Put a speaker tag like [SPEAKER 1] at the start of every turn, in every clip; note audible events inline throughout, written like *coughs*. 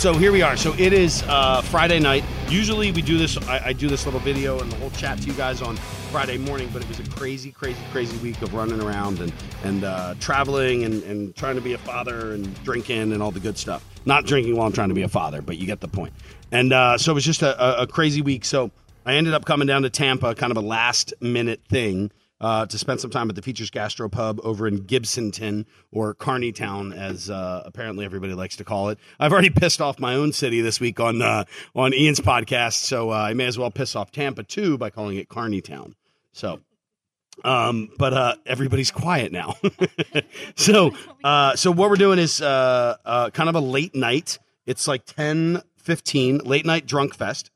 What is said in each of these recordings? [SPEAKER 1] So here we are. So it is uh, Friday night. Usually we do this. I, I do this little video and the whole chat to you guys on Friday morning. But it was a crazy, crazy, crazy week of running around and and uh, traveling and and trying to be a father and drinking and all the good stuff. Not drinking while I'm trying to be a father, but you get the point. And uh, so it was just a, a, a crazy week. So I ended up coming down to Tampa, kind of a last minute thing. Uh, to spend some time at the Features Gastro Pub over in Gibsonton or Carneytown, as uh, apparently everybody likes to call it. I've already pissed off my own city this week on uh, on Ian's podcast, so uh, I may as well piss off Tampa too by calling it Carneytown. So um but uh everybody's quiet now *laughs* so uh so what we're doing is uh uh kind of a late night it's like 10 15 late night drunk fest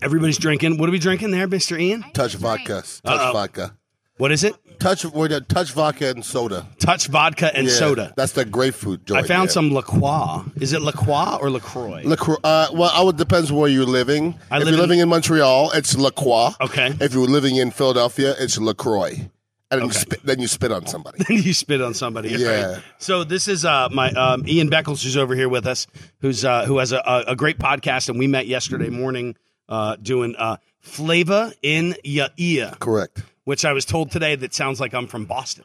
[SPEAKER 1] everybody's drinking what are we drinking there mr ian
[SPEAKER 2] Touch vodka. Touch
[SPEAKER 1] Uh-oh.
[SPEAKER 2] vodka.
[SPEAKER 1] what is it
[SPEAKER 2] Touch we're gonna touch vodka and soda.
[SPEAKER 1] touch vodka and
[SPEAKER 2] Yeah,
[SPEAKER 1] soda
[SPEAKER 2] That's the grapefruit joint.
[SPEAKER 1] I found
[SPEAKER 2] yeah.
[SPEAKER 1] some La Croix. Is it La Croix or LaCroix?
[SPEAKER 2] La Croix, uh, well, I would depends where you're living.
[SPEAKER 1] I
[SPEAKER 2] if
[SPEAKER 1] live
[SPEAKER 2] you're
[SPEAKER 1] in-
[SPEAKER 2] living in Montreal, it's La Croix.
[SPEAKER 1] Okay.
[SPEAKER 2] If you're living in Philadelphia, it's LaCroix. And then you
[SPEAKER 1] Okay.
[SPEAKER 2] spit, then you spit on somebody.
[SPEAKER 1] *laughs*
[SPEAKER 2] *laughs*
[SPEAKER 1] you spit on somebody.
[SPEAKER 2] Yeah.
[SPEAKER 1] Right? So this is uh, my um, Ian Beckles, who's over here with us, who's uh, who has a, a, a great podcast, and we met yesterday morning uh, doing uh, Flava in Ya Ia,
[SPEAKER 2] Correct.
[SPEAKER 1] which I was told today that sounds like I'm from Boston.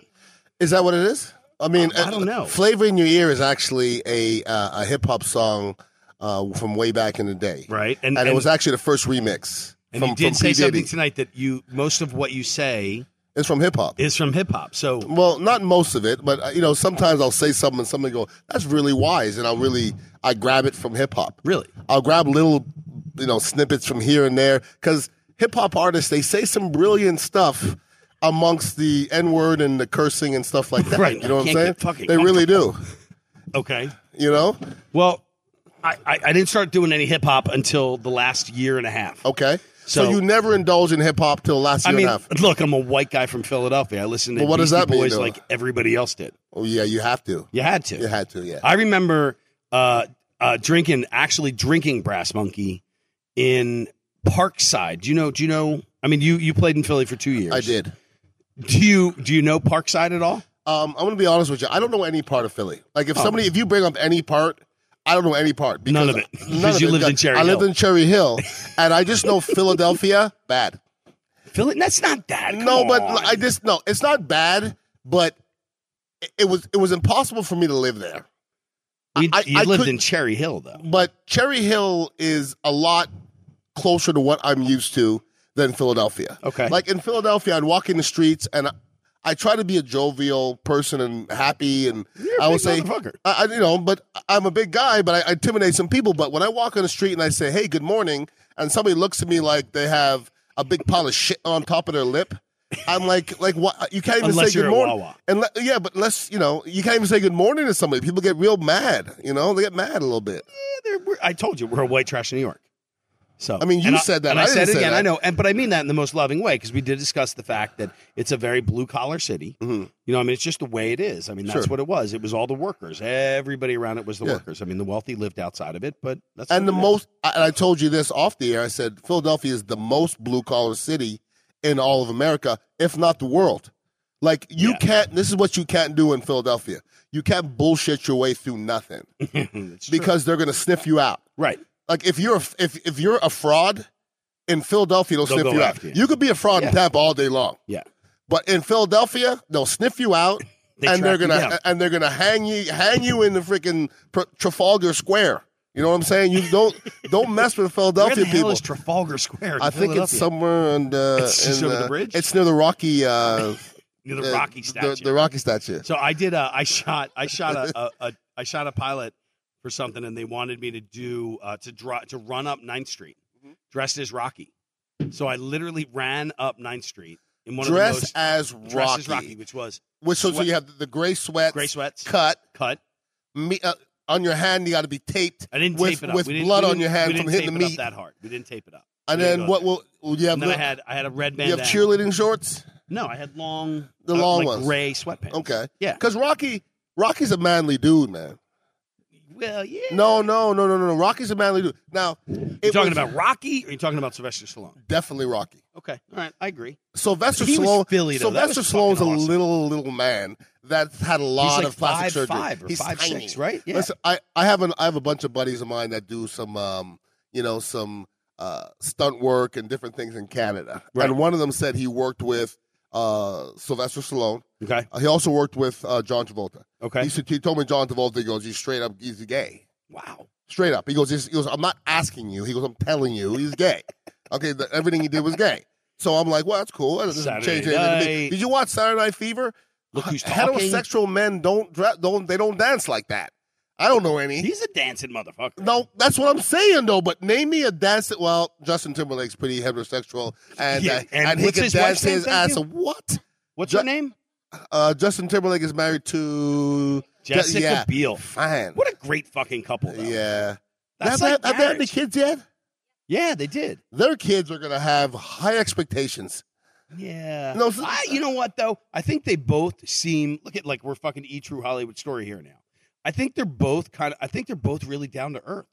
[SPEAKER 2] Is that what it is? I mean, uh,
[SPEAKER 1] I don't know.
[SPEAKER 2] Flavor in Your Ear is actually a uh, a hip hop song uh, from way back in the day,
[SPEAKER 1] Right, and-
[SPEAKER 2] And, it
[SPEAKER 1] and-
[SPEAKER 2] was actually the first remix.
[SPEAKER 1] And
[SPEAKER 2] from,
[SPEAKER 1] you did
[SPEAKER 2] from
[SPEAKER 1] say
[SPEAKER 2] P.
[SPEAKER 1] something
[SPEAKER 2] Diddy.
[SPEAKER 1] tonight that you most of what you say
[SPEAKER 2] It's from hip hop.
[SPEAKER 1] is from hip hop. So
[SPEAKER 2] Well, not most of it, but uh, you know, sometimes I'll say something and somebody go, "That's really wise," and I'll really I grab it from hip hop.
[SPEAKER 1] Really?
[SPEAKER 2] I'll grab little, you know, snippets from here and there because hip hop artists they say some brilliant stuff amongst the N word and the cursing and stuff like that.
[SPEAKER 1] Right.
[SPEAKER 2] You know what
[SPEAKER 1] Can't
[SPEAKER 2] I'm
[SPEAKER 1] get
[SPEAKER 2] saying?
[SPEAKER 1] fucking
[SPEAKER 2] they really do.
[SPEAKER 1] okay,
[SPEAKER 2] You know?
[SPEAKER 1] well, I, I, I didn't start doing any hip hop until the last year and a half.
[SPEAKER 2] Okay. So,
[SPEAKER 1] So-
[SPEAKER 2] you never indulge in hip hop till last
[SPEAKER 1] I
[SPEAKER 2] year
[SPEAKER 1] mean,
[SPEAKER 2] Oh, and a half.
[SPEAKER 1] look, I'm a white guy from Philadelphia. I listened to
[SPEAKER 2] Well, what does
[SPEAKER 1] Beastie
[SPEAKER 2] that mean,
[SPEAKER 1] Boys
[SPEAKER 2] though?
[SPEAKER 1] like everybody else did.
[SPEAKER 2] Oh yeah, you have to.
[SPEAKER 1] You had to.
[SPEAKER 2] You had to. Yeah.
[SPEAKER 1] I remember uh, uh, drinking, actually drinking Brass Monkey in Parkside. Do you know? Do you know? I mean, you you played in Philly for two years.
[SPEAKER 2] I did.
[SPEAKER 1] Do you do you know Parkside at all?
[SPEAKER 2] Um, I'm gonna be honest with you. I don't know any part of Philly. Like if somebody, if you bring up any part, I don't know any part. Because
[SPEAKER 1] Oh. None of it. *laughs* Because you lived in Cherry
[SPEAKER 2] I lived
[SPEAKER 1] Hill.
[SPEAKER 2] in
[SPEAKER 1] *laughs*
[SPEAKER 2] Cherry Hill, and I just know Philadelphia bad.
[SPEAKER 1] Philly? That's not that. Come
[SPEAKER 2] No, but
[SPEAKER 1] on.
[SPEAKER 2] I just no. It's not bad, but it, it was it was impossible for me to live there.
[SPEAKER 1] you,
[SPEAKER 2] I-
[SPEAKER 1] you
[SPEAKER 2] I
[SPEAKER 1] lived
[SPEAKER 2] could-
[SPEAKER 1] in Cherry Hill though.
[SPEAKER 2] But Cherry Hill is a lot closer to what I'm used to than Philadelphia.
[SPEAKER 1] Okay.
[SPEAKER 2] Like in Philadelphia, I'd walk in the streets and. I, I try to be a jovial person and happy, and
[SPEAKER 1] a
[SPEAKER 2] I
[SPEAKER 1] big
[SPEAKER 2] would say,
[SPEAKER 1] motherfucker.
[SPEAKER 2] I, I- you know, but I'm a big guy, but I, I intimidate some people. But when I walk on the street and I say, "Hey, good morning," and somebody looks at me like they have a big pile of shit on top of their lip, I'm like, like what? You can't even
[SPEAKER 1] Unless
[SPEAKER 2] say
[SPEAKER 1] you're
[SPEAKER 2] good
[SPEAKER 1] at
[SPEAKER 2] morning.
[SPEAKER 1] Wawa.
[SPEAKER 2] And le- yeah, but unless you know, you can't even say good morning to somebody. People get real mad. You know, they get mad a little bit.
[SPEAKER 1] Yeah, there- we're- I told you we're a white trash New York. So
[SPEAKER 2] I mean, you
[SPEAKER 1] and
[SPEAKER 2] said that.
[SPEAKER 1] and I,
[SPEAKER 2] I didn't
[SPEAKER 1] said it
[SPEAKER 2] say
[SPEAKER 1] again.
[SPEAKER 2] that.
[SPEAKER 1] I know, and but I mean that in the most loving way because we did discuss the fact that it's a very blue collar city. You know, I mean, it's just the way it is. I mean, that's
[SPEAKER 2] Mm-hmm. Sure.
[SPEAKER 1] what it was. It was all the workers. Everybody around it was the
[SPEAKER 2] Yeah.
[SPEAKER 1] workers. I mean, the wealthy lived outside of it, but that's
[SPEAKER 2] And the
[SPEAKER 1] what it is.
[SPEAKER 2] most, I- and I told you this off the air. I said Philadelphia is the most blue collar city in all of America, if not the world. Like you
[SPEAKER 1] Yeah.
[SPEAKER 2] can't. This is what you can't do in Philadelphia. You can't bullshit your way through nothing
[SPEAKER 1] *laughs* It's true.
[SPEAKER 2] because they're gonna sniff you out.
[SPEAKER 1] right.
[SPEAKER 2] Like if you're a, if if you're a fraud in Philadelphia, they'll,
[SPEAKER 1] They'll go
[SPEAKER 2] sniff you out.
[SPEAKER 1] after you.
[SPEAKER 2] You. could be a fraud
[SPEAKER 1] Yeah.
[SPEAKER 2] in Tampa all day long,
[SPEAKER 1] Yeah.
[SPEAKER 2] but in Philadelphia, they'll sniff you out,
[SPEAKER 1] *laughs* They
[SPEAKER 2] and they're
[SPEAKER 1] track you
[SPEAKER 2] gonna
[SPEAKER 1] down.
[SPEAKER 2] and they're gonna hang you hang you in the freaking Pr- Trafalgar Square. You know what I'm saying? You
[SPEAKER 1] *laughs*
[SPEAKER 2] don't don't mess with
[SPEAKER 1] Where the
[SPEAKER 2] Philadelphia
[SPEAKER 1] hell
[SPEAKER 2] people.
[SPEAKER 1] is Trafalgar Square? in
[SPEAKER 2] I think it's
[SPEAKER 1] Philadelphia?
[SPEAKER 2] somewhere in the
[SPEAKER 1] *laughs* It's just
[SPEAKER 2] in
[SPEAKER 1] over the bridge?
[SPEAKER 2] It's near the Rocky uh,
[SPEAKER 1] near *laughs* the
[SPEAKER 2] uh,
[SPEAKER 1] Rocky statue.
[SPEAKER 2] The, the Rocky statue.
[SPEAKER 1] So I did. A, I shot. I shot a, a, a. I shot a pilot for something, and they wanted me to do uh, to draw to run up 9th Street
[SPEAKER 2] Mm-hmm.
[SPEAKER 1] dressed as Rocky. So I literally ran up 9th Street in one
[SPEAKER 2] Dress
[SPEAKER 1] of the most
[SPEAKER 2] as
[SPEAKER 1] dressed as
[SPEAKER 2] Rocky.
[SPEAKER 1] Rocky, which was
[SPEAKER 2] Which so, so
[SPEAKER 1] Sweat-
[SPEAKER 2] you have the gray sweats,
[SPEAKER 1] gray sweats,
[SPEAKER 2] cut,
[SPEAKER 1] cut,
[SPEAKER 2] me, uh, on your hand. You got to be taped.
[SPEAKER 1] I didn't
[SPEAKER 2] with,
[SPEAKER 1] tape it up.
[SPEAKER 2] with
[SPEAKER 1] we didn't,
[SPEAKER 2] blood
[SPEAKER 1] we
[SPEAKER 2] on
[SPEAKER 1] didn't-
[SPEAKER 2] your hand
[SPEAKER 1] we
[SPEAKER 2] from
[SPEAKER 1] didn't
[SPEAKER 2] hitting
[SPEAKER 1] tape
[SPEAKER 2] the
[SPEAKER 1] it
[SPEAKER 2] meat.
[SPEAKER 1] Up that hard. We didn't tape it up.
[SPEAKER 2] And
[SPEAKER 1] We didn't
[SPEAKER 2] then
[SPEAKER 1] go
[SPEAKER 2] what
[SPEAKER 1] there.
[SPEAKER 2] will will you have?
[SPEAKER 1] And then I
[SPEAKER 2] li-
[SPEAKER 1] had I had a red
[SPEAKER 2] you
[SPEAKER 1] bandana.
[SPEAKER 2] have cheerleading shorts.
[SPEAKER 1] No, I had long
[SPEAKER 2] The
[SPEAKER 1] uh,
[SPEAKER 2] long
[SPEAKER 1] like
[SPEAKER 2] ones.
[SPEAKER 1] gray sweatpants.
[SPEAKER 2] Okay.
[SPEAKER 1] Yeah.
[SPEAKER 2] Because Rocky, Rocky's a manly dude, man.
[SPEAKER 1] Well, yeah.
[SPEAKER 2] No, no, no, no, no, no. Rocky's a manly dude. Now,
[SPEAKER 1] you
[SPEAKER 2] it
[SPEAKER 1] talking
[SPEAKER 2] was
[SPEAKER 1] about Rocky or you talking about Sylvester Stallone?
[SPEAKER 2] definitely Rocky.
[SPEAKER 1] Okay. All right. I agree.
[SPEAKER 2] Sylvester
[SPEAKER 1] He was
[SPEAKER 2] Stallone.
[SPEAKER 1] Philly, though. That
[SPEAKER 2] Sylvester
[SPEAKER 1] was
[SPEAKER 2] Stallone's
[SPEAKER 1] fucking
[SPEAKER 2] a
[SPEAKER 1] awesome.
[SPEAKER 2] little little man that's had a lot
[SPEAKER 1] He's like
[SPEAKER 2] of plastic
[SPEAKER 1] five,
[SPEAKER 2] surgery.
[SPEAKER 1] five or
[SPEAKER 2] He's
[SPEAKER 1] five,
[SPEAKER 2] tiny.
[SPEAKER 1] six, right? Yeah.
[SPEAKER 2] Listen, I, I have an I have a bunch of buddies of mine that do some um you know some uh stunt work and different things in Canada.
[SPEAKER 1] Right.
[SPEAKER 2] And one of them said he worked with uh Sylvester Stallone.
[SPEAKER 1] Okay.
[SPEAKER 2] Uh, he also worked with uh, John Travolta.
[SPEAKER 1] Okay.
[SPEAKER 2] He, said, he told me John Travolta. He goes, he's straight up, he's gay.
[SPEAKER 1] wow.
[SPEAKER 2] Straight up. He goes, he's- he goes, I'm not asking you. He goes, I'm telling you, he's gay. okay, the, everything he did was gay. So I'm like, well, that's cool. That doesn't
[SPEAKER 1] Saturday
[SPEAKER 2] change anything to me.
[SPEAKER 1] night.
[SPEAKER 2] Did you watch Saturday Night Fever?
[SPEAKER 1] Look who's talking.
[SPEAKER 2] Heterosexual men don't dra- don't they don't dance like that. I don't know any.
[SPEAKER 1] He's a dancing motherfucker.
[SPEAKER 2] No, that's what I'm saying though. But name me a dance. That, well, Justin Timberlake's pretty heterosexual, and
[SPEAKER 1] Yeah,
[SPEAKER 2] uh,
[SPEAKER 1] and
[SPEAKER 2] and, he
[SPEAKER 1] what's
[SPEAKER 2] can
[SPEAKER 1] his
[SPEAKER 2] dance
[SPEAKER 1] wife's name?
[SPEAKER 2] his
[SPEAKER 1] Thank
[SPEAKER 2] ass.
[SPEAKER 1] you.
[SPEAKER 2] off. What?
[SPEAKER 1] What's
[SPEAKER 2] Ju-
[SPEAKER 1] her name?
[SPEAKER 2] Uh, Justin Timberlake is married to Je-
[SPEAKER 1] Jessica
[SPEAKER 2] yeah,
[SPEAKER 1] Biel.
[SPEAKER 2] Fine.
[SPEAKER 1] What a great fucking couple. Though.
[SPEAKER 2] Yeah.
[SPEAKER 1] That's
[SPEAKER 2] have,
[SPEAKER 1] like
[SPEAKER 2] they- have they had any
[SPEAKER 1] marriage.
[SPEAKER 2] kids yet?
[SPEAKER 1] Yeah, they did.
[SPEAKER 2] Their kids are gonna have high expectations.
[SPEAKER 1] Yeah.
[SPEAKER 2] No,
[SPEAKER 1] No,
[SPEAKER 2] so-
[SPEAKER 1] I, you know what though? I think they both seem look at like we're fucking e true Hollywood story here now. I think they're both kind of. I think they're both really down to earth.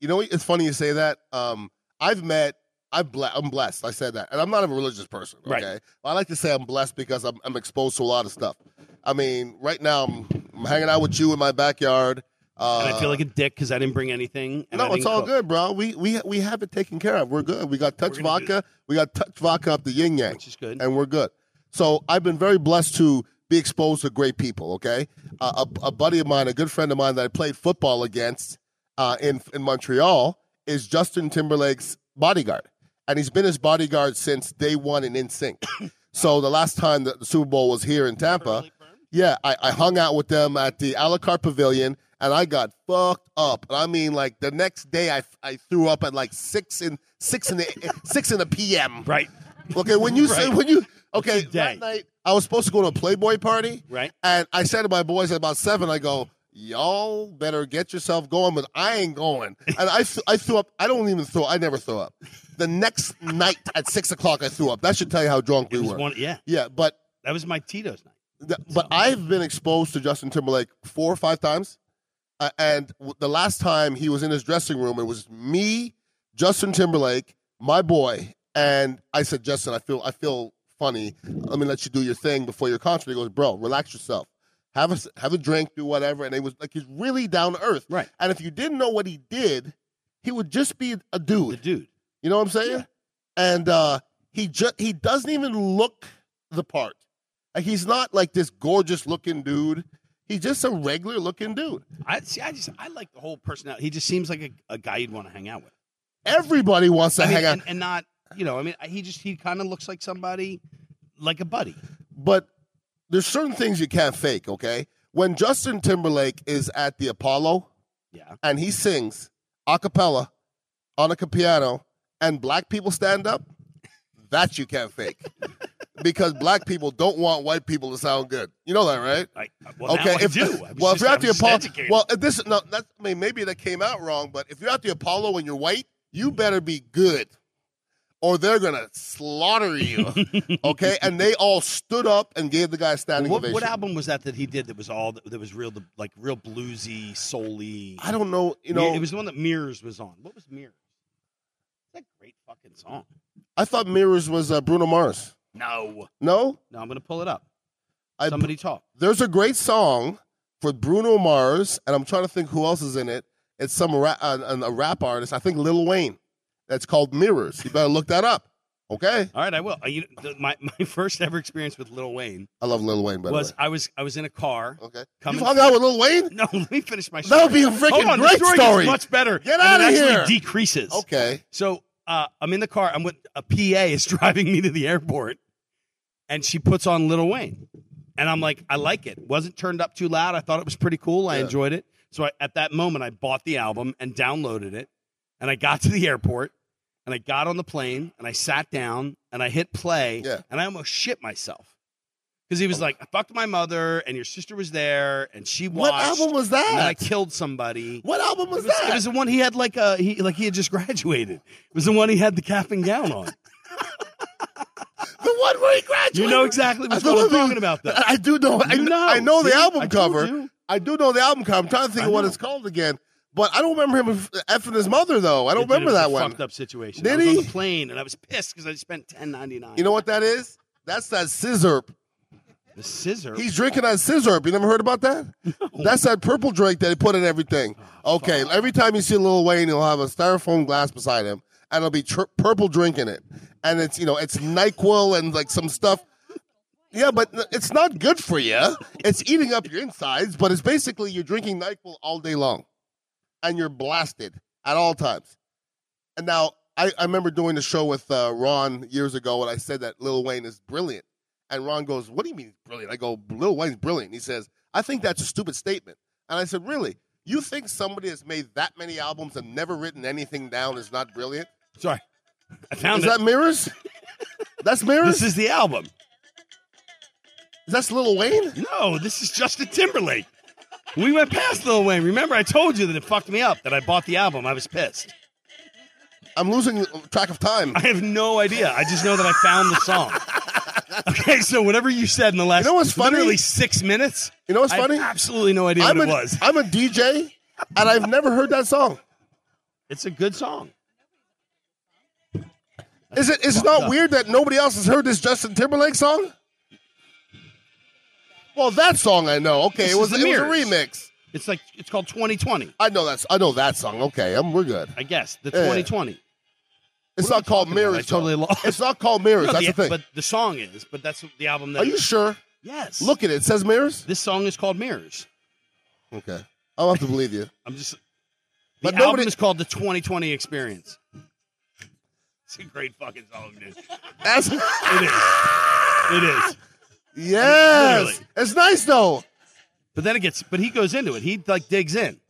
[SPEAKER 2] You know, what? it's funny you say that. Um, I've met, I've ble- I'm blessed. I said that, and I'm not a religious person. Okay,
[SPEAKER 1] Right.
[SPEAKER 2] I like to say I'm blessed because I'm, I'm exposed to a lot of stuff. I mean, right now I'm, I'm hanging out with you in my backyard. Uh,
[SPEAKER 1] And I feel like a dick because I didn't bring anything. and I
[SPEAKER 2] no, it's
[SPEAKER 1] didn't
[SPEAKER 2] all
[SPEAKER 1] cook.
[SPEAKER 2] good, bro. We we we have it taken care of. We're good. We got touch
[SPEAKER 1] We're gonna do
[SPEAKER 2] vodka. We got touch vodka up the yin yang.
[SPEAKER 1] which is good.
[SPEAKER 2] and we're good. So I've been very blessed to be exposed to great people. Okay, uh, a, a buddy of mine, a good friend of mine that I played football against uh, in in Montreal is Justin Timberlake's bodyguard, and he's been his bodyguard since day one in NSYNC. *coughs* so the last time that the Super Bowl was here in Tampa, yeah, I, I hung out with them at the a la carte pavilion. And I got fucked up. And I mean, like the next day, I, I threw up at like six in six in the *laughs* six in the p.m.
[SPEAKER 1] right?
[SPEAKER 2] Okay,
[SPEAKER 1] *laughs*
[SPEAKER 2] when you say
[SPEAKER 1] Right.
[SPEAKER 2] when you okay
[SPEAKER 1] your day.
[SPEAKER 2] that night, I was supposed to go to a Playboy party,
[SPEAKER 1] Right.
[SPEAKER 2] And I said to my boys at about seven, I go, "Y'all better get yourself going," but I ain't going. And I th- I threw up. I don't even throw. I never throw up. The next night at six o'clock, I threw up. That should tell you how drunk
[SPEAKER 1] It
[SPEAKER 2] we
[SPEAKER 1] was
[SPEAKER 2] were.
[SPEAKER 1] one. Yeah,
[SPEAKER 2] yeah, but
[SPEAKER 1] that was my Tito's night.
[SPEAKER 2] th- but I've been exposed to Justin Timberlake four or five times, uh, and w- the last time he was in his dressing room, it was me, Justin Timberlake, my boy, and I said, Justin, I feel I feel funny. Let me let you do your thing before your concert. He goes, bro, relax yourself. Have a s- have a drink, do whatever, and it was like he's really down to earth.
[SPEAKER 1] Right.
[SPEAKER 2] And if you didn't know what he did, he would just be a
[SPEAKER 1] The
[SPEAKER 2] dude.
[SPEAKER 1] dude.
[SPEAKER 2] You know what I'm saying? And uh, he ju- he doesn't even look the part. Like he's not like this gorgeous looking dude. He's just a regular looking dude.
[SPEAKER 1] I see. I just I like the whole personality. He just seems like a, a guy you'd want to hang out with.
[SPEAKER 2] Everybody wants to
[SPEAKER 1] I mean,
[SPEAKER 2] hang out,
[SPEAKER 1] and, and not you know. I mean, he just he kind of looks like somebody, like a buddy.
[SPEAKER 2] but there's certain things you can't fake. Okay, when Justin Timberlake is at the Apollo
[SPEAKER 1] Yeah.
[SPEAKER 2] and he sings a cappella on a piano, and black people stand up, that you can't fake,
[SPEAKER 1] *laughs*
[SPEAKER 2] because black people don't want white people to sound good. You know that, right?
[SPEAKER 1] I, well,
[SPEAKER 2] okay,
[SPEAKER 1] now I
[SPEAKER 2] if
[SPEAKER 1] do. I was
[SPEAKER 2] well,
[SPEAKER 1] just-
[SPEAKER 2] if you're
[SPEAKER 1] I
[SPEAKER 2] at the
[SPEAKER 1] was just
[SPEAKER 2] Apollo,
[SPEAKER 1] educated.
[SPEAKER 2] well, if this no, that's, I mean, maybe that came out wrong, but if you're at the Apollo and you're white, you better be good, or they're gonna
[SPEAKER 1] *laughs*
[SPEAKER 2] slaughter you. okay, and they all stood up and gave the guy a standing
[SPEAKER 1] what,
[SPEAKER 2] ovation.
[SPEAKER 1] what album was that that he did that was all that was real like real bluesy souly
[SPEAKER 2] I don't know.
[SPEAKER 1] Yeah,
[SPEAKER 2] You know,
[SPEAKER 1] it was the one that mirrors was on what was mirrors that great fucking song
[SPEAKER 2] I thought Mirrors was uh, Bruno Mars.
[SPEAKER 1] no
[SPEAKER 2] No,
[SPEAKER 1] no i'm gonna pull it up
[SPEAKER 2] I,
[SPEAKER 1] somebody talk
[SPEAKER 2] there's a great song for Bruno Mars, and I'm trying to think who else is in it. It's some ra- uh, an- a rap artist, I think Lil Wayne. That's called Mirrors. You better look that up. Okay,
[SPEAKER 1] all right i will Uh, you, the, my, *laughs* my first ever experience with lil wayne
[SPEAKER 2] I love Lil Wayne. By the way.
[SPEAKER 1] was i was i was in a car
[SPEAKER 2] Okay.
[SPEAKER 1] Coming-
[SPEAKER 2] you hung out with Lil Wayne?
[SPEAKER 1] *laughs* no let me finish my story
[SPEAKER 2] That would be a
[SPEAKER 1] Hold
[SPEAKER 2] freaking
[SPEAKER 1] on,
[SPEAKER 2] great
[SPEAKER 1] the story,
[SPEAKER 2] story.
[SPEAKER 1] Gets much better and
[SPEAKER 2] Get outta
[SPEAKER 1] it
[SPEAKER 2] here.
[SPEAKER 1] actually decreases
[SPEAKER 2] Okay.
[SPEAKER 1] So uh, I'm in the car. I'm with a PA is *laughs* driving me to the airport, and she puts on Little Wayne, and I'm like, I like it. wasn't turned up too loud. I thought it was pretty cool. I
[SPEAKER 2] Yeah.
[SPEAKER 1] enjoyed it. So I, at that moment, I bought the album and downloaded it, and I got *laughs* to the airport, and I got on the plane, and I sat down, and I hit play,
[SPEAKER 2] Yeah. Oh
[SPEAKER 1] and I almost shit myself because he was like, I fucked my mother, and your sister was there, and she watched.
[SPEAKER 2] What album was
[SPEAKER 1] and then I
[SPEAKER 2] that?
[SPEAKER 1] killed somebody.
[SPEAKER 2] What album
[SPEAKER 1] It
[SPEAKER 2] was,
[SPEAKER 1] was,
[SPEAKER 2] that?
[SPEAKER 1] it was the one he had like a he like he had just graduated. It was the one he had the cap and gown
[SPEAKER 2] *laughs*
[SPEAKER 1] on.
[SPEAKER 2] the one where he graduated.
[SPEAKER 1] You know exactly which
[SPEAKER 2] The
[SPEAKER 1] one I'm
[SPEAKER 2] one who-
[SPEAKER 1] talking about, though.
[SPEAKER 2] I I do know. I
[SPEAKER 1] You
[SPEAKER 2] kn-
[SPEAKER 1] know.
[SPEAKER 2] I know
[SPEAKER 1] See?
[SPEAKER 2] the album
[SPEAKER 1] I told
[SPEAKER 2] cover.
[SPEAKER 1] you.
[SPEAKER 2] I do know the album cover. I'm trying to think
[SPEAKER 1] I
[SPEAKER 2] of what
[SPEAKER 1] know.
[SPEAKER 2] it's called again, but I don't remember him effing his mother though. I don't
[SPEAKER 1] Dude, it
[SPEAKER 2] remember
[SPEAKER 1] was
[SPEAKER 2] that
[SPEAKER 1] a
[SPEAKER 2] one.
[SPEAKER 1] Fucked up situation.
[SPEAKER 2] Did
[SPEAKER 1] I was
[SPEAKER 2] he?
[SPEAKER 1] on the plane and I was pissed because I spent ten ninety nine.
[SPEAKER 2] You know what that is? That's that scissor.
[SPEAKER 1] The scissor.
[SPEAKER 2] He's drinking that scissor. You never heard about that? That's that purple drink that he put in everything. Okay, every time you see Lil Wayne, he'll have a styrofoam glass beside him, and it'll be tr- purple drink in it, and it's you know it's Nyquil and like some stuff. Yeah, but n- it's not good for you. It's eating up your insides, but it's basically you're drinking Nyquil all day long, and you're blasted at all times. And now I, I remember doing the show with uh, Ron years ago, and I said that Lil Wayne is brilliant. And Ron goes, What do you mean he's brilliant? I go, Lil Wayne's brilliant. He says, I think that's a stupid statement. And I said, Really? You think somebody has made that many albums and never written anything down is not brilliant?
[SPEAKER 1] Sorry, I
[SPEAKER 2] Is
[SPEAKER 1] found it.
[SPEAKER 2] that Mirrors? That's
[SPEAKER 1] *laughs*
[SPEAKER 2] Mirrors?
[SPEAKER 1] This is the album.
[SPEAKER 2] That's Lil Wayne?
[SPEAKER 1] No, this is Justin Timberlake. We went past Lil Wayne. Remember, I told you that it fucked me up that I bought the album. I was pissed.
[SPEAKER 2] I'm losing track of time.
[SPEAKER 1] I have no idea. I just know that I found the song.
[SPEAKER 2] *laughs*
[SPEAKER 1] Okay, so whatever you said in the last
[SPEAKER 2] You know what's funny?
[SPEAKER 1] literally six minutes,
[SPEAKER 2] You know what's
[SPEAKER 1] I have
[SPEAKER 2] funny?
[SPEAKER 1] absolutely no idea
[SPEAKER 2] I'm
[SPEAKER 1] what
[SPEAKER 2] a-
[SPEAKER 1] it was.
[SPEAKER 2] I'm a DJ, and I've never heard that song.
[SPEAKER 1] It's a good song.
[SPEAKER 2] Is it? It's not weird that nobody else has heard this Justin Timberlake song. Well, that song I know. Okay,
[SPEAKER 1] This
[SPEAKER 2] it was,
[SPEAKER 1] is
[SPEAKER 2] it
[SPEAKER 1] the
[SPEAKER 2] was a
[SPEAKER 1] Mirrors.
[SPEAKER 2] remix.
[SPEAKER 1] It's like it's called 2020.
[SPEAKER 2] I know that's. I know that song. Okay, I'm, we're good.
[SPEAKER 1] I guess the
[SPEAKER 2] Yeah.
[SPEAKER 1] 2020.
[SPEAKER 2] It's not called
[SPEAKER 1] talking about?
[SPEAKER 2] mirrors.
[SPEAKER 1] I totally
[SPEAKER 2] though.
[SPEAKER 1] lost.
[SPEAKER 2] It's not called mirrors.
[SPEAKER 1] No,
[SPEAKER 2] that's the, thing.
[SPEAKER 1] But the song is. But that's the album that.
[SPEAKER 2] Are you sure?
[SPEAKER 1] yes.
[SPEAKER 2] Look at it. It says mirrors.
[SPEAKER 1] this song is called Mirrors.
[SPEAKER 2] Okay, I'll have to believe you.
[SPEAKER 1] I'm just. The
[SPEAKER 2] But
[SPEAKER 1] album
[SPEAKER 2] nobody-
[SPEAKER 1] is called the 2020 Experience. It's a great fucking song, dude.
[SPEAKER 2] That's
[SPEAKER 1] *laughs* It is. It is.
[SPEAKER 2] yes.
[SPEAKER 1] Clearly.
[SPEAKER 2] It's nice though.
[SPEAKER 1] But then it gets. But he goes into it. He like digs in.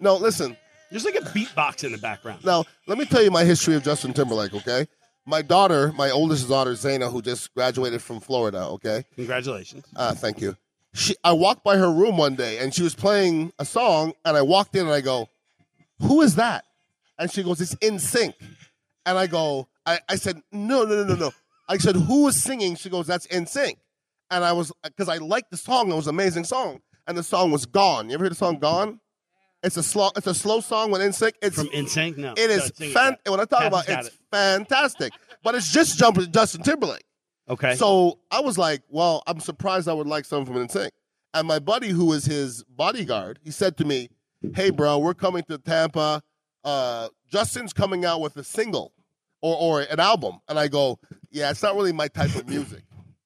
[SPEAKER 2] No, listen.
[SPEAKER 1] There's like a beatbox in the background.
[SPEAKER 2] Now, let me tell you my history of Justin Timberlake, okay? My daughter, my oldest daughter, Zaina, who just graduated from Florida, okay?
[SPEAKER 1] Congratulations.
[SPEAKER 2] Uh, thank you. She, I walked by her room one day and she was playing a song, and I walked in and I go, Who is that? And she goes, It's in sync. And I go, I, I said, No, no, no, no, no. I said, Who is singing? She goes, That's in sync. And I was, because I liked the song, it was an amazing song. And the song was Gone. You ever hear the song Gone? It's a slow, it's a slow song with NSYNC. It's
[SPEAKER 1] From NSYNC. No.
[SPEAKER 2] it is
[SPEAKER 1] No, sing
[SPEAKER 2] fan-
[SPEAKER 1] back.
[SPEAKER 2] when I talk
[SPEAKER 1] Kathy's
[SPEAKER 2] about it,
[SPEAKER 1] got
[SPEAKER 2] it's fantastic. But it's just jumping Justin Timberlake.
[SPEAKER 1] Okay.
[SPEAKER 2] So I was like, well, I'm surprised I would like something from NSYNC. And my buddy, who is his bodyguard, he said to me, "Hey, bro, we're coming to Tampa. Uh, Justin's coming out with a single or or an album." And I go, "Yeah, it's not really my type of music."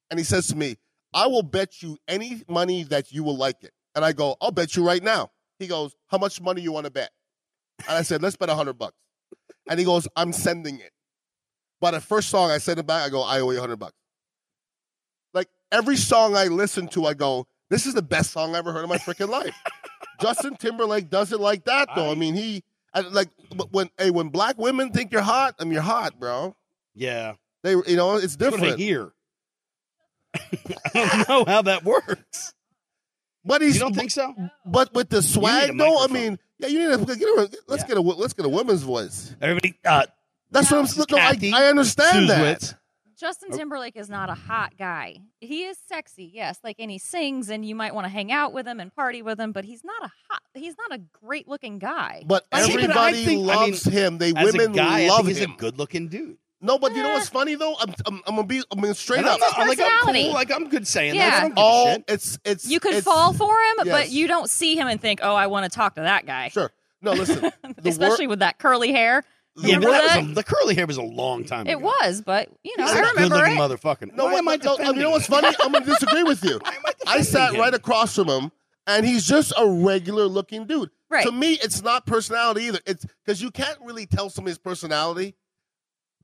[SPEAKER 2] And he says to me, "I will bet you any money that you will like it." And I go, "I'll bet you right now." He goes, "How much money you want to bet?" And I said, "Let's bet a hundred bucks." And he goes, "I'm sending it." But the first song I sent it back, I go, "I owe you a hundred bucks." Like every song I listen to, I go, "This is the best song I ever heard in my freaking
[SPEAKER 1] *laughs*
[SPEAKER 2] life." Justin Timberlake does it like that, though. I,
[SPEAKER 1] I-
[SPEAKER 2] mean, he I, like but when hey, when black women think you're hot, I mean, you're hot, bro.
[SPEAKER 1] yeah.
[SPEAKER 2] They, you know, it's
[SPEAKER 1] That's what I
[SPEAKER 2] different.
[SPEAKER 1] hear. *laughs* I don't know how that works.
[SPEAKER 2] But
[SPEAKER 1] You
[SPEAKER 2] he's
[SPEAKER 1] don't think so?
[SPEAKER 2] But with the swag, though, I
[SPEAKER 1] microphone.
[SPEAKER 2] mean, yeah, you need to get a. Let's
[SPEAKER 1] Yeah.
[SPEAKER 2] get a. wo- Let's get a woman's voice.
[SPEAKER 1] Everybody, uh,
[SPEAKER 2] That's what I'm.
[SPEAKER 1] This is
[SPEAKER 2] Look, no, I,
[SPEAKER 1] Kathy.
[SPEAKER 2] I understand
[SPEAKER 1] Suze
[SPEAKER 2] that.
[SPEAKER 1] Witz.
[SPEAKER 3] Justin
[SPEAKER 1] Oh.
[SPEAKER 3] Timberlake is not a hot guy. He is sexy, yes, like and he sings and you might want to hang out with him and party with him, but he's not a hot he's not a great looking guy.
[SPEAKER 2] But
[SPEAKER 1] I see, but I
[SPEAKER 2] everybody
[SPEAKER 1] think- I mean,
[SPEAKER 2] loves him. They
[SPEAKER 1] As
[SPEAKER 2] women
[SPEAKER 1] a guy, I
[SPEAKER 2] love
[SPEAKER 1] think he's
[SPEAKER 2] him.
[SPEAKER 1] a good-looking dude.
[SPEAKER 2] no, but you know what's funny though? I'm, I'm, I'm gonna be. I'm gonna straight
[SPEAKER 1] And I'm
[SPEAKER 2] up.
[SPEAKER 1] not- like, I'm
[SPEAKER 3] personality.
[SPEAKER 1] cool. Like I'm good saying that.
[SPEAKER 3] Yeah.
[SPEAKER 1] I don't give a
[SPEAKER 2] All
[SPEAKER 1] shit.
[SPEAKER 2] it's it's.
[SPEAKER 3] you could
[SPEAKER 2] it's-
[SPEAKER 3] fall for him,
[SPEAKER 2] yes.
[SPEAKER 3] but you don't see him and think, "Oh, I want to talk to that guy."
[SPEAKER 2] Sure. No,
[SPEAKER 3] *laughs*
[SPEAKER 2] listen. the
[SPEAKER 3] Especially with that curly hair.
[SPEAKER 2] the
[SPEAKER 1] Yeah, but
[SPEAKER 2] wor-
[SPEAKER 1] that
[SPEAKER 3] that?
[SPEAKER 1] was a, the curly hair was a long time.
[SPEAKER 3] It
[SPEAKER 1] ago.
[SPEAKER 3] was, but you know,
[SPEAKER 1] He's
[SPEAKER 3] I
[SPEAKER 1] a
[SPEAKER 3] remember
[SPEAKER 1] good-looking
[SPEAKER 3] it.
[SPEAKER 1] motherfucking.
[SPEAKER 2] No,
[SPEAKER 1] Why
[SPEAKER 2] what,
[SPEAKER 1] am I
[SPEAKER 2] no,
[SPEAKER 1] defending?
[SPEAKER 2] you know what's funny? I'm gonna disagree with you.
[SPEAKER 1] *laughs* Why am I
[SPEAKER 2] I
[SPEAKER 1] defending
[SPEAKER 2] sat
[SPEAKER 1] him?
[SPEAKER 2] right across from him, and he's just a regular looking dude.
[SPEAKER 3] Right.
[SPEAKER 2] To me, it's not personality either. It's because you can't really tell somebody's personality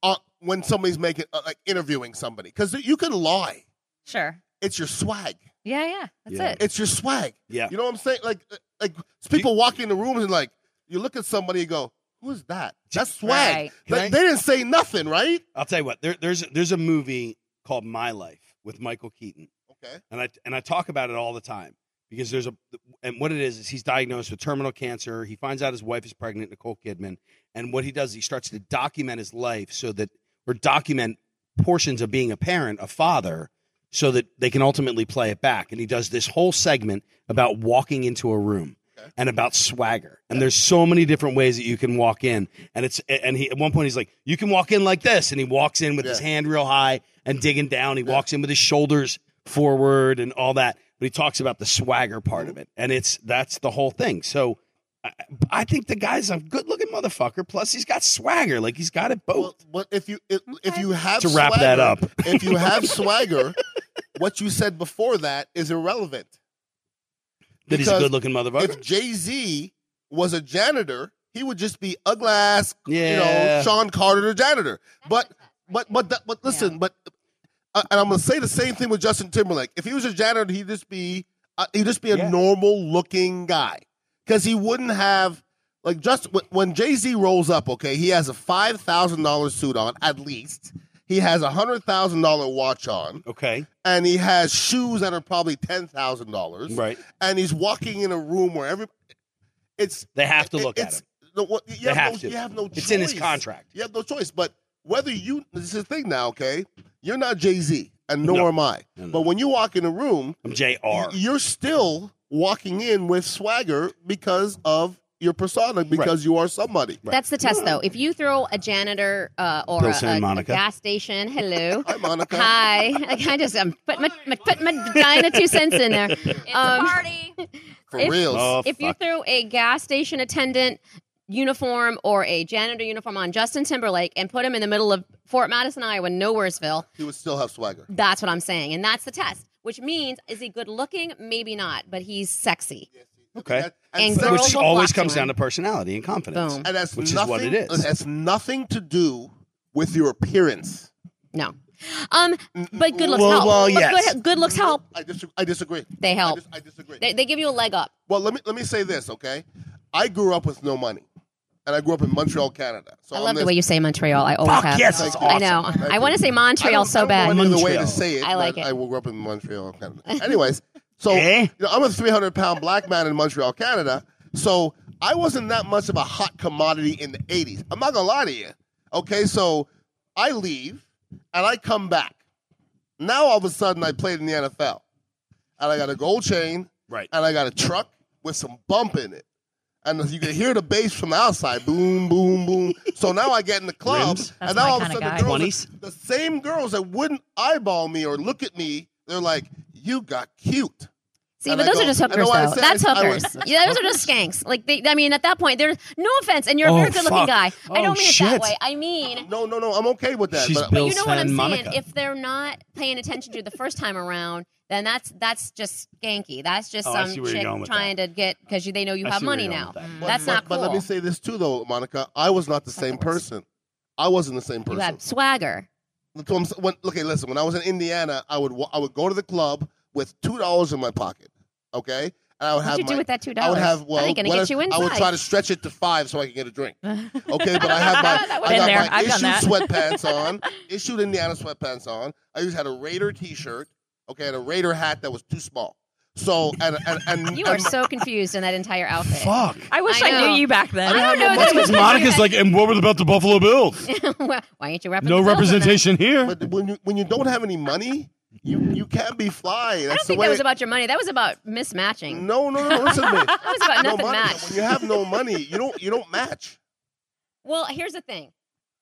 [SPEAKER 2] uh, when somebody's making uh, like interviewing somebody because you can lie.
[SPEAKER 3] Sure.
[SPEAKER 2] It's your swag.
[SPEAKER 3] Yeah, yeah. That's
[SPEAKER 1] Yeah.
[SPEAKER 3] it.
[SPEAKER 2] It's your swag.
[SPEAKER 1] Yeah.
[SPEAKER 2] You know what I'm saying? Like, uh, like people walk in the room and like you look at somebody and go, "Who's that?" That's swag.
[SPEAKER 3] Right.
[SPEAKER 2] Like,
[SPEAKER 1] Right.
[SPEAKER 2] They didn't say nothing, right?
[SPEAKER 1] I'll tell you what. There, there's there's a movie called My Life with Michael Keaton,
[SPEAKER 2] Okay.
[SPEAKER 1] And I and I talk about it all the time because there's a and what it is is he's diagnosed with terminal cancer. He finds out his wife is pregnant, Nicole Kidman, and what he does is he starts to document his life so that or document portions of being a parent, a father, so that they can ultimately play it back. And he does this whole segment about walking into a room
[SPEAKER 2] Okay.
[SPEAKER 1] and about swagger. And there's so many different ways that you can walk in. And it's and he at one point he's like, you can walk in like this, and he walks in with his
[SPEAKER 2] Yeah.
[SPEAKER 1] hand real high and digging down. He walks in with his shoulders forward and all that. But he talks about the swagger part of it, and it's that's the whole thing. So. I- I think the guy's a good-looking motherfucker. Plus, he's got swagger. Like he's got it both.
[SPEAKER 2] Well, well if you if, if
[SPEAKER 3] Okay.
[SPEAKER 2] you have
[SPEAKER 1] To wrap that
[SPEAKER 2] swagger-
[SPEAKER 1] up.
[SPEAKER 2] if
[SPEAKER 1] *laughs*
[SPEAKER 2] you have swagger, what you said before that is irrelevant.
[SPEAKER 1] that he's a
[SPEAKER 2] Because
[SPEAKER 1] good-looking motherfucker.
[SPEAKER 2] If Jay Z was a janitor, he would just be a glass, you
[SPEAKER 1] Yeah.
[SPEAKER 2] know, Sean Carter janitor. But but but that, but listen, but uh, and I'm gonna say the same thing with Justin Timberlake. If he was a janitor, he'd just be uh, he'd just be a
[SPEAKER 1] Yeah.
[SPEAKER 2] normal looking guy because he wouldn't have like just when- when Jay Z rolls up. Okay, he has a five thousand dollar suit on at least. He has a hundred thousand dollar watch on,
[SPEAKER 1] okay,
[SPEAKER 2] and he has shoes that are probably ten thousand dollars
[SPEAKER 1] right.
[SPEAKER 2] and he's walking in a room where every it's
[SPEAKER 1] They have to look at
[SPEAKER 2] it's,
[SPEAKER 1] him.
[SPEAKER 2] No, what, you
[SPEAKER 1] They
[SPEAKER 2] have,
[SPEAKER 1] have
[SPEAKER 2] no,
[SPEAKER 1] to.
[SPEAKER 2] You have no. Choice.
[SPEAKER 1] It's in his contract.
[SPEAKER 2] You have no choice. But whether you this is the thing now, okay? You're not Jay Z, and nor
[SPEAKER 1] No.
[SPEAKER 2] am I.
[SPEAKER 1] No, no.
[SPEAKER 2] But when you walk in a room,
[SPEAKER 1] I'm Jr.
[SPEAKER 2] you're still walking in with swagger because of your persona, because you are somebody.
[SPEAKER 4] That's the test, though. If you throw a janitor uh, or
[SPEAKER 1] Bill
[SPEAKER 4] a,
[SPEAKER 1] San
[SPEAKER 4] a- a
[SPEAKER 1] Monica.
[SPEAKER 4] gas station, hello.
[SPEAKER 2] Hi, Monica.
[SPEAKER 4] Hi, like I just um, put my, my put my vagina two cents in there.
[SPEAKER 3] It's
[SPEAKER 4] Um,
[SPEAKER 3] a party.
[SPEAKER 2] For
[SPEAKER 4] if-
[SPEAKER 2] real.
[SPEAKER 1] Oh,
[SPEAKER 4] if you
[SPEAKER 1] fuck.
[SPEAKER 4] throw a gas station attendant uniform or a janitor uniform on Justin Timberlake and put him in the middle of Fort Madison, Iowa, nowheresville,
[SPEAKER 2] he would still have swagger.
[SPEAKER 4] that's what I'm saying, and that's the test. Which means, is he good looking? Maybe not, but he's sexy.
[SPEAKER 1] Okay.
[SPEAKER 4] And
[SPEAKER 2] so-
[SPEAKER 4] girls
[SPEAKER 1] which
[SPEAKER 4] will
[SPEAKER 1] always
[SPEAKER 4] flock to
[SPEAKER 1] comes down
[SPEAKER 4] him.
[SPEAKER 1] to personality and confidence.
[SPEAKER 4] Boom.
[SPEAKER 2] and that's
[SPEAKER 1] Which is
[SPEAKER 2] nothing,
[SPEAKER 1] what it is.
[SPEAKER 2] That's nothing to do with your appearance.
[SPEAKER 4] No, um, but good looks
[SPEAKER 1] Well,
[SPEAKER 4] help.
[SPEAKER 1] well,
[SPEAKER 4] But
[SPEAKER 1] yes.
[SPEAKER 4] good, good looks help.
[SPEAKER 2] I disagree. I disagree.
[SPEAKER 4] They
[SPEAKER 2] I,
[SPEAKER 4] help.
[SPEAKER 2] dis- I disagree.
[SPEAKER 4] They, they give you a leg up.
[SPEAKER 2] Well, let me let me say this, okay? I grew up with no money, and I grew up in Montreal, Canada. So
[SPEAKER 4] I
[SPEAKER 2] I'm
[SPEAKER 4] love the
[SPEAKER 2] this-
[SPEAKER 4] way you say Montreal. I always
[SPEAKER 1] Fuck
[SPEAKER 4] have.
[SPEAKER 1] yes, it's
[SPEAKER 4] I know.
[SPEAKER 2] awesome.
[SPEAKER 4] I want to say Montreal so
[SPEAKER 2] I
[SPEAKER 4] bad.
[SPEAKER 2] don't know the way
[SPEAKER 1] Montreal.
[SPEAKER 2] to say it.
[SPEAKER 4] I like
[SPEAKER 2] but
[SPEAKER 4] it.
[SPEAKER 2] I grew up in Montreal, Canada. Anyways, so
[SPEAKER 1] Eh?
[SPEAKER 2] you know, I'm a 300 pound black man in Montreal, Canada. So I wasn't that much of a hot commodity in the 80s. I'm not gonna lie to you. Okay, so I leave and I come back. Now all of a sudden I played in the NFL, and I got a gold chain.
[SPEAKER 1] Right.
[SPEAKER 4] Uh,
[SPEAKER 2] and I got a truck with some bump in it. And you can hear the bass from the outside, boom, boom, boom. So now I get in the club,
[SPEAKER 1] Rims.
[SPEAKER 3] That's
[SPEAKER 2] and now
[SPEAKER 3] my
[SPEAKER 2] all of a
[SPEAKER 3] kinda
[SPEAKER 2] sudden,
[SPEAKER 3] guy.
[SPEAKER 2] the, girls
[SPEAKER 1] 20s?
[SPEAKER 2] the same girls that wouldn't eyeball me or look at me, they're like, "You got cute."
[SPEAKER 4] See,
[SPEAKER 2] And
[SPEAKER 4] but
[SPEAKER 2] I
[SPEAKER 4] those
[SPEAKER 2] go-
[SPEAKER 4] are just
[SPEAKER 2] and
[SPEAKER 4] hookers,
[SPEAKER 2] the way I
[SPEAKER 4] though.
[SPEAKER 2] said-
[SPEAKER 4] That's
[SPEAKER 2] I was-
[SPEAKER 4] hookers. yeah, those are just skanks. Like, they, I mean, at that point, there's no offense, and you're a
[SPEAKER 1] Oh,
[SPEAKER 4] very good-looking
[SPEAKER 1] fuck.
[SPEAKER 4] guy. I
[SPEAKER 1] Oh,
[SPEAKER 4] don't mean it
[SPEAKER 1] shit.
[SPEAKER 4] that way. I mean,
[SPEAKER 2] No, no, no. I'm okay with that.
[SPEAKER 1] She's
[SPEAKER 2] but
[SPEAKER 1] built-
[SPEAKER 4] you know what I'm
[SPEAKER 1] San
[SPEAKER 4] saying.
[SPEAKER 1] Monica.
[SPEAKER 4] If they're not paying attention to you the first time around, then that's that's just skanky. That's just
[SPEAKER 1] Oh, I
[SPEAKER 4] some
[SPEAKER 1] see where you're
[SPEAKER 4] chick
[SPEAKER 1] going with
[SPEAKER 4] trying to get because they know you
[SPEAKER 1] I
[SPEAKER 4] have
[SPEAKER 1] see where
[SPEAKER 4] money
[SPEAKER 1] you're going
[SPEAKER 4] now.
[SPEAKER 1] with that.
[SPEAKER 2] but-
[SPEAKER 4] That's
[SPEAKER 2] but-
[SPEAKER 4] not
[SPEAKER 2] But let me
[SPEAKER 4] cool.
[SPEAKER 2] say this too, though, Monica. I was not the same
[SPEAKER 4] the worst.
[SPEAKER 2] person. I wasn't the same person.
[SPEAKER 4] You have swagger.
[SPEAKER 2] Look, I'm s- when- okay, listen. When I was in Indiana, I would wa- I would go to the club with two dollars in my pocket. Okay, and I would have
[SPEAKER 4] What'd you
[SPEAKER 2] my,
[SPEAKER 4] do with that two
[SPEAKER 2] I
[SPEAKER 4] dollars?
[SPEAKER 2] would have well,
[SPEAKER 4] I ain't gonna
[SPEAKER 2] what
[SPEAKER 4] get
[SPEAKER 2] if-
[SPEAKER 4] you inside.
[SPEAKER 2] I would try to stretch it to five so I could get a
[SPEAKER 4] *laughs*
[SPEAKER 2] drink. Okay, but I had my I
[SPEAKER 4] Been
[SPEAKER 2] got
[SPEAKER 4] there.
[SPEAKER 2] my
[SPEAKER 3] I've done
[SPEAKER 2] issued
[SPEAKER 3] that.
[SPEAKER 4] *laughs*
[SPEAKER 2] sweatpants on, issued Indiana sweatpants on. I used had a Raider T-shirt. Okay, and a Raider hat that was too small. So and and, and
[SPEAKER 4] you
[SPEAKER 2] and
[SPEAKER 4] are so confused in that entire outfit.
[SPEAKER 1] Fuck.
[SPEAKER 3] I wish
[SPEAKER 4] I
[SPEAKER 3] I,
[SPEAKER 4] know.
[SPEAKER 3] knew you back then.
[SPEAKER 4] Mm. *laughs* I don't know.
[SPEAKER 2] That's
[SPEAKER 4] that you-
[SPEAKER 5] like, and what about the Buffalo
[SPEAKER 4] *laughs*
[SPEAKER 5] Bills?
[SPEAKER 4] Why aren't you representing?
[SPEAKER 5] No representation here.
[SPEAKER 2] But when you when you don't have any money, you you can't be fly. That's
[SPEAKER 4] I don't
[SPEAKER 2] the
[SPEAKER 4] think
[SPEAKER 2] way
[SPEAKER 4] that was about your money. That was about mismatching.
[SPEAKER 2] No, no, no. Listen to
[SPEAKER 4] *laughs*
[SPEAKER 2] me.
[SPEAKER 4] That was
[SPEAKER 2] *laughs*
[SPEAKER 4] about
[SPEAKER 2] No,
[SPEAKER 4] nothing
[SPEAKER 2] Monica,
[SPEAKER 4] matched.
[SPEAKER 2] When you have no money, you don't you don't match.
[SPEAKER 4] Well, here's the thing.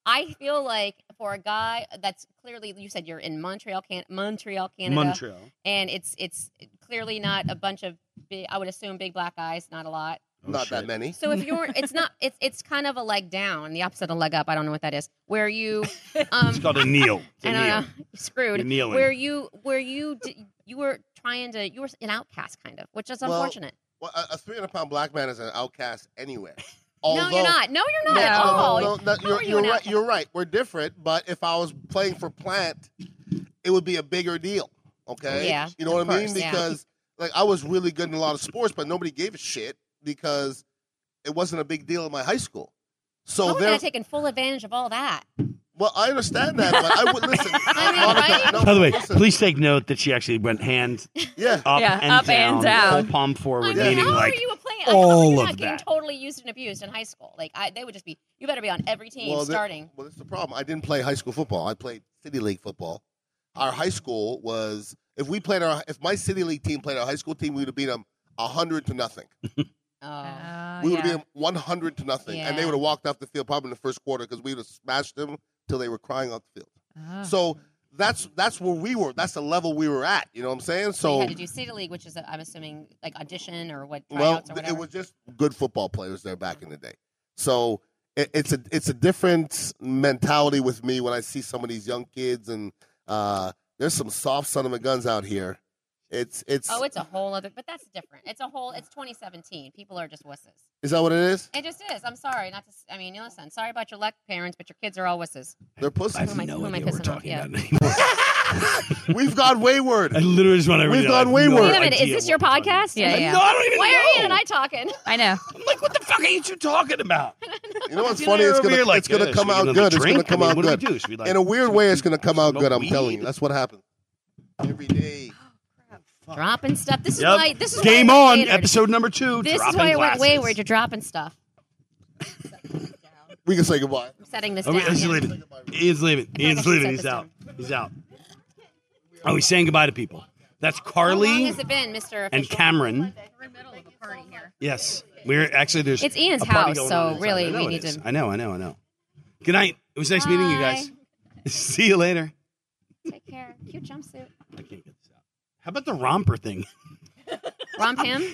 [SPEAKER 4] I feel like for a guy that's clearly you said you're in Montreal, Can- Montreal, Canada,
[SPEAKER 1] Montreal.
[SPEAKER 4] and it's it's clearly not a bunch of big, I would assume big black guys, not a lot.
[SPEAKER 1] *laughs* Oh,
[SPEAKER 2] Not that
[SPEAKER 1] shit.
[SPEAKER 2] many.
[SPEAKER 4] So if
[SPEAKER 2] *laughs*
[SPEAKER 4] you're, it's not, it's it's kind of a leg down, the opposite of leg up. I don't know what that is.
[SPEAKER 2] *laughs*
[SPEAKER 4] Where you, um,
[SPEAKER 1] It's called a kneel. It's a
[SPEAKER 4] I don't
[SPEAKER 1] kneel.
[SPEAKER 4] know, screwed.
[SPEAKER 1] You're kneeling.
[SPEAKER 4] Where you, where you, d- you were trying to, you were an outcast kind of, which is
[SPEAKER 2] Well,
[SPEAKER 4] unfortunate.
[SPEAKER 2] Well, a, a 300 pound black man is an outcast anywhere. Although,
[SPEAKER 4] *laughs* no, you're not. No, you're not
[SPEAKER 2] No,
[SPEAKER 4] at all.
[SPEAKER 2] no, no,
[SPEAKER 4] How
[SPEAKER 2] you're,
[SPEAKER 4] are you
[SPEAKER 2] you're
[SPEAKER 4] an
[SPEAKER 2] right.
[SPEAKER 4] outcast?
[SPEAKER 2] You're right. We're different. But if I was playing for Plant, it would be a bigger deal. Okay.
[SPEAKER 4] Yeah,
[SPEAKER 2] You know what
[SPEAKER 4] of
[SPEAKER 2] I mean?
[SPEAKER 4] course, yeah.
[SPEAKER 2] Because like I was really good in a lot of sports, but nobody gave a shit because it wasn't a big deal in my high school. So
[SPEAKER 4] I would
[SPEAKER 2] there,
[SPEAKER 4] have taken full advantage of all that.
[SPEAKER 2] Well, I understand that, but I would listen.
[SPEAKER 4] *laughs* I mean, right?
[SPEAKER 2] no,
[SPEAKER 1] By the way,
[SPEAKER 2] listen.
[SPEAKER 1] please take note that she actually went hand
[SPEAKER 2] Yeah.
[SPEAKER 1] up,
[SPEAKER 3] Yeah,
[SPEAKER 1] and,
[SPEAKER 3] up
[SPEAKER 1] down,
[SPEAKER 3] and down.
[SPEAKER 1] full palm forward,
[SPEAKER 4] I mean,
[SPEAKER 1] meaning
[SPEAKER 4] how
[SPEAKER 1] like
[SPEAKER 4] are you a player? I mean,
[SPEAKER 1] all
[SPEAKER 4] how are you
[SPEAKER 1] of
[SPEAKER 4] not
[SPEAKER 1] that.
[SPEAKER 4] getting totally used and abused in high school. Like I, they would just be. You better be on every team
[SPEAKER 2] the-
[SPEAKER 4] starting.
[SPEAKER 2] well, that's the problem. I didn't play high school football. I played city league football. Our high school was if we played our if my city league team played our high school team, we would have beat them hundred to nothing.
[SPEAKER 4] Oh.
[SPEAKER 3] Oh,
[SPEAKER 2] we would have
[SPEAKER 3] yeah.
[SPEAKER 2] beat them one hundred to nothing, and they
[SPEAKER 4] Yeah.
[SPEAKER 2] would have walked off the field probably in the first quarter because we would have smashed them till they were crying off the field.
[SPEAKER 4] Uh-huh.
[SPEAKER 3] Oh.
[SPEAKER 2] So that's that's where we were. That's the level we were at. You know what I'm saying?
[SPEAKER 4] So you
[SPEAKER 2] So
[SPEAKER 4] had to do city league, which is, i I'm assuming, like audition or what
[SPEAKER 2] well,
[SPEAKER 4] tryouts or
[SPEAKER 2] th-
[SPEAKER 4] whatever.
[SPEAKER 2] it was just good football players there back in the day. So it, it's a it's a different mentality with me when I see some of these young kids and uh, there's some soft son of a guns out here. It's it's
[SPEAKER 4] oh, it's a whole other. But that's different. It's a whole. It's 2017. People are just wusses.
[SPEAKER 2] is that what it is?
[SPEAKER 4] It just is. I'm sorry. Not to. s- I mean, listen. Sorry about your luck, parents, but your kids are all wusses.
[SPEAKER 2] They're
[SPEAKER 1] I
[SPEAKER 2] pussies.
[SPEAKER 1] have
[SPEAKER 4] Who am I-
[SPEAKER 1] no
[SPEAKER 4] who am I
[SPEAKER 1] idea what we're
[SPEAKER 4] pissing off?
[SPEAKER 1] talking
[SPEAKER 4] Yeah.
[SPEAKER 1] about *laughs* anymore.
[SPEAKER 2] We've got wayward.
[SPEAKER 1] I literally just want to.
[SPEAKER 2] We've gone wayward.
[SPEAKER 4] Wait a minute. Is this your podcast?
[SPEAKER 3] Yeah, yeah.
[SPEAKER 1] No, I don't even
[SPEAKER 4] Why
[SPEAKER 1] know.
[SPEAKER 4] are you and I talking?
[SPEAKER 3] I know.
[SPEAKER 1] I'm like, what the fuck are you two talking about?
[SPEAKER 2] You know what's
[SPEAKER 1] You
[SPEAKER 2] funny?
[SPEAKER 1] know,
[SPEAKER 2] It's
[SPEAKER 1] over
[SPEAKER 2] gonna
[SPEAKER 1] here, like,
[SPEAKER 2] it's gonna
[SPEAKER 1] uh, should
[SPEAKER 2] come
[SPEAKER 1] we
[SPEAKER 2] out
[SPEAKER 1] get
[SPEAKER 2] good.
[SPEAKER 1] another
[SPEAKER 2] It's gonna
[SPEAKER 1] drink?
[SPEAKER 2] come
[SPEAKER 1] I mean,
[SPEAKER 2] out
[SPEAKER 1] what do we
[SPEAKER 2] good.
[SPEAKER 1] do? Should we, like,
[SPEAKER 2] In a weird
[SPEAKER 1] smoke-
[SPEAKER 2] way, it's gonna come out
[SPEAKER 1] smoke
[SPEAKER 2] good. I'm
[SPEAKER 1] weed?
[SPEAKER 2] telling you. That's what happens every day.
[SPEAKER 4] Dropping stuff. This is
[SPEAKER 1] Yep.
[SPEAKER 4] why. This is
[SPEAKER 1] Game
[SPEAKER 4] why I
[SPEAKER 1] on,
[SPEAKER 4] went wayward.
[SPEAKER 1] episode number *laughs* two.
[SPEAKER 4] This is
[SPEAKER 1] dropping
[SPEAKER 4] why I went
[SPEAKER 1] glasses.
[SPEAKER 4] wayward. You're dropping stuff.
[SPEAKER 2] We can say goodbye.
[SPEAKER 4] I'm setting this
[SPEAKER 1] Oh,
[SPEAKER 4] down.
[SPEAKER 1] wait, he's
[SPEAKER 4] yeah.
[SPEAKER 1] leaving. Ian's leaving. Ian's
[SPEAKER 4] should
[SPEAKER 1] leaving.
[SPEAKER 4] set
[SPEAKER 1] He's
[SPEAKER 4] this
[SPEAKER 1] out.
[SPEAKER 4] down.
[SPEAKER 1] He's out. Oh, he's saying goodbye to people. That's
[SPEAKER 4] How long
[SPEAKER 1] Carly
[SPEAKER 4] has it been, Mister?
[SPEAKER 1] and Cameron.
[SPEAKER 3] We're in the middle of a party here.
[SPEAKER 1] Yes, we're actually there's.
[SPEAKER 4] It's Ian's
[SPEAKER 1] a party
[SPEAKER 4] house,
[SPEAKER 1] going
[SPEAKER 4] so
[SPEAKER 1] on inside.
[SPEAKER 4] really
[SPEAKER 1] I know
[SPEAKER 4] we
[SPEAKER 1] it
[SPEAKER 4] need
[SPEAKER 1] is.
[SPEAKER 4] to-
[SPEAKER 1] I know. I know. I know. Good night. It was nice meeting you guys. *laughs* See you later.
[SPEAKER 4] Take care. Cute jumpsuit.
[SPEAKER 1] I can't get this out. How about the romper thing? *laughs*
[SPEAKER 4] Romp him.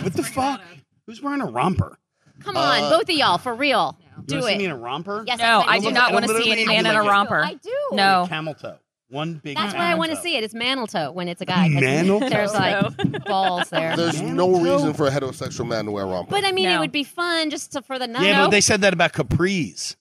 [SPEAKER 1] What the fuck? Who's wearing a romper?
[SPEAKER 4] Come on,
[SPEAKER 2] Uh,
[SPEAKER 4] both of y'all, for real.
[SPEAKER 1] you
[SPEAKER 4] Do
[SPEAKER 1] wanna See me in
[SPEAKER 4] it.
[SPEAKER 1] a romper?
[SPEAKER 4] Yes,
[SPEAKER 3] No,
[SPEAKER 4] that's what
[SPEAKER 3] I
[SPEAKER 4] you
[SPEAKER 3] do
[SPEAKER 4] do.
[SPEAKER 3] not want to see
[SPEAKER 1] Literally,
[SPEAKER 3] any
[SPEAKER 1] I
[SPEAKER 3] man
[SPEAKER 1] do
[SPEAKER 3] in a
[SPEAKER 1] like it.
[SPEAKER 3] romper.
[SPEAKER 4] I do.
[SPEAKER 3] No.
[SPEAKER 1] Camel toe. One big.
[SPEAKER 4] That's
[SPEAKER 1] camel
[SPEAKER 4] why I want to
[SPEAKER 1] toe.
[SPEAKER 4] see it. It's mantle toe when it's a guy. 'cause
[SPEAKER 1] *laughs* Mantle toe.
[SPEAKER 4] There's like *laughs* balls there.
[SPEAKER 2] There's
[SPEAKER 1] Man,
[SPEAKER 2] no
[SPEAKER 1] no.
[SPEAKER 2] reason for a heterosexual man to wear a romper.
[SPEAKER 4] But I mean, it
[SPEAKER 3] No.
[SPEAKER 4] would be fun just to, for the night.
[SPEAKER 1] Yeah, but they said that about capris.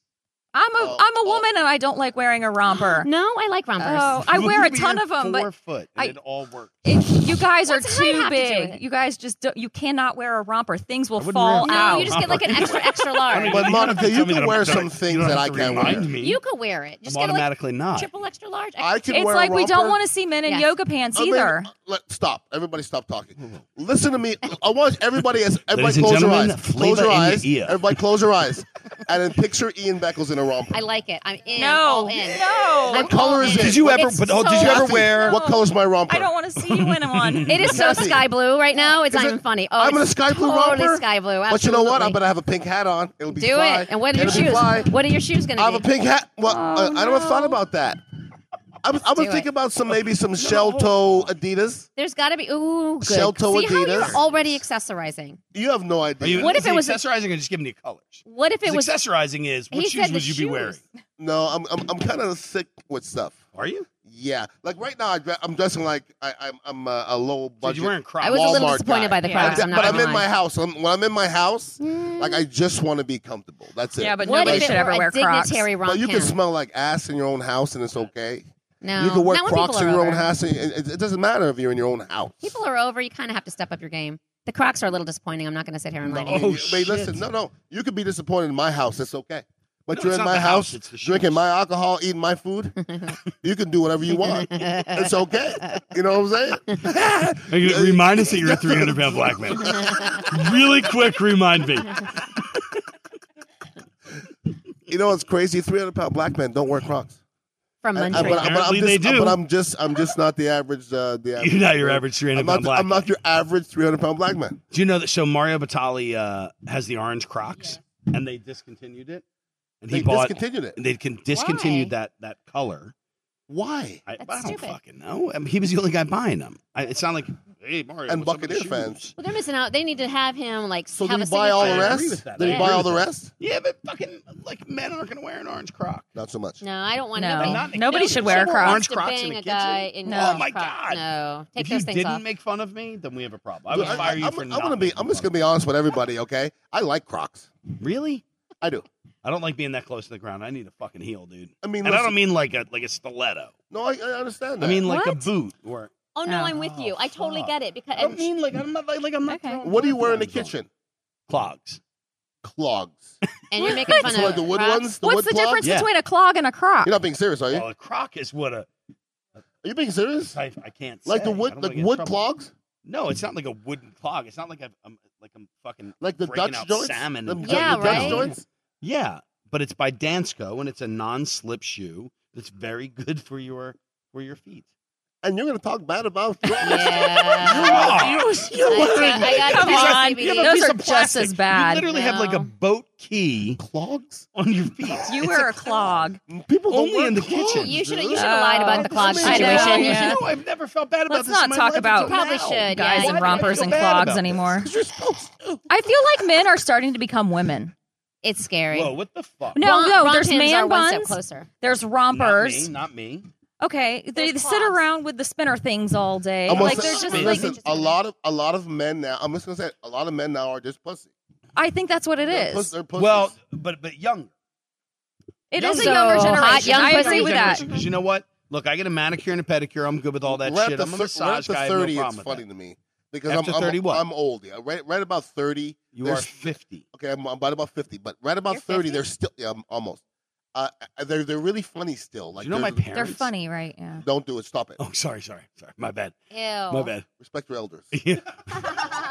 [SPEAKER 3] I'm a I'm a woman and I don't like wearing a romper.
[SPEAKER 4] *gasps* no, I like rompers.
[SPEAKER 3] Oh,
[SPEAKER 1] *laughs*
[SPEAKER 3] I wear a ton of them,
[SPEAKER 1] Four
[SPEAKER 3] but
[SPEAKER 1] foot, and
[SPEAKER 3] I-
[SPEAKER 1] it all worked.
[SPEAKER 3] it, you guys are
[SPEAKER 4] What's the night
[SPEAKER 3] too
[SPEAKER 4] have to do with
[SPEAKER 3] big.
[SPEAKER 4] it?
[SPEAKER 3] You guys just don't, you cannot wear a romper. Things will
[SPEAKER 1] wouldn't
[SPEAKER 3] fall
[SPEAKER 1] wear a
[SPEAKER 3] out.
[SPEAKER 4] no, you just get like an extra
[SPEAKER 1] *laughs*
[SPEAKER 4] extra large.
[SPEAKER 2] But Monica, you
[SPEAKER 1] Tell me
[SPEAKER 2] can
[SPEAKER 1] that I'm
[SPEAKER 2] wear
[SPEAKER 1] not
[SPEAKER 2] some
[SPEAKER 1] doing it.
[SPEAKER 2] things
[SPEAKER 1] You don't
[SPEAKER 2] that
[SPEAKER 1] have
[SPEAKER 2] I
[SPEAKER 1] to
[SPEAKER 2] can't
[SPEAKER 1] remind
[SPEAKER 2] wear.
[SPEAKER 1] Me.
[SPEAKER 4] you could wear it. Just
[SPEAKER 1] I'm
[SPEAKER 4] get like
[SPEAKER 1] automatically not.
[SPEAKER 4] triple extra large.
[SPEAKER 2] I can
[SPEAKER 3] it's
[SPEAKER 2] wear
[SPEAKER 3] like
[SPEAKER 2] a
[SPEAKER 3] we don't
[SPEAKER 2] romper.
[SPEAKER 3] want to see men in
[SPEAKER 4] Yes.
[SPEAKER 3] yoga pants
[SPEAKER 2] I mean,
[SPEAKER 3] either.
[SPEAKER 2] let, stop. Everybody stop talking. Listen to me. I want everybody as
[SPEAKER 1] Ladies
[SPEAKER 2] everybody
[SPEAKER 1] and
[SPEAKER 2] close your
[SPEAKER 1] gentlemen,
[SPEAKER 2] eyes.
[SPEAKER 1] flavor
[SPEAKER 2] Close your
[SPEAKER 1] in your
[SPEAKER 2] eyes.
[SPEAKER 1] ear.
[SPEAKER 2] Everybody close your eyes. And then picture Ian Beckles in a romper.
[SPEAKER 4] I like it. I'm in.
[SPEAKER 3] no,
[SPEAKER 4] all in.
[SPEAKER 3] no,
[SPEAKER 2] What color is it?
[SPEAKER 1] Did you ever?
[SPEAKER 4] It's
[SPEAKER 1] But, oh,
[SPEAKER 4] so
[SPEAKER 1] did you ever
[SPEAKER 2] Kathy,
[SPEAKER 1] wear?
[SPEAKER 2] What color's my romper?
[SPEAKER 3] I don't want to see you in
[SPEAKER 1] *laughs*
[SPEAKER 3] one.
[SPEAKER 4] It is so
[SPEAKER 2] Kathy.
[SPEAKER 4] sky blue right now. It's
[SPEAKER 2] Is
[SPEAKER 4] not
[SPEAKER 2] it-
[SPEAKER 4] even funny. Oh,
[SPEAKER 2] I'm in
[SPEAKER 4] it's
[SPEAKER 2] a sky blue
[SPEAKER 4] totally
[SPEAKER 2] romper?
[SPEAKER 4] Sky blue.
[SPEAKER 2] But you know what? I'm
[SPEAKER 4] absolutely.
[SPEAKER 2] gonna have a pink hat on. It'll be
[SPEAKER 4] do
[SPEAKER 2] fly.
[SPEAKER 4] it. And what are your
[SPEAKER 2] It'll be
[SPEAKER 4] shoes?
[SPEAKER 2] fly.
[SPEAKER 4] What are your shoes going
[SPEAKER 2] I
[SPEAKER 4] to
[SPEAKER 2] have
[SPEAKER 4] be?
[SPEAKER 2] a pink hat. Well, uh, I never
[SPEAKER 3] no.
[SPEAKER 2] thought about that. I was, I was
[SPEAKER 4] Oh, do
[SPEAKER 2] thinking
[SPEAKER 4] it.
[SPEAKER 2] about some maybe some shell toe Adidas.
[SPEAKER 4] There's got to be. Ooh, good.
[SPEAKER 2] Shell toe
[SPEAKER 4] See how you're
[SPEAKER 2] Adidas.
[SPEAKER 4] already accessorizing.
[SPEAKER 2] You have no idea.
[SPEAKER 1] Are you,
[SPEAKER 4] What if
[SPEAKER 1] is
[SPEAKER 4] it
[SPEAKER 1] he
[SPEAKER 4] was a-
[SPEAKER 1] accessorizing or just giving you colors?
[SPEAKER 4] What if it
[SPEAKER 1] Because
[SPEAKER 4] was?
[SPEAKER 1] accessorizing is what
[SPEAKER 4] he
[SPEAKER 1] shoes
[SPEAKER 4] said the
[SPEAKER 1] would you be
[SPEAKER 4] shoes.
[SPEAKER 1] wearing?
[SPEAKER 2] No, I'm I'm, I'm kind of sick with stuff.
[SPEAKER 1] Are *laughs* you?
[SPEAKER 2] Yeah, like right now I dre- I'm dressing like I, I'm I'm a, a low
[SPEAKER 1] So
[SPEAKER 2] budget.
[SPEAKER 1] you're wearing Crocs.
[SPEAKER 4] I was a little
[SPEAKER 2] Walmart
[SPEAKER 4] disappointed
[SPEAKER 2] guy.
[SPEAKER 4] by the
[SPEAKER 3] Yeah.
[SPEAKER 4] Crocs.
[SPEAKER 2] Yeah,
[SPEAKER 4] I'm not
[SPEAKER 2] but I'm
[SPEAKER 4] gonna
[SPEAKER 2] in
[SPEAKER 4] lie. Mm.
[SPEAKER 2] my house. I'm, when I'm in my house, like I just want to be comfortable. That's it.
[SPEAKER 3] yeah, but
[SPEAKER 4] What
[SPEAKER 3] nobody
[SPEAKER 4] if it
[SPEAKER 3] should ever
[SPEAKER 4] were
[SPEAKER 3] wear
[SPEAKER 4] a
[SPEAKER 3] Crocs.
[SPEAKER 4] dignitary romp
[SPEAKER 2] But you can
[SPEAKER 4] cam?
[SPEAKER 2] smell like ass in your own house, and it's okay.
[SPEAKER 4] No,
[SPEAKER 2] You can wear
[SPEAKER 4] Not when
[SPEAKER 2] Crocs in
[SPEAKER 4] people are
[SPEAKER 2] your own
[SPEAKER 4] over.
[SPEAKER 2] house. and It, it doesn't matter if you're in your own house.
[SPEAKER 4] People are over. You kind of have to step up your game. The Crocs are a little disappointing. I'm not going to sit here and lie. to you.
[SPEAKER 2] I mean, you- wait, listen, no, no, you could be disappointed in my house. It's okay. But
[SPEAKER 1] No,
[SPEAKER 2] you're
[SPEAKER 1] it's
[SPEAKER 2] in
[SPEAKER 1] not
[SPEAKER 2] my
[SPEAKER 1] the house,
[SPEAKER 2] house,
[SPEAKER 1] it's the
[SPEAKER 2] drinking
[SPEAKER 1] shoes.
[SPEAKER 2] my alcohol, eating my food. you can do whatever you want. it's okay. You know what I'm saying?
[SPEAKER 6] Remind us that you're a
[SPEAKER 1] *laughs*
[SPEAKER 6] 300 pound black man. really quick, remind me.
[SPEAKER 2] you know what's crazy? 300 pound black men don't wear Crocs.
[SPEAKER 4] From
[SPEAKER 2] And-
[SPEAKER 4] Montreal.
[SPEAKER 2] I-
[SPEAKER 6] Apparently
[SPEAKER 2] I'm
[SPEAKER 6] they
[SPEAKER 2] just,
[SPEAKER 6] do.
[SPEAKER 2] But I'm just, I'm just not the average. Uh, the average
[SPEAKER 6] You're not your average 300
[SPEAKER 2] I'm not,
[SPEAKER 6] pound black
[SPEAKER 2] I'm not your average 300 pound black man.
[SPEAKER 1] Do you know that? So Mario Batali uh, has the orange Crocs, and they discontinued it. And
[SPEAKER 2] They
[SPEAKER 1] he bought.
[SPEAKER 2] discontinued it.
[SPEAKER 1] They can discontinued
[SPEAKER 4] Why?
[SPEAKER 1] that that color.
[SPEAKER 2] Why?
[SPEAKER 1] I,
[SPEAKER 4] That's
[SPEAKER 1] I don't
[SPEAKER 4] stupid.
[SPEAKER 1] fucking know. I mean, he was the only guy buying them. I, it's not like hey Mario
[SPEAKER 2] And
[SPEAKER 1] what's up with the shoes?
[SPEAKER 2] Buccaneer fans.
[SPEAKER 4] well, they're missing out. They need to have him like
[SPEAKER 2] So
[SPEAKER 4] have
[SPEAKER 2] did
[SPEAKER 4] a
[SPEAKER 2] you buy all the
[SPEAKER 1] I
[SPEAKER 4] signature.
[SPEAKER 1] agree
[SPEAKER 2] rest?
[SPEAKER 1] with that.
[SPEAKER 2] Did
[SPEAKER 1] I
[SPEAKER 2] you buy
[SPEAKER 1] agree
[SPEAKER 2] all
[SPEAKER 1] with
[SPEAKER 2] the
[SPEAKER 1] that.
[SPEAKER 2] rest?
[SPEAKER 1] Yeah, but fucking like men aren't gonna wear an orange Croc.
[SPEAKER 2] Not so much.
[SPEAKER 4] No, I don't want
[SPEAKER 3] No.
[SPEAKER 4] nobody.
[SPEAKER 3] Not- Nobody should wear
[SPEAKER 4] wants
[SPEAKER 3] Crocs.
[SPEAKER 1] Orange
[SPEAKER 4] to
[SPEAKER 1] Crocs in
[SPEAKER 4] bang
[SPEAKER 1] the
[SPEAKER 4] a guy in
[SPEAKER 1] kitchen.
[SPEAKER 3] No.
[SPEAKER 1] Oh
[SPEAKER 4] orange
[SPEAKER 1] my
[SPEAKER 4] Crocs.
[SPEAKER 1] god!
[SPEAKER 4] No, take
[SPEAKER 1] if
[SPEAKER 4] those
[SPEAKER 1] you
[SPEAKER 4] things
[SPEAKER 1] didn't
[SPEAKER 4] off.
[SPEAKER 1] make fun of me, then we have a problem. I would
[SPEAKER 2] I,
[SPEAKER 1] fire you
[SPEAKER 2] am
[SPEAKER 1] for
[SPEAKER 2] I'm
[SPEAKER 1] not
[SPEAKER 2] gonna be.
[SPEAKER 1] making
[SPEAKER 2] I'm just
[SPEAKER 1] fun
[SPEAKER 2] gonna be honest with everybody. Okay, I like Crocs.
[SPEAKER 1] of me. really.
[SPEAKER 2] I do.
[SPEAKER 1] I don't like being that close to the ground. I need a fucking heel, dude.
[SPEAKER 2] I mean,
[SPEAKER 1] and I
[SPEAKER 2] listen-
[SPEAKER 1] don't mean like a like a stiletto.
[SPEAKER 2] No, I, I understand that.
[SPEAKER 1] I mean like a boot. Or
[SPEAKER 4] Oh no, I'm with you. I totally
[SPEAKER 1] fuck.
[SPEAKER 3] Oh,
[SPEAKER 4] get it because
[SPEAKER 1] I don't mean like I'm not like, I'm not.
[SPEAKER 3] Okay.
[SPEAKER 1] throwing
[SPEAKER 2] what do you wear in the
[SPEAKER 1] platforms on.
[SPEAKER 2] kitchen?
[SPEAKER 1] Clogs. *laughs*
[SPEAKER 2] clogs.
[SPEAKER 4] And you're making fun
[SPEAKER 2] So
[SPEAKER 4] of
[SPEAKER 2] like the wood
[SPEAKER 4] rocks?
[SPEAKER 2] ones, the
[SPEAKER 3] What's
[SPEAKER 2] wood
[SPEAKER 3] the
[SPEAKER 2] clogs.
[SPEAKER 3] difference
[SPEAKER 1] Yeah.
[SPEAKER 3] between a clog and a croc?
[SPEAKER 2] You're not being serious, are you?
[SPEAKER 1] Well, a croc is what a
[SPEAKER 2] Are you being serious?
[SPEAKER 1] type I can't
[SPEAKER 2] Like the
[SPEAKER 1] say. I
[SPEAKER 2] wood,
[SPEAKER 1] don't wanna
[SPEAKER 2] like
[SPEAKER 1] get in
[SPEAKER 2] wood
[SPEAKER 1] trouble.
[SPEAKER 2] clogs,
[SPEAKER 1] No, it's not like a wooden clog. It's not like i I'm like I'm fucking
[SPEAKER 2] like the
[SPEAKER 1] Breaking
[SPEAKER 2] Dutch
[SPEAKER 1] out
[SPEAKER 2] joints,
[SPEAKER 1] salmon
[SPEAKER 2] Them
[SPEAKER 1] and
[SPEAKER 2] Dutch-
[SPEAKER 4] Yeah,
[SPEAKER 2] the
[SPEAKER 4] right?
[SPEAKER 2] Dutch joints.
[SPEAKER 1] yeah, but it's by Dansko and it's a non-slip shoe that's very good for your for your feet.
[SPEAKER 2] And you're gonna talk
[SPEAKER 1] *laughs*
[SPEAKER 2] bad about clogs.
[SPEAKER 3] *laughs*
[SPEAKER 4] Yeah.
[SPEAKER 1] you're
[SPEAKER 4] I got-
[SPEAKER 1] wearing-
[SPEAKER 4] I got
[SPEAKER 3] Come
[SPEAKER 4] two
[SPEAKER 3] on.
[SPEAKER 4] CBD.
[SPEAKER 3] You have a
[SPEAKER 4] Those
[SPEAKER 3] piece
[SPEAKER 4] are-
[SPEAKER 3] of- just as bad.
[SPEAKER 1] You literally have like a
[SPEAKER 4] No.
[SPEAKER 1] boat key
[SPEAKER 2] clogs.
[SPEAKER 1] on your feet.
[SPEAKER 3] You
[SPEAKER 1] It's
[SPEAKER 3] wear a clog.
[SPEAKER 2] People don't
[SPEAKER 1] Only
[SPEAKER 2] wear
[SPEAKER 1] in the
[SPEAKER 2] clogs,
[SPEAKER 1] kitchen.
[SPEAKER 4] You should you
[SPEAKER 2] dude.
[SPEAKER 4] should have lied about the clog
[SPEAKER 3] Oh,
[SPEAKER 1] I know,
[SPEAKER 4] situation.
[SPEAKER 3] yeah.
[SPEAKER 1] You know, I've never felt bad about
[SPEAKER 3] Let's
[SPEAKER 1] this. in
[SPEAKER 3] not
[SPEAKER 1] my
[SPEAKER 3] talk
[SPEAKER 1] life
[SPEAKER 3] about
[SPEAKER 1] until
[SPEAKER 4] Probably
[SPEAKER 1] now.
[SPEAKER 3] Guys
[SPEAKER 4] should, Yeah.
[SPEAKER 1] Why do
[SPEAKER 3] and
[SPEAKER 1] I
[SPEAKER 3] rompers
[SPEAKER 1] feel
[SPEAKER 3] and
[SPEAKER 1] bad about
[SPEAKER 3] clogs
[SPEAKER 1] this? *laughs*
[SPEAKER 3] anymore.
[SPEAKER 2] 'Cause You're supposed to.
[SPEAKER 3] I feel like men are starting to become women.
[SPEAKER 4] It's scary.
[SPEAKER 1] Whoa, what the fuck?
[SPEAKER 3] No,
[SPEAKER 4] Rom-
[SPEAKER 3] no,
[SPEAKER 4] rom
[SPEAKER 3] there's
[SPEAKER 4] pins are
[SPEAKER 3] man
[SPEAKER 4] one step
[SPEAKER 3] buns.
[SPEAKER 4] closer.
[SPEAKER 3] There's
[SPEAKER 1] Not me,
[SPEAKER 3] rompers.
[SPEAKER 1] not me.
[SPEAKER 3] Okay, they
[SPEAKER 4] There's
[SPEAKER 3] sit
[SPEAKER 4] clogs.
[SPEAKER 3] around with the spinner things all day.
[SPEAKER 2] I'm gonna
[SPEAKER 3] like
[SPEAKER 2] say-
[SPEAKER 3] they're just
[SPEAKER 2] listen,
[SPEAKER 3] like
[SPEAKER 2] a lot of a lot of men now. I'm just gonna say, a lot of men now are just pussy.
[SPEAKER 3] I think that's what it
[SPEAKER 2] They're pus-
[SPEAKER 3] is.
[SPEAKER 2] they're pussies.
[SPEAKER 1] Well, but but younger.
[SPEAKER 3] It is a
[SPEAKER 4] So,
[SPEAKER 3] younger
[SPEAKER 4] hot
[SPEAKER 3] generation.
[SPEAKER 4] young
[SPEAKER 3] I agree
[SPEAKER 4] pussy
[SPEAKER 3] with that.
[SPEAKER 1] Because you know what? Look, I get a manicure and a pedicure. I'm good with all that
[SPEAKER 2] right
[SPEAKER 1] shit.
[SPEAKER 2] At
[SPEAKER 1] I'm
[SPEAKER 2] the,
[SPEAKER 1] a
[SPEAKER 2] thir- right at
[SPEAKER 1] massage
[SPEAKER 2] the
[SPEAKER 1] guy. I have
[SPEAKER 2] 30,
[SPEAKER 1] no problem
[SPEAKER 2] it's
[SPEAKER 1] with
[SPEAKER 2] funny
[SPEAKER 1] that.
[SPEAKER 2] to me because
[SPEAKER 1] After
[SPEAKER 2] I'm,
[SPEAKER 1] 30
[SPEAKER 2] I'm,
[SPEAKER 1] what?
[SPEAKER 2] I'm old. Yeah, right, right about 30.
[SPEAKER 1] You are
[SPEAKER 2] there's-
[SPEAKER 1] 50.
[SPEAKER 2] Okay, I'm, I'm about about 50, but right about
[SPEAKER 4] You're
[SPEAKER 2] 30,
[SPEAKER 4] 50?
[SPEAKER 2] they're still yeah, I'm almost. Uh, they're they're really funny still. Like
[SPEAKER 1] you know
[SPEAKER 2] they're-
[SPEAKER 1] my parents?
[SPEAKER 3] They're funny, right? Yeah.
[SPEAKER 2] Don't do it. Stop it.
[SPEAKER 1] *laughs* Oh, sorry, sorry, sorry. My bad.
[SPEAKER 4] Ew.
[SPEAKER 1] My bad. *laughs*
[SPEAKER 2] Respect your elders.
[SPEAKER 1] Yeah.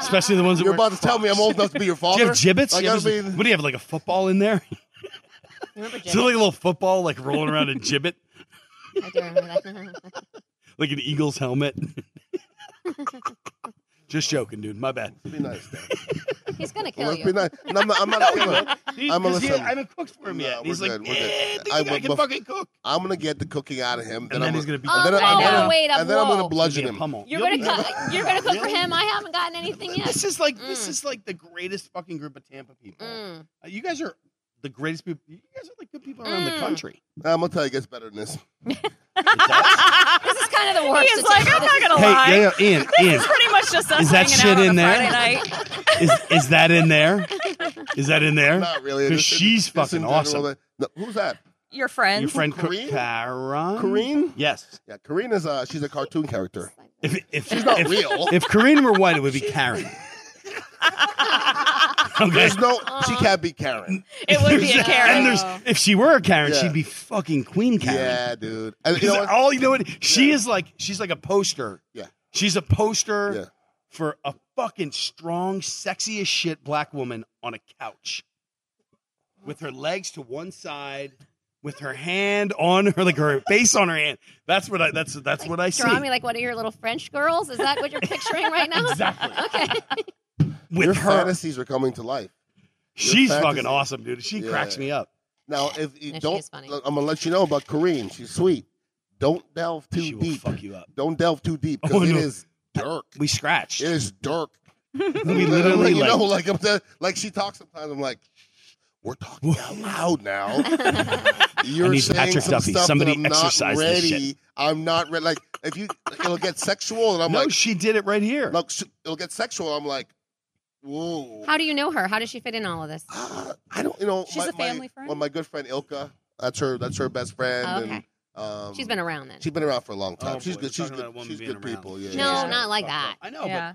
[SPEAKER 1] Especially the ones that
[SPEAKER 2] You're
[SPEAKER 1] wear
[SPEAKER 2] about to tell me I'm old enough to be
[SPEAKER 1] *laughs*
[SPEAKER 2] your
[SPEAKER 1] Do you
[SPEAKER 2] father.
[SPEAKER 1] have gibbets?
[SPEAKER 2] Like,
[SPEAKER 1] You have
[SPEAKER 2] I
[SPEAKER 1] this-
[SPEAKER 2] mean-
[SPEAKER 1] what do you have, like a football in there?
[SPEAKER 4] You remember
[SPEAKER 1] Is there
[SPEAKER 4] Jim?
[SPEAKER 1] like a little football like rolling around a gibbet?
[SPEAKER 4] I do remember that. *laughs*
[SPEAKER 1] Like an Eagles *laughs* helmet? Just joking, dude. My bad.
[SPEAKER 2] *laughs* Be nice.
[SPEAKER 4] *laughs*
[SPEAKER 2] Dad.
[SPEAKER 4] He's gonna kill
[SPEAKER 2] Let's
[SPEAKER 4] you.
[SPEAKER 2] be nice. And I'm not. I'm
[SPEAKER 1] *laughs*
[SPEAKER 2] not a killer.
[SPEAKER 1] He-
[SPEAKER 2] I'm a
[SPEAKER 1] 'cause he-
[SPEAKER 2] listen.
[SPEAKER 1] I haven't cooked for him
[SPEAKER 2] No,
[SPEAKER 1] yet. And he's
[SPEAKER 2] we're
[SPEAKER 1] like,
[SPEAKER 2] good, we're good.
[SPEAKER 1] eh, I think
[SPEAKER 2] I
[SPEAKER 1] I
[SPEAKER 2] would
[SPEAKER 1] can
[SPEAKER 2] love-
[SPEAKER 1] fucking cook.
[SPEAKER 2] I'm gonna get the cooking out of him.
[SPEAKER 1] And then he's
[SPEAKER 2] I'm
[SPEAKER 1] gonna be
[SPEAKER 4] Oh,
[SPEAKER 2] and then,
[SPEAKER 4] no,
[SPEAKER 2] I'm gonna,
[SPEAKER 4] wait, I'm
[SPEAKER 2] and then I'm gonna
[SPEAKER 4] whoa.
[SPEAKER 1] He's
[SPEAKER 2] bludgeon
[SPEAKER 1] gonna
[SPEAKER 2] him.
[SPEAKER 1] be a pummel.
[SPEAKER 4] You're
[SPEAKER 1] You'll
[SPEAKER 4] gonna
[SPEAKER 1] be
[SPEAKER 4] cook.
[SPEAKER 1] fine.
[SPEAKER 4] You're gonna cook for
[SPEAKER 1] Really?
[SPEAKER 4] him. I haven't gotten anything
[SPEAKER 1] *laughs*
[SPEAKER 4] yet.
[SPEAKER 1] This is like this
[SPEAKER 4] Mm.
[SPEAKER 1] is like the greatest fucking group of Tampa people.
[SPEAKER 4] Mm.
[SPEAKER 1] Uh, You guys are the greatest people. You guys are like good people around the
[SPEAKER 4] Mm.
[SPEAKER 1] *laughs* country.
[SPEAKER 2] I'm gonna tell you, it gets better
[SPEAKER 1] *laughs*
[SPEAKER 2] than this.
[SPEAKER 4] This is kind of the worst.
[SPEAKER 3] He's like, I'm not gonna lie.
[SPEAKER 1] yeah, yeah, Ian, *laughs* Ian,
[SPEAKER 3] It's pretty much just us
[SPEAKER 1] Is that
[SPEAKER 3] hanging
[SPEAKER 1] shit
[SPEAKER 3] out on
[SPEAKER 1] in
[SPEAKER 3] a
[SPEAKER 1] there?
[SPEAKER 3] Friday night.
[SPEAKER 1] is is that in there? Is that in there?
[SPEAKER 2] Not really.
[SPEAKER 1] 'Cause
[SPEAKER 2] Just in-
[SPEAKER 1] she's
[SPEAKER 2] just in
[SPEAKER 1] fucking
[SPEAKER 2] general,
[SPEAKER 1] awesome.
[SPEAKER 2] like- No, who's that?
[SPEAKER 3] Your friends.
[SPEAKER 1] Your friend Ka-
[SPEAKER 2] Kareen?
[SPEAKER 1] Karen.
[SPEAKER 2] Kareen?
[SPEAKER 1] Yes.
[SPEAKER 2] Yeah, Kareen is uh she's a
[SPEAKER 1] *laughs*
[SPEAKER 2] cartoon character.
[SPEAKER 1] If if
[SPEAKER 2] She's not
[SPEAKER 1] if,
[SPEAKER 2] real.
[SPEAKER 1] if Kareen were white, it would be
[SPEAKER 2] *laughs*
[SPEAKER 1] Karen. okay.
[SPEAKER 2] There's no.
[SPEAKER 1] Uh,
[SPEAKER 2] She can't be Karen.
[SPEAKER 3] It would be a
[SPEAKER 4] There's-
[SPEAKER 3] Karen.
[SPEAKER 1] And there's if she were a Karen,
[SPEAKER 2] Yeah.
[SPEAKER 1] she'd be fucking Queen Karen.
[SPEAKER 2] Yeah, dude. And you
[SPEAKER 1] 'Cause
[SPEAKER 2] know what?
[SPEAKER 1] all you know what she is like she's like a poster.
[SPEAKER 2] Yeah.
[SPEAKER 1] She's a poster
[SPEAKER 2] Yeah.
[SPEAKER 1] for a fucking strong, sexy as shit black woman on a couch. With her legs to one side, with her hand on her like her face on her hand. That's what I that's that's what I see.
[SPEAKER 4] Draw me like one of your little French girls. Is that what
[SPEAKER 2] *laughs*
[SPEAKER 4] you're picturing right now?
[SPEAKER 1] Exactly.
[SPEAKER 4] *laughs*
[SPEAKER 1] With
[SPEAKER 4] Okay.
[SPEAKER 2] Your
[SPEAKER 1] her.
[SPEAKER 2] fantasies are coming to life.
[SPEAKER 1] She's
[SPEAKER 2] fantasy.
[SPEAKER 1] fucking awesome, dude. She
[SPEAKER 2] Yeah.
[SPEAKER 1] cracks me up.
[SPEAKER 2] Now, if you
[SPEAKER 4] No, she
[SPEAKER 2] don't,
[SPEAKER 4] is funny.
[SPEAKER 2] look, I'm gonna let you know about Kareem. She's sweet. Don't delve too
[SPEAKER 1] she
[SPEAKER 2] deep.
[SPEAKER 1] will fuck you up.
[SPEAKER 2] Don't delve too deep
[SPEAKER 1] Oh,
[SPEAKER 2] because it
[SPEAKER 1] no.
[SPEAKER 2] is dark.
[SPEAKER 1] We scratched.
[SPEAKER 2] It is dark. *laughs*
[SPEAKER 1] we literally
[SPEAKER 2] you
[SPEAKER 1] like,
[SPEAKER 2] know, like I'm the, like she talks sometimes. I'm like, we're talking
[SPEAKER 1] *laughs*
[SPEAKER 2] out loud now. You're
[SPEAKER 1] I need
[SPEAKER 2] saying
[SPEAKER 1] Patrick
[SPEAKER 2] some
[SPEAKER 1] Duffy.
[SPEAKER 2] stuff
[SPEAKER 1] Somebody
[SPEAKER 2] that I'm
[SPEAKER 1] exercise
[SPEAKER 2] not
[SPEAKER 1] this
[SPEAKER 2] ready. I'm not ready. Like if you, it'll get sexual, and I'm
[SPEAKER 1] no,
[SPEAKER 2] like,
[SPEAKER 1] she did it right here.
[SPEAKER 2] look, sh- it'll get sexual. I'm like, whoa.
[SPEAKER 4] How do you know her? How does she fit in all of this?
[SPEAKER 2] Ah, *gasps* I don't, you know,
[SPEAKER 3] She's a family friend?
[SPEAKER 2] Well, my good friend Ilka, that's her, that's her best friend.
[SPEAKER 4] Oh, okay.
[SPEAKER 2] And, um,
[SPEAKER 4] She's been around then.
[SPEAKER 2] She's been around for a long time.
[SPEAKER 1] Oh,
[SPEAKER 2] she's
[SPEAKER 1] boy,
[SPEAKER 2] good. She's
[SPEAKER 1] talking about a
[SPEAKER 2] good.
[SPEAKER 1] woman
[SPEAKER 2] She's
[SPEAKER 1] being
[SPEAKER 2] good
[SPEAKER 1] around.
[SPEAKER 2] people. Yeah.
[SPEAKER 4] No,
[SPEAKER 2] yeah.
[SPEAKER 4] not like that.
[SPEAKER 1] I know,
[SPEAKER 3] yeah.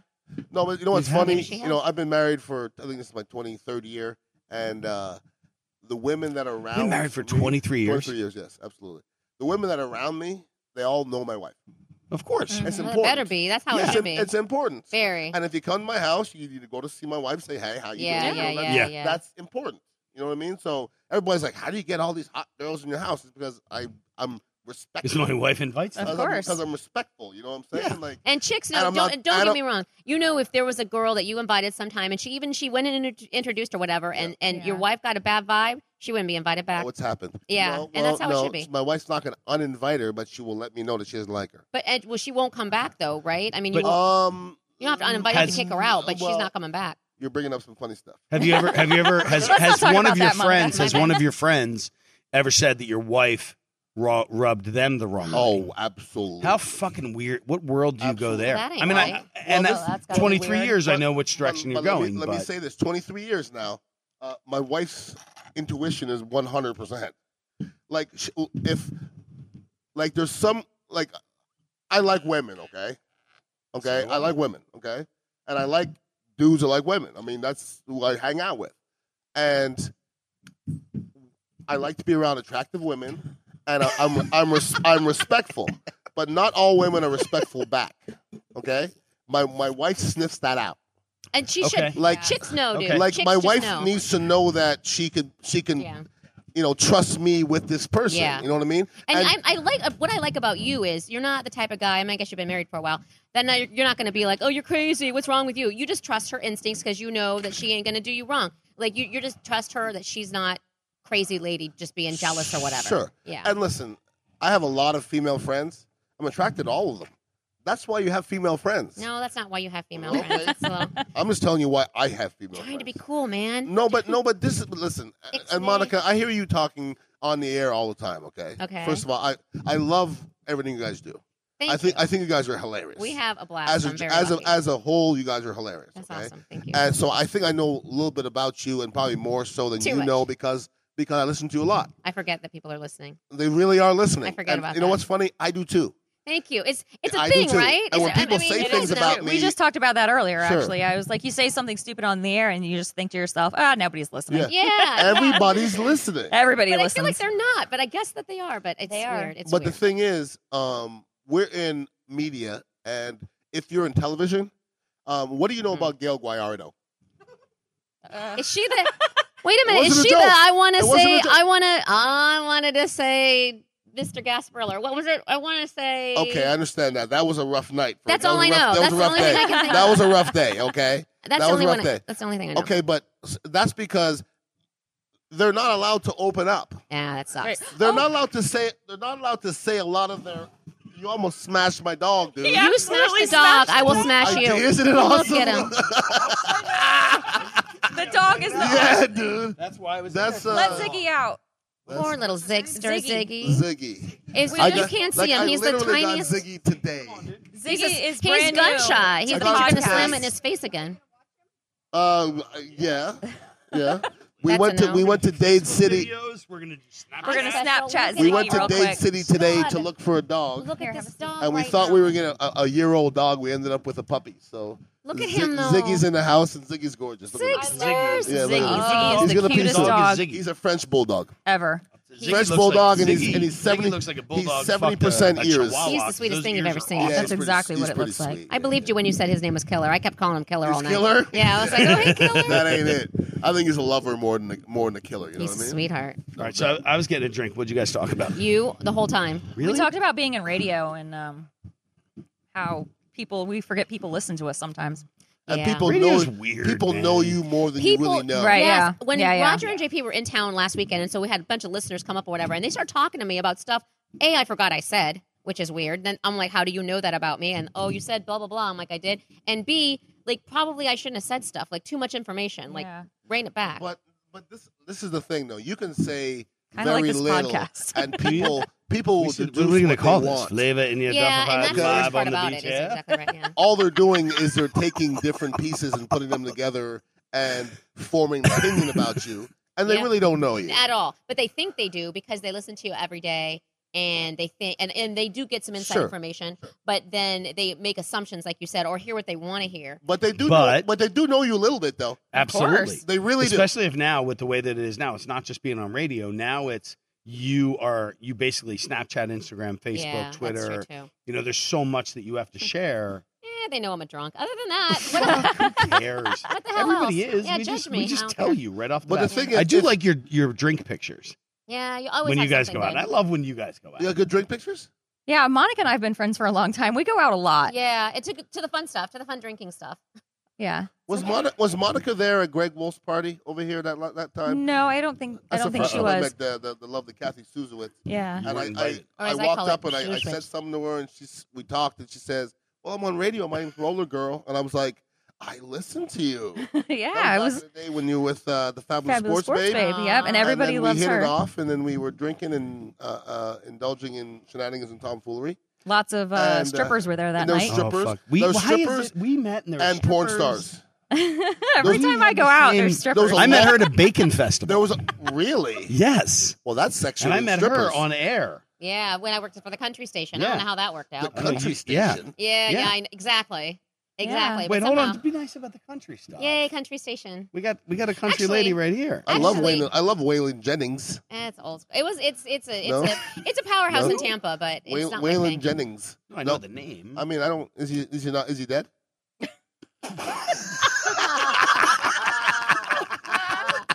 [SPEAKER 2] No, but you know what's
[SPEAKER 1] She's happy
[SPEAKER 2] funny?
[SPEAKER 4] she
[SPEAKER 2] You
[SPEAKER 4] has.
[SPEAKER 2] know, I've been married for I think this is my 23rd year, and uh, the women that are around.
[SPEAKER 1] but been married for
[SPEAKER 2] me-
[SPEAKER 1] 23 years.
[SPEAKER 2] 23 years, yes, absolutely. The women that are around me, they all know my wife.
[SPEAKER 1] Of course.
[SPEAKER 2] It's
[SPEAKER 4] Well, it
[SPEAKER 2] important.
[SPEAKER 4] better be. That's how it
[SPEAKER 2] It's,
[SPEAKER 4] should
[SPEAKER 2] im-
[SPEAKER 4] be.
[SPEAKER 2] it's important.
[SPEAKER 4] Very.
[SPEAKER 2] And if you come to my house, you need to go to see my wife. Say, hey, how you
[SPEAKER 4] Yeah,
[SPEAKER 2] doing? You know,
[SPEAKER 4] yeah,
[SPEAKER 2] that's-
[SPEAKER 4] yeah,
[SPEAKER 1] Yeah.
[SPEAKER 4] yeah.
[SPEAKER 2] that's important. You know what I mean? So everybody's like, "How do you get all these hot girls in your house?" It's because I I'm
[SPEAKER 1] Because
[SPEAKER 2] respectful.
[SPEAKER 1] my wife invites
[SPEAKER 3] Of
[SPEAKER 1] them.
[SPEAKER 2] Because I'm-
[SPEAKER 3] course.
[SPEAKER 2] because I'm respectful. You know what I'm saying? Like,
[SPEAKER 4] And chicks,
[SPEAKER 2] And
[SPEAKER 4] no,
[SPEAKER 2] I'm
[SPEAKER 4] don't
[SPEAKER 2] not-
[SPEAKER 4] don't,
[SPEAKER 2] I
[SPEAKER 4] get
[SPEAKER 2] don't-
[SPEAKER 4] me wrong. You know, if there was a girl that you invited sometime, and she even she went and int- introduced or whatever, and and your
[SPEAKER 3] Yeah.
[SPEAKER 4] wife got a bad vibe, she wouldn't be invited back.
[SPEAKER 2] oh, it's happened.
[SPEAKER 4] Yeah,
[SPEAKER 2] No,
[SPEAKER 4] and that's
[SPEAKER 2] well,
[SPEAKER 4] how it
[SPEAKER 2] no,
[SPEAKER 4] should be.
[SPEAKER 2] My wife's not going to uninvite her, but she will let me know that she doesn't like her.
[SPEAKER 4] but and, well, she won't come back though, right? I mean, you,
[SPEAKER 1] But-
[SPEAKER 4] won't,
[SPEAKER 2] Um,
[SPEAKER 4] you don't have to uninvite her to
[SPEAKER 1] Has-
[SPEAKER 4] kick her out, but
[SPEAKER 2] well,
[SPEAKER 4] she's not coming back.
[SPEAKER 2] You're bringing up some funny stuff.
[SPEAKER 1] Have you ever? Have you ever? Has
[SPEAKER 3] Let's not
[SPEAKER 1] has
[SPEAKER 3] talk
[SPEAKER 1] one of
[SPEAKER 3] about
[SPEAKER 1] your
[SPEAKER 3] that, Mom.
[SPEAKER 1] friends?
[SPEAKER 4] That's
[SPEAKER 1] Has
[SPEAKER 4] my
[SPEAKER 1] one of your friends ever said that your wife ru- rubbed them the wrong way?
[SPEAKER 2] Oh, absolutely.
[SPEAKER 1] How fucking weird! What world do you go
[SPEAKER 2] Absolutely.
[SPEAKER 1] there?
[SPEAKER 4] That ain't
[SPEAKER 1] I mean,
[SPEAKER 4] right.
[SPEAKER 1] I, and
[SPEAKER 2] Well,
[SPEAKER 1] that's
[SPEAKER 4] that's gotta be
[SPEAKER 1] 23
[SPEAKER 4] weird.
[SPEAKER 1] years. I
[SPEAKER 2] But-
[SPEAKER 1] know which direction
[SPEAKER 2] But-
[SPEAKER 1] you're
[SPEAKER 2] Um, but
[SPEAKER 1] going.
[SPEAKER 2] Let me,
[SPEAKER 1] but
[SPEAKER 2] let me say this: 23 years now, uh, my wife's intuition is 100. percent Like, sh- if like there's some like, I like women, okay, okay, I like women, okay, and I like dudes that like women. I mean, that's who I hang out with. and I like to be around attractive women, and I, I'm I'm res- I'm respectful, but not all women are respectful back. Okay, my my wife sniffs that out.
[SPEAKER 4] And she
[SPEAKER 1] Okay.
[SPEAKER 4] should.
[SPEAKER 2] Like
[SPEAKER 4] Chicks know, dude.
[SPEAKER 1] Okay.
[SPEAKER 2] like
[SPEAKER 4] Chicks
[SPEAKER 2] my
[SPEAKER 4] just
[SPEAKER 2] wife
[SPEAKER 4] know.
[SPEAKER 2] needs to know that she can she can
[SPEAKER 4] Yeah.
[SPEAKER 2] you know trust me with this person.
[SPEAKER 4] Yeah.
[SPEAKER 2] You know what I mean?
[SPEAKER 4] And I, I like uh, what I like about you is you're not the type of guy. I mean, I guess you've been married for a while. Then now you're, you're not going to be like, oh, you're crazy. What's wrong with you? You just trust her instincts because you know that she ain't going to do you wrong. Like you, you just trust her that she's not crazy lady just being jealous or whatever.
[SPEAKER 2] Sure.
[SPEAKER 4] Yeah.
[SPEAKER 2] And listen, I have a lot of female friends. I'm attracted to all of them. That's why you have female friends.
[SPEAKER 4] no, that's not why you have female
[SPEAKER 2] Okay.
[SPEAKER 4] friends. That's a little-
[SPEAKER 2] I'm just telling you why I have female
[SPEAKER 4] trying to be
[SPEAKER 2] friends.
[SPEAKER 4] cool, man.
[SPEAKER 2] No, but no, but this is but
[SPEAKER 4] *laughs*
[SPEAKER 2] listen,
[SPEAKER 4] It's
[SPEAKER 2] and
[SPEAKER 4] me.
[SPEAKER 2] Monica, I hear you talking on the air all the time. Okay.
[SPEAKER 4] Okay.
[SPEAKER 2] First of all, I I love everything you guys do.
[SPEAKER 4] Thank
[SPEAKER 2] I think
[SPEAKER 4] you.
[SPEAKER 2] I think you guys are hilarious.
[SPEAKER 4] we have a blast.
[SPEAKER 2] as
[SPEAKER 4] I'm
[SPEAKER 2] a,
[SPEAKER 4] very
[SPEAKER 2] as a,
[SPEAKER 4] lucky.
[SPEAKER 2] as a whole, you guys are hilarious.
[SPEAKER 4] that's
[SPEAKER 2] okay?
[SPEAKER 4] awesome. Thank you.
[SPEAKER 2] And so I think I know a little bit about you, and probably more so than
[SPEAKER 4] Too
[SPEAKER 2] you
[SPEAKER 4] much.
[SPEAKER 2] know because because I listen to you a lot.
[SPEAKER 4] I forget that people are listening.
[SPEAKER 2] They really are listening.
[SPEAKER 4] I forget
[SPEAKER 2] and
[SPEAKER 4] about
[SPEAKER 2] You know
[SPEAKER 4] that.
[SPEAKER 2] what's funny? I do
[SPEAKER 4] *laughs*
[SPEAKER 2] too.
[SPEAKER 4] Thank you. It's it's a
[SPEAKER 2] I do
[SPEAKER 4] thing,
[SPEAKER 2] too.
[SPEAKER 4] right?
[SPEAKER 2] And
[SPEAKER 4] Is
[SPEAKER 2] when
[SPEAKER 4] it- I
[SPEAKER 2] people
[SPEAKER 4] mean,
[SPEAKER 2] say
[SPEAKER 4] it
[SPEAKER 2] things
[SPEAKER 4] is
[SPEAKER 2] about
[SPEAKER 4] now.
[SPEAKER 2] me-
[SPEAKER 3] We just talked about that earlier,
[SPEAKER 2] Sure.
[SPEAKER 3] actually. I was like, you say something stupid on the air, and you just think to yourself, ah, nobody's listening.
[SPEAKER 2] Yeah. *laughs*
[SPEAKER 4] Yeah.
[SPEAKER 2] Everybody's listening.
[SPEAKER 3] Everybody
[SPEAKER 4] but I
[SPEAKER 3] listens.
[SPEAKER 4] feel like they're not, but I guess that they are. But it's
[SPEAKER 3] They are.
[SPEAKER 4] weird. It's
[SPEAKER 2] but
[SPEAKER 4] weird.
[SPEAKER 2] the thing is, um, we're in media, and if you're in television, um, what do you know
[SPEAKER 4] Mm-hmm.
[SPEAKER 2] about Gail Guayardo?
[SPEAKER 3] Uh,
[SPEAKER 4] is she the? *laughs* Wait a
[SPEAKER 2] It
[SPEAKER 4] minute.
[SPEAKER 2] was
[SPEAKER 4] Is
[SPEAKER 2] an
[SPEAKER 4] she
[SPEAKER 2] adult.
[SPEAKER 4] the? I want to
[SPEAKER 2] It was an
[SPEAKER 4] say.
[SPEAKER 2] adult.
[SPEAKER 4] I want to. I wanted to say Mr. Gasparilla. What was it? I want to say.
[SPEAKER 2] Okay, I understand that. That was a rough night. For
[SPEAKER 4] That's
[SPEAKER 2] that was
[SPEAKER 4] all
[SPEAKER 2] a
[SPEAKER 4] I
[SPEAKER 2] rough-
[SPEAKER 4] know.
[SPEAKER 2] That was
[SPEAKER 4] That's the
[SPEAKER 2] a rough
[SPEAKER 4] only thing I
[SPEAKER 2] day.
[SPEAKER 4] can think
[SPEAKER 2] That
[SPEAKER 4] of.
[SPEAKER 2] was a rough
[SPEAKER 4] *laughs*
[SPEAKER 2] day. Okay, that
[SPEAKER 4] That's the
[SPEAKER 2] was
[SPEAKER 4] only
[SPEAKER 2] a rough
[SPEAKER 4] one. I,
[SPEAKER 2] day.
[SPEAKER 4] that's the only thing I know.
[SPEAKER 2] okay, but s- that's because they're not allowed to open up.
[SPEAKER 4] Yeah, that sucks.
[SPEAKER 2] They're not allowed to say. They're not allowed to say a lot of their. You almost smashed my dog, dude.
[SPEAKER 3] Yeah.
[SPEAKER 4] You smash
[SPEAKER 3] Absolutely
[SPEAKER 4] the dog.
[SPEAKER 3] smash
[SPEAKER 4] I will
[SPEAKER 3] the
[SPEAKER 4] smash
[SPEAKER 2] I
[SPEAKER 4] you.
[SPEAKER 2] did- Isn't it
[SPEAKER 4] Look
[SPEAKER 2] awesome?
[SPEAKER 4] at him.
[SPEAKER 3] the dog is
[SPEAKER 2] *laughs*
[SPEAKER 3] not.
[SPEAKER 2] yeah, dude.
[SPEAKER 1] That's why I was.
[SPEAKER 2] That's uh,
[SPEAKER 3] Let Ziggy out.
[SPEAKER 4] Poor little Zigster
[SPEAKER 3] Ziggy.
[SPEAKER 4] Ziggy.
[SPEAKER 2] Ziggy.
[SPEAKER 4] If
[SPEAKER 3] I
[SPEAKER 4] you
[SPEAKER 3] got-
[SPEAKER 4] can't see
[SPEAKER 2] like,
[SPEAKER 4] him,
[SPEAKER 2] I
[SPEAKER 4] he's the
[SPEAKER 2] literally got
[SPEAKER 4] tiniest.
[SPEAKER 2] Ziggy today.
[SPEAKER 3] Ziggy
[SPEAKER 4] He's, a,
[SPEAKER 3] is
[SPEAKER 4] he's
[SPEAKER 3] brand new.
[SPEAKER 4] gun shy. He's
[SPEAKER 2] I got
[SPEAKER 4] like going to
[SPEAKER 2] you guys.
[SPEAKER 4] slam it in his face again.
[SPEAKER 2] Uh,
[SPEAKER 4] *laughs*
[SPEAKER 2] yeah, yeah. We
[SPEAKER 4] That's
[SPEAKER 2] went
[SPEAKER 4] a
[SPEAKER 2] to
[SPEAKER 4] no.
[SPEAKER 2] we went to Dade City.
[SPEAKER 1] Videos. We're gonna snap.
[SPEAKER 3] We're gonna
[SPEAKER 1] that.
[SPEAKER 3] Snapchat
[SPEAKER 4] Ziggy
[SPEAKER 2] We went to
[SPEAKER 3] real
[SPEAKER 2] Dade
[SPEAKER 3] quick.
[SPEAKER 2] City today
[SPEAKER 4] God.
[SPEAKER 2] to look for a dog,
[SPEAKER 4] Look at this dog.
[SPEAKER 2] and we
[SPEAKER 4] right
[SPEAKER 2] thought
[SPEAKER 4] now.
[SPEAKER 2] we were getting a, a year old dog. We ended up with a puppy. So
[SPEAKER 4] Look at
[SPEAKER 2] Zig-
[SPEAKER 4] him, though.
[SPEAKER 2] Ziggy's in the house, and Ziggy's gorgeous. Look at him.
[SPEAKER 4] Zigsters.
[SPEAKER 2] Yeah, look at
[SPEAKER 4] Ziggy.
[SPEAKER 2] him.
[SPEAKER 1] Oh.
[SPEAKER 3] Ziggy is
[SPEAKER 2] he's
[SPEAKER 3] the
[SPEAKER 2] got a piece
[SPEAKER 3] cutest
[SPEAKER 2] of
[SPEAKER 3] dog
[SPEAKER 2] He's a French
[SPEAKER 3] *laughs*
[SPEAKER 2] bulldog.
[SPEAKER 3] ever.
[SPEAKER 1] Ziggy
[SPEAKER 2] French
[SPEAKER 1] looks like-
[SPEAKER 2] bulldog and he's-
[SPEAKER 1] Ziggy-
[SPEAKER 2] and he's
[SPEAKER 1] Ziggy
[SPEAKER 2] 70
[SPEAKER 1] looks like a
[SPEAKER 2] he's
[SPEAKER 1] bulldog. fucked a-
[SPEAKER 2] 70%
[SPEAKER 1] a
[SPEAKER 2] ears.
[SPEAKER 1] chihuahua.
[SPEAKER 4] He's the sweetest
[SPEAKER 1] Those
[SPEAKER 4] thing I've
[SPEAKER 1] ears
[SPEAKER 4] ever
[SPEAKER 1] are
[SPEAKER 4] seen.
[SPEAKER 2] Yeah,
[SPEAKER 1] awesome.
[SPEAKER 3] That's
[SPEAKER 2] he's pretty-
[SPEAKER 3] exactly
[SPEAKER 2] he's
[SPEAKER 3] what it
[SPEAKER 2] pretty
[SPEAKER 3] looks like.
[SPEAKER 2] sweet,
[SPEAKER 4] I
[SPEAKER 2] yeah.
[SPEAKER 4] believed you when you said his name was Killer. I kept calling him Killer
[SPEAKER 2] He's
[SPEAKER 4] all night.
[SPEAKER 2] Killer?
[SPEAKER 4] Yeah, I was like, oh, hey, Killer.
[SPEAKER 2] that ain't it. I think he's a lover more than a, more than a killer. *laughs* You know
[SPEAKER 4] He's a
[SPEAKER 2] what I mean?
[SPEAKER 4] sweetheart.
[SPEAKER 1] All right, so I, I was getting a drink. What'd you guys talk about?
[SPEAKER 4] You the whole time.
[SPEAKER 3] We talked about being in radio and um, how people we forget people listen to us sometimes.
[SPEAKER 2] And
[SPEAKER 4] Yeah.
[SPEAKER 2] people
[SPEAKER 1] Radio's
[SPEAKER 2] know
[SPEAKER 1] weird,
[SPEAKER 2] people
[SPEAKER 1] man.
[SPEAKER 2] know you more than you really know.
[SPEAKER 3] Right,
[SPEAKER 4] Yes,
[SPEAKER 3] yeah.
[SPEAKER 4] When
[SPEAKER 3] Yeah, yeah.
[SPEAKER 4] Roger and JP were in town last weekend, and so we had a bunch of listeners come up or whatever, and they start talking to me about stuff. A, I forgot I said, which is weird. Then I'm like, how do you know that about me? And oh, you said blah blah blah. I'm like, I did. And B, like probably I shouldn't have said stuff. Like too much information. Like
[SPEAKER 3] Yeah.
[SPEAKER 4] rein it back.
[SPEAKER 2] But but this this is the thing though. You can say
[SPEAKER 3] Kinda like
[SPEAKER 2] very
[SPEAKER 3] this
[SPEAKER 2] little,
[SPEAKER 3] podcast. *laughs*
[SPEAKER 2] and people people will
[SPEAKER 1] We should-
[SPEAKER 2] deduce
[SPEAKER 1] what are we
[SPEAKER 2] what
[SPEAKER 1] gonna
[SPEAKER 2] they
[SPEAKER 1] call this?
[SPEAKER 2] want.
[SPEAKER 1] Flavor in your
[SPEAKER 4] yeah, and
[SPEAKER 1] duffel
[SPEAKER 4] that's the
[SPEAKER 1] bag
[SPEAKER 4] worst
[SPEAKER 1] vibe on
[SPEAKER 4] part
[SPEAKER 1] the
[SPEAKER 4] about it.
[SPEAKER 1] beach.
[SPEAKER 4] Is
[SPEAKER 1] Yeah.
[SPEAKER 4] exactly right. Yeah.
[SPEAKER 2] All they're doing is they're taking different pieces and putting them together and forming an opinion about you, and they
[SPEAKER 4] Yeah.
[SPEAKER 2] really don't know you.
[SPEAKER 4] at all. But they think they do because they listen to you every day and they think and, and they do get some inside
[SPEAKER 2] Sure.
[SPEAKER 4] information, but then they make assumptions like you said or hear what they want to hear.
[SPEAKER 2] But they do, know,
[SPEAKER 1] But-
[SPEAKER 2] but they do know you a little bit though.
[SPEAKER 1] Absolutely.
[SPEAKER 2] They really do.
[SPEAKER 1] Especially if now with the way that it is now, it's not just being on radio. Now it's you are you basically Snapchat, Instagram, Facebook,
[SPEAKER 4] yeah, that's true,
[SPEAKER 1] Twitter.
[SPEAKER 4] too.
[SPEAKER 1] You know, there's so much that you have to
[SPEAKER 4] *laughs*
[SPEAKER 1] share.
[SPEAKER 4] Eh, they know I'm a drunk. Other than that, Uh,
[SPEAKER 1] *laughs*
[SPEAKER 4] *laughs* what, the-
[SPEAKER 1] Who cares?
[SPEAKER 4] what the hell
[SPEAKER 1] Everybody
[SPEAKER 4] else?
[SPEAKER 1] is.
[SPEAKER 4] Yeah,
[SPEAKER 1] we
[SPEAKER 4] judge
[SPEAKER 1] just,
[SPEAKER 4] me.
[SPEAKER 1] We
[SPEAKER 4] I
[SPEAKER 1] just
[SPEAKER 4] don't
[SPEAKER 1] tell
[SPEAKER 4] care.
[SPEAKER 1] you right off the
[SPEAKER 2] But the
[SPEAKER 1] bat.
[SPEAKER 2] thing is,
[SPEAKER 1] I do
[SPEAKER 2] if-
[SPEAKER 1] like your your drink pictures
[SPEAKER 4] Yeah, you always
[SPEAKER 1] when you
[SPEAKER 4] have
[SPEAKER 1] guys go
[SPEAKER 4] something
[SPEAKER 1] out. I
[SPEAKER 4] good.
[SPEAKER 1] love when you guys go out.
[SPEAKER 2] You got good drink pictures.
[SPEAKER 3] Yeah, Monica and I have been friends for a long time. We go out a lot. Yeah.
[SPEAKER 4] Yeah, it took to the fun stuff, to the fun drinking stuff.
[SPEAKER 2] Was Monica, was Monica there at Greg Wolf's party over here that that time?
[SPEAKER 3] No, Mm, I don't
[SPEAKER 2] Uh,
[SPEAKER 3] think I
[SPEAKER 2] That's the
[SPEAKER 3] don't think
[SPEAKER 2] first
[SPEAKER 3] she
[SPEAKER 2] time I
[SPEAKER 3] was.
[SPEAKER 2] met the, the, the lovely Kathy Souza with.
[SPEAKER 3] Yeah.
[SPEAKER 1] You
[SPEAKER 2] and
[SPEAKER 1] were
[SPEAKER 2] I, I,
[SPEAKER 1] invited.
[SPEAKER 4] Or as
[SPEAKER 2] I
[SPEAKER 4] I
[SPEAKER 2] walked
[SPEAKER 4] call it,
[SPEAKER 2] up and I, I
[SPEAKER 4] shoes
[SPEAKER 2] said
[SPEAKER 4] rich.
[SPEAKER 2] something to her, and she s- we talked, and she says, "Well, I'm on radio. My name's Roller Girl," and I was like, "I listen to you."
[SPEAKER 3] *laughs* yeah,
[SPEAKER 2] That
[SPEAKER 3] I was
[SPEAKER 2] back in the day when you were with uh, the Fabulous,
[SPEAKER 3] fabulous sports babe.
[SPEAKER 4] babe.
[SPEAKER 3] Yep, and
[SPEAKER 4] Aw.
[SPEAKER 3] everybody
[SPEAKER 2] and then
[SPEAKER 3] loves
[SPEAKER 2] we hit
[SPEAKER 3] her.
[SPEAKER 2] it off, and then we were drinking and uh, uh, indulging in shenanigans and tomfoolery,
[SPEAKER 3] Lots of uh,
[SPEAKER 2] And, uh,
[SPEAKER 3] strippers were there
[SPEAKER 2] and
[SPEAKER 3] that
[SPEAKER 2] there was
[SPEAKER 3] night. *laughs*
[SPEAKER 2] stri- strippers.
[SPEAKER 1] Oh, fuck. We,
[SPEAKER 2] There's
[SPEAKER 1] why is
[SPEAKER 2] strippers
[SPEAKER 1] it we met and there were
[SPEAKER 2] and porn
[SPEAKER 1] strippers.
[SPEAKER 2] stars.
[SPEAKER 3] Every
[SPEAKER 2] those-
[SPEAKER 3] time I go out,
[SPEAKER 1] There
[SPEAKER 3] there's
[SPEAKER 1] was
[SPEAKER 3] strippers.
[SPEAKER 2] a
[SPEAKER 1] I met
[SPEAKER 2] lot-
[SPEAKER 1] her at a bacon
[SPEAKER 2] *laughs* There
[SPEAKER 1] festival.
[SPEAKER 2] was a, really
[SPEAKER 1] yes.
[SPEAKER 2] well, that's sexual.
[SPEAKER 1] And I met
[SPEAKER 2] strippers.
[SPEAKER 1] her on air.
[SPEAKER 4] Yeah, when I worked for the country station. I
[SPEAKER 1] Yeah.
[SPEAKER 4] don't know how that worked
[SPEAKER 2] the
[SPEAKER 4] out.
[SPEAKER 1] Oh,
[SPEAKER 2] country
[SPEAKER 1] you- yeah.
[SPEAKER 2] station.
[SPEAKER 4] Yeah, yeah,
[SPEAKER 1] Yeah.
[SPEAKER 4] I, exactly. Exactly.
[SPEAKER 1] Wait,
[SPEAKER 4] but
[SPEAKER 1] hold
[SPEAKER 4] somehow,
[SPEAKER 1] on. Be nice about the country stuff.
[SPEAKER 4] Yay, country station.
[SPEAKER 1] We got we got a country
[SPEAKER 4] Actually-
[SPEAKER 1] lady right here.
[SPEAKER 2] I love
[SPEAKER 4] Actually-
[SPEAKER 2] Waylon. I love Waylon Jennings.
[SPEAKER 4] Eh, It's old. It was. It's. It's a. It's
[SPEAKER 2] No?
[SPEAKER 4] a. It's a powerhouse
[SPEAKER 2] No?
[SPEAKER 4] in Tampa, but it's
[SPEAKER 2] Way-
[SPEAKER 4] not my
[SPEAKER 2] Waylon
[SPEAKER 4] thing.
[SPEAKER 2] Jennings.
[SPEAKER 1] Oh, I know
[SPEAKER 2] No.
[SPEAKER 1] the name.
[SPEAKER 4] *laughs*
[SPEAKER 2] I mean, I don't. Is he? Is he not? Is he dead?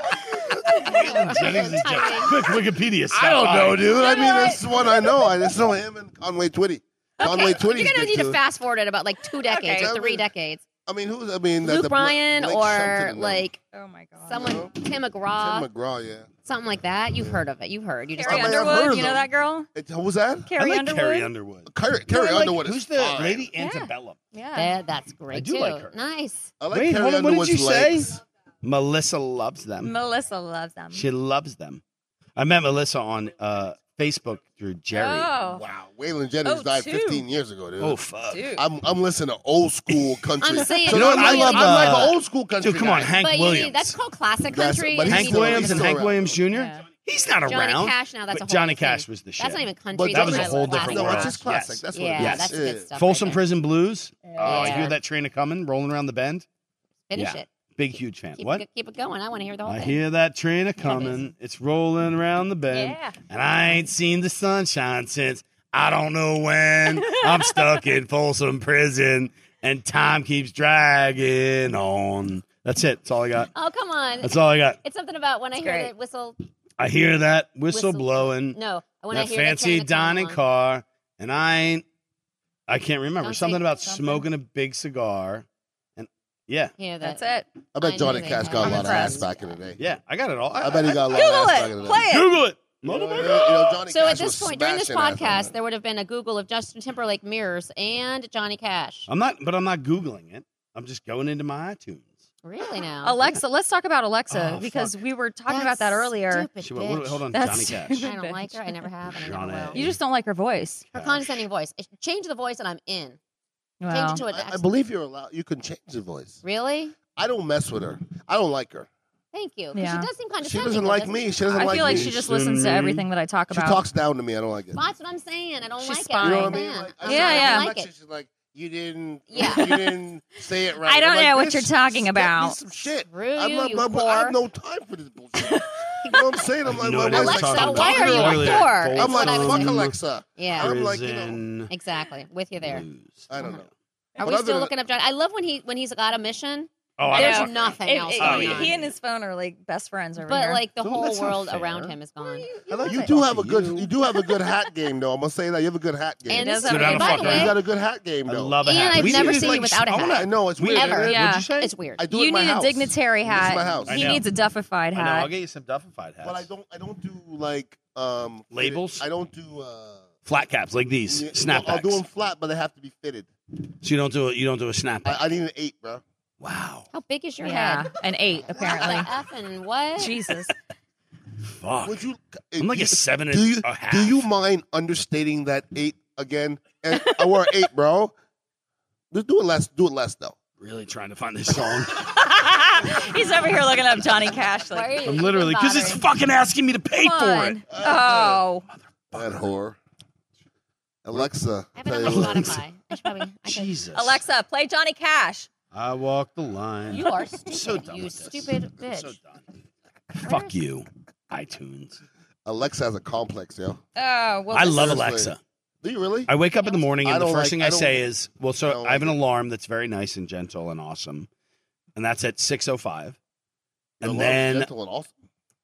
[SPEAKER 1] Waylon Jennings is
[SPEAKER 4] Timing.
[SPEAKER 1] just quick Wikipedia. Stuff.
[SPEAKER 2] I don't know, dude. I
[SPEAKER 4] know
[SPEAKER 2] mean,
[SPEAKER 4] what?
[SPEAKER 2] that's the one I know. I just know him and Conway Twitty. Conway
[SPEAKER 4] Okay,
[SPEAKER 2] Twitty's
[SPEAKER 4] You're gonna
[SPEAKER 2] good
[SPEAKER 4] need
[SPEAKER 2] too.
[SPEAKER 4] to fast forward it about like two decades,
[SPEAKER 2] Okay.
[SPEAKER 4] or three decades.
[SPEAKER 2] I mean, who's? I mean, the-
[SPEAKER 4] Luke
[SPEAKER 2] the Bla-
[SPEAKER 4] Bryan
[SPEAKER 2] Blake
[SPEAKER 4] or
[SPEAKER 2] something, uh,
[SPEAKER 4] like uh,
[SPEAKER 3] Oh my god.
[SPEAKER 4] someone, Tim McGraw,
[SPEAKER 2] Tim McGraw. Yeah.
[SPEAKER 4] something like that. You've heard of it. You've heard. You just
[SPEAKER 2] I
[SPEAKER 3] Carrie
[SPEAKER 4] don't
[SPEAKER 2] mean, I've heard
[SPEAKER 3] Underwood,
[SPEAKER 2] of
[SPEAKER 3] you know
[SPEAKER 2] them.
[SPEAKER 3] that girl?
[SPEAKER 2] It, who was that?
[SPEAKER 3] Carrie
[SPEAKER 1] I like
[SPEAKER 3] Underwood.
[SPEAKER 1] Carrie Underwood.
[SPEAKER 2] Carrie,
[SPEAKER 1] No,
[SPEAKER 2] Carrie
[SPEAKER 1] I like-
[SPEAKER 2] Underwood.
[SPEAKER 1] Who's
[SPEAKER 2] is
[SPEAKER 1] the
[SPEAKER 2] fine.
[SPEAKER 1] lady
[SPEAKER 3] Yeah.
[SPEAKER 1] Antebellum?
[SPEAKER 3] Yeah.
[SPEAKER 4] Yeah, that's great
[SPEAKER 1] I do
[SPEAKER 4] too.
[SPEAKER 1] like her.
[SPEAKER 4] Nice.
[SPEAKER 2] I like
[SPEAKER 1] Wait,
[SPEAKER 2] Carrie
[SPEAKER 1] hold on, what did
[SPEAKER 2] Underwood's
[SPEAKER 1] you say?
[SPEAKER 2] legs.
[SPEAKER 1] Melissa loves them.
[SPEAKER 3] Melissa loves them.
[SPEAKER 1] She loves them. I met Melissa on uh, Facebook through Jerry.
[SPEAKER 3] Oh,
[SPEAKER 2] Wow, Waylon Jennings
[SPEAKER 3] Oh,
[SPEAKER 2] died
[SPEAKER 3] two.
[SPEAKER 2] 15 years ago, dude.
[SPEAKER 1] Oh, fuck.
[SPEAKER 3] dude.
[SPEAKER 2] I'm I'm listening to old school country.
[SPEAKER 4] *laughs* I'm saying-
[SPEAKER 2] so
[SPEAKER 4] You know
[SPEAKER 2] I'm
[SPEAKER 4] what, I
[SPEAKER 2] like-
[SPEAKER 4] love,
[SPEAKER 2] I'm like
[SPEAKER 1] uh,
[SPEAKER 2] an old school country.
[SPEAKER 1] Dude, come on,
[SPEAKER 2] guy.
[SPEAKER 1] Hank
[SPEAKER 4] but
[SPEAKER 1] Williams.
[SPEAKER 4] You, that's called classic
[SPEAKER 2] That's-
[SPEAKER 4] country.
[SPEAKER 2] but he's
[SPEAKER 4] and you
[SPEAKER 1] Hank
[SPEAKER 4] need to
[SPEAKER 2] still-
[SPEAKER 1] Williams
[SPEAKER 2] he's
[SPEAKER 1] and
[SPEAKER 4] listen.
[SPEAKER 2] still
[SPEAKER 1] Hank
[SPEAKER 2] around.
[SPEAKER 1] Williams Jr.
[SPEAKER 3] Yeah.
[SPEAKER 1] He's not
[SPEAKER 4] Johnny
[SPEAKER 1] around.
[SPEAKER 4] Cash now. That's
[SPEAKER 1] but
[SPEAKER 4] a whole
[SPEAKER 1] Johnny
[SPEAKER 4] different
[SPEAKER 1] Cash
[SPEAKER 4] thing.
[SPEAKER 1] was the shit.
[SPEAKER 4] That's not even country.
[SPEAKER 2] But
[SPEAKER 1] That
[SPEAKER 4] that's
[SPEAKER 1] was a
[SPEAKER 4] just
[SPEAKER 1] whole
[SPEAKER 4] classic
[SPEAKER 1] different
[SPEAKER 2] No,
[SPEAKER 1] world.
[SPEAKER 2] it's
[SPEAKER 4] rock.
[SPEAKER 2] just classic.
[SPEAKER 1] Yes.
[SPEAKER 2] That's what
[SPEAKER 4] Yeah,
[SPEAKER 2] it
[SPEAKER 1] Yes.
[SPEAKER 2] is.
[SPEAKER 4] that's good
[SPEAKER 2] Yeah.
[SPEAKER 4] stuff.
[SPEAKER 1] Folsom
[SPEAKER 4] right there.
[SPEAKER 1] Prison Blues. Oh, you
[SPEAKER 4] Yeah.
[SPEAKER 1] hear that train a coming, rolling around the bend?
[SPEAKER 4] Finish
[SPEAKER 1] Yeah.
[SPEAKER 4] it.
[SPEAKER 1] Big, huge fan.
[SPEAKER 4] Keep,
[SPEAKER 1] what?
[SPEAKER 4] It, keep it going. I want to hear the whole
[SPEAKER 1] I
[SPEAKER 4] thing.
[SPEAKER 1] hear that train a coming. It's rolling around the bend.
[SPEAKER 3] yeah.
[SPEAKER 1] And I ain't seen the sunshine since I don't know when. I'm stuck
[SPEAKER 4] *laughs*
[SPEAKER 1] in Folsom Prison and time keeps dragging on. That's it. That's all I got.
[SPEAKER 4] Oh come on.
[SPEAKER 1] That's all I got.
[SPEAKER 4] It's something about when I hear
[SPEAKER 3] great.
[SPEAKER 4] that whistle.
[SPEAKER 1] I hear that whistle,
[SPEAKER 4] Whistle.
[SPEAKER 1] blowing,
[SPEAKER 4] No, when I
[SPEAKER 1] that
[SPEAKER 4] hear
[SPEAKER 1] fancy
[SPEAKER 4] that train
[SPEAKER 1] dining
[SPEAKER 4] a coming along.
[SPEAKER 1] car, and I ain't, I can't remember.
[SPEAKER 4] Don't
[SPEAKER 1] something
[SPEAKER 4] say
[SPEAKER 1] about
[SPEAKER 4] something.
[SPEAKER 1] smoking a big cigar. And yeah,
[SPEAKER 4] Hear that.
[SPEAKER 3] That's it.
[SPEAKER 2] I
[SPEAKER 4] I
[SPEAKER 2] bet Johnny
[SPEAKER 4] knew
[SPEAKER 2] Cash
[SPEAKER 4] they
[SPEAKER 2] got a
[SPEAKER 3] had
[SPEAKER 2] lot of
[SPEAKER 3] it.
[SPEAKER 2] ass back in the day.
[SPEAKER 4] *laughs*
[SPEAKER 1] yeah, I got it all.
[SPEAKER 2] I bet he got a lot
[SPEAKER 3] Google
[SPEAKER 2] of ass back in the
[SPEAKER 3] it.
[SPEAKER 2] day.
[SPEAKER 3] Play it.
[SPEAKER 1] Google it.
[SPEAKER 2] You know, you
[SPEAKER 1] Motherfucker.
[SPEAKER 2] know, Johnny
[SPEAKER 4] So at
[SPEAKER 2] Cash was
[SPEAKER 4] this point, during this
[SPEAKER 2] smashing ass back in
[SPEAKER 4] podcast,
[SPEAKER 2] the
[SPEAKER 4] there would have been a Google of Justin Timberlake mirrors and Johnny Cash.
[SPEAKER 1] I'm not, but I'm not Googling it. I'm just going into my iTunes.
[SPEAKER 4] Really now?
[SPEAKER 3] Alexa, let's talk about Alexa
[SPEAKER 1] Oh,
[SPEAKER 3] because we were talking
[SPEAKER 4] That's
[SPEAKER 3] about that earlier.
[SPEAKER 4] Stupid
[SPEAKER 1] She went, what-
[SPEAKER 4] bitch.
[SPEAKER 1] hold on,
[SPEAKER 3] That's-
[SPEAKER 1] Johnny Cash.
[SPEAKER 4] I don't like her. I never have. And I never
[SPEAKER 1] Johnny.
[SPEAKER 4] will.
[SPEAKER 3] You just don't like her voice.
[SPEAKER 4] her condescending voice. Change the voice, and I'm in. Change
[SPEAKER 3] Well,
[SPEAKER 4] it to an
[SPEAKER 2] day. I, I
[SPEAKER 4] accent.
[SPEAKER 2] believe you're allowed. You can change the voice.
[SPEAKER 4] Really?
[SPEAKER 2] I don't mess with her. I don't like her.
[SPEAKER 4] Thank you. 'Cause
[SPEAKER 3] Yeah.
[SPEAKER 4] She does seem
[SPEAKER 2] She
[SPEAKER 4] condescending.
[SPEAKER 2] doesn't
[SPEAKER 4] though,
[SPEAKER 2] like
[SPEAKER 4] doesn't
[SPEAKER 2] me.
[SPEAKER 4] She
[SPEAKER 2] She doesn't
[SPEAKER 3] I
[SPEAKER 2] like
[SPEAKER 3] feel like
[SPEAKER 2] me.
[SPEAKER 3] she just listens to everything that I talk
[SPEAKER 2] She
[SPEAKER 3] about.
[SPEAKER 2] talks down to me. I don't like it.
[SPEAKER 4] That's what I'm saying. I don't
[SPEAKER 3] She's
[SPEAKER 4] like it.
[SPEAKER 3] spying.
[SPEAKER 2] You know
[SPEAKER 3] fine.
[SPEAKER 2] what I mean?
[SPEAKER 4] Yeah.
[SPEAKER 2] Like,
[SPEAKER 3] I'm
[SPEAKER 2] I
[SPEAKER 3] Yeah,
[SPEAKER 2] don't
[SPEAKER 3] yeah.
[SPEAKER 4] I don't like
[SPEAKER 2] Like
[SPEAKER 4] it.
[SPEAKER 2] it. She's like, you didn't.
[SPEAKER 4] Yeah.
[SPEAKER 2] You didn't say it right.
[SPEAKER 3] *laughs* I don't
[SPEAKER 2] I'm like,
[SPEAKER 3] know what you're
[SPEAKER 2] "Bitch,
[SPEAKER 3] talking
[SPEAKER 2] step me
[SPEAKER 3] about."
[SPEAKER 2] Some shit.
[SPEAKER 4] Screw
[SPEAKER 2] I'm
[SPEAKER 4] you,
[SPEAKER 2] not,
[SPEAKER 4] you
[SPEAKER 2] I'm- I
[SPEAKER 4] whore.
[SPEAKER 2] have no time for this bullshit. you know what I'm saying?
[SPEAKER 1] *laughs*
[SPEAKER 2] I'm like,
[SPEAKER 1] No,
[SPEAKER 2] my
[SPEAKER 1] it is
[SPEAKER 2] wife's
[SPEAKER 4] Alexa,
[SPEAKER 1] talking
[SPEAKER 2] like,
[SPEAKER 4] why
[SPEAKER 1] about
[SPEAKER 4] are you a
[SPEAKER 1] earlier.
[SPEAKER 4] whore?
[SPEAKER 1] Folsom
[SPEAKER 2] I'm like,
[SPEAKER 4] That's what I
[SPEAKER 2] fuck
[SPEAKER 4] was-
[SPEAKER 2] Alexa.
[SPEAKER 4] Yeah.
[SPEAKER 2] I'm like, you know-
[SPEAKER 1] Prison
[SPEAKER 4] Exactly. With you there.
[SPEAKER 1] Blues.
[SPEAKER 2] I don't know.
[SPEAKER 4] Are
[SPEAKER 2] But
[SPEAKER 4] we
[SPEAKER 2] other
[SPEAKER 4] still
[SPEAKER 2] than-
[SPEAKER 4] looking up Johnny? I love when he when he's got a mission.
[SPEAKER 1] Oh, I
[SPEAKER 4] There's
[SPEAKER 3] know.
[SPEAKER 1] don't know.
[SPEAKER 4] nothing
[SPEAKER 3] It-
[SPEAKER 4] else
[SPEAKER 3] it-
[SPEAKER 1] Oh,
[SPEAKER 4] going
[SPEAKER 1] yeah.
[SPEAKER 4] on.
[SPEAKER 3] He and his phone are like best friends over
[SPEAKER 4] But
[SPEAKER 3] here.
[SPEAKER 4] like the
[SPEAKER 1] Don't-
[SPEAKER 4] whole
[SPEAKER 1] that's not
[SPEAKER 4] world
[SPEAKER 1] fair.
[SPEAKER 4] around him is gone.
[SPEAKER 2] You do have a good. You. do have a good hat game, though. I'm gonna say that you have a good hat game.
[SPEAKER 4] And
[SPEAKER 3] He
[SPEAKER 4] this
[SPEAKER 3] does
[SPEAKER 4] is
[SPEAKER 3] have
[SPEAKER 1] a
[SPEAKER 4] weird.
[SPEAKER 1] good
[SPEAKER 4] By
[SPEAKER 1] hat.
[SPEAKER 4] the
[SPEAKER 1] Dude, I
[SPEAKER 2] you
[SPEAKER 4] way,
[SPEAKER 2] got a good hat game,
[SPEAKER 1] I
[SPEAKER 2] though.
[SPEAKER 1] love a
[SPEAKER 4] And
[SPEAKER 1] hat.
[SPEAKER 4] I've
[SPEAKER 1] We
[SPEAKER 4] never
[SPEAKER 1] need to,
[SPEAKER 4] seen you
[SPEAKER 1] like,
[SPEAKER 4] without a
[SPEAKER 1] I wanna-
[SPEAKER 4] hat.
[SPEAKER 2] I know it's
[SPEAKER 1] We-
[SPEAKER 2] weird.
[SPEAKER 3] Ever,
[SPEAKER 2] What'd you
[SPEAKER 3] yeah.
[SPEAKER 2] say?
[SPEAKER 4] it's weird.
[SPEAKER 2] I do it
[SPEAKER 3] you
[SPEAKER 2] in my
[SPEAKER 3] need
[SPEAKER 2] house.
[SPEAKER 3] a dignitary
[SPEAKER 2] This is
[SPEAKER 3] hat.
[SPEAKER 2] my house.
[SPEAKER 1] I
[SPEAKER 3] He
[SPEAKER 1] know.
[SPEAKER 3] needs a duffified
[SPEAKER 1] I know. I'll
[SPEAKER 3] hat.
[SPEAKER 1] get you some duffified hats.
[SPEAKER 2] But I don't. I don't do like um
[SPEAKER 1] Labels?
[SPEAKER 2] I don't do. uh
[SPEAKER 1] flat caps like these.
[SPEAKER 2] yeah,
[SPEAKER 1] Snapbacks.
[SPEAKER 2] I'll do them flat, but they have to be fitted.
[SPEAKER 1] So you don't do a you don't do a snapback.
[SPEAKER 2] I, I need an eight, bro.
[SPEAKER 1] wow.
[SPEAKER 4] How big is your
[SPEAKER 3] yeah,
[SPEAKER 4] head?
[SPEAKER 3] an eight apparently.
[SPEAKER 4] *laughs* What the F and what?
[SPEAKER 3] Jesus,
[SPEAKER 1] Fuck.
[SPEAKER 2] Would you?
[SPEAKER 1] I'm like
[SPEAKER 2] you-
[SPEAKER 1] a seven and
[SPEAKER 2] do you
[SPEAKER 1] a half.
[SPEAKER 2] do you mind understating that eight again? And I wore an eight, bro. Just do it less. Do it less though.
[SPEAKER 1] really trying to
[SPEAKER 2] *laughs*
[SPEAKER 1] find this song?
[SPEAKER 3] *laughs* he's over here looking up Johnny Cash.
[SPEAKER 4] Why are
[SPEAKER 3] Like,
[SPEAKER 4] you
[SPEAKER 1] I'm
[SPEAKER 4] even
[SPEAKER 1] literally because it's
[SPEAKER 4] bothering?
[SPEAKER 1] fucking asking me to pay
[SPEAKER 3] come
[SPEAKER 1] for it.
[SPEAKER 3] on. Oh,
[SPEAKER 2] That whore. Alexa.
[SPEAKER 4] I have
[SPEAKER 2] tell
[SPEAKER 4] it
[SPEAKER 2] you
[SPEAKER 4] on
[SPEAKER 2] what.
[SPEAKER 4] my Spotify. I should probably.
[SPEAKER 1] *laughs*
[SPEAKER 4] I should-
[SPEAKER 1] Jesus.
[SPEAKER 3] Alexa, play Johnny Cash.
[SPEAKER 1] I walk the line.
[SPEAKER 4] You are stupid.
[SPEAKER 1] so done
[SPEAKER 4] you
[SPEAKER 1] with this.
[SPEAKER 4] stupid
[SPEAKER 1] I'm
[SPEAKER 4] bitch.
[SPEAKER 1] so done. Fuck you, iTunes.
[SPEAKER 2] Alexa has a complex, yo.
[SPEAKER 3] Oh, well,
[SPEAKER 1] I
[SPEAKER 3] this
[SPEAKER 1] love
[SPEAKER 3] is-
[SPEAKER 1] Alexa.
[SPEAKER 2] Do you really?
[SPEAKER 1] I wake up in the morning
[SPEAKER 2] I
[SPEAKER 1] and the
[SPEAKER 2] don't
[SPEAKER 1] first
[SPEAKER 2] like-
[SPEAKER 1] thing
[SPEAKER 2] I
[SPEAKER 1] I
[SPEAKER 2] don't-
[SPEAKER 1] say is, well,
[SPEAKER 2] I
[SPEAKER 1] so
[SPEAKER 2] don't
[SPEAKER 1] I have an
[SPEAKER 2] like it.
[SPEAKER 1] alarm that's very nice and gentle and awesome, and that's at six oh five,
[SPEAKER 2] Your
[SPEAKER 1] and
[SPEAKER 2] alarm's
[SPEAKER 1] then
[SPEAKER 2] gentle and awesome.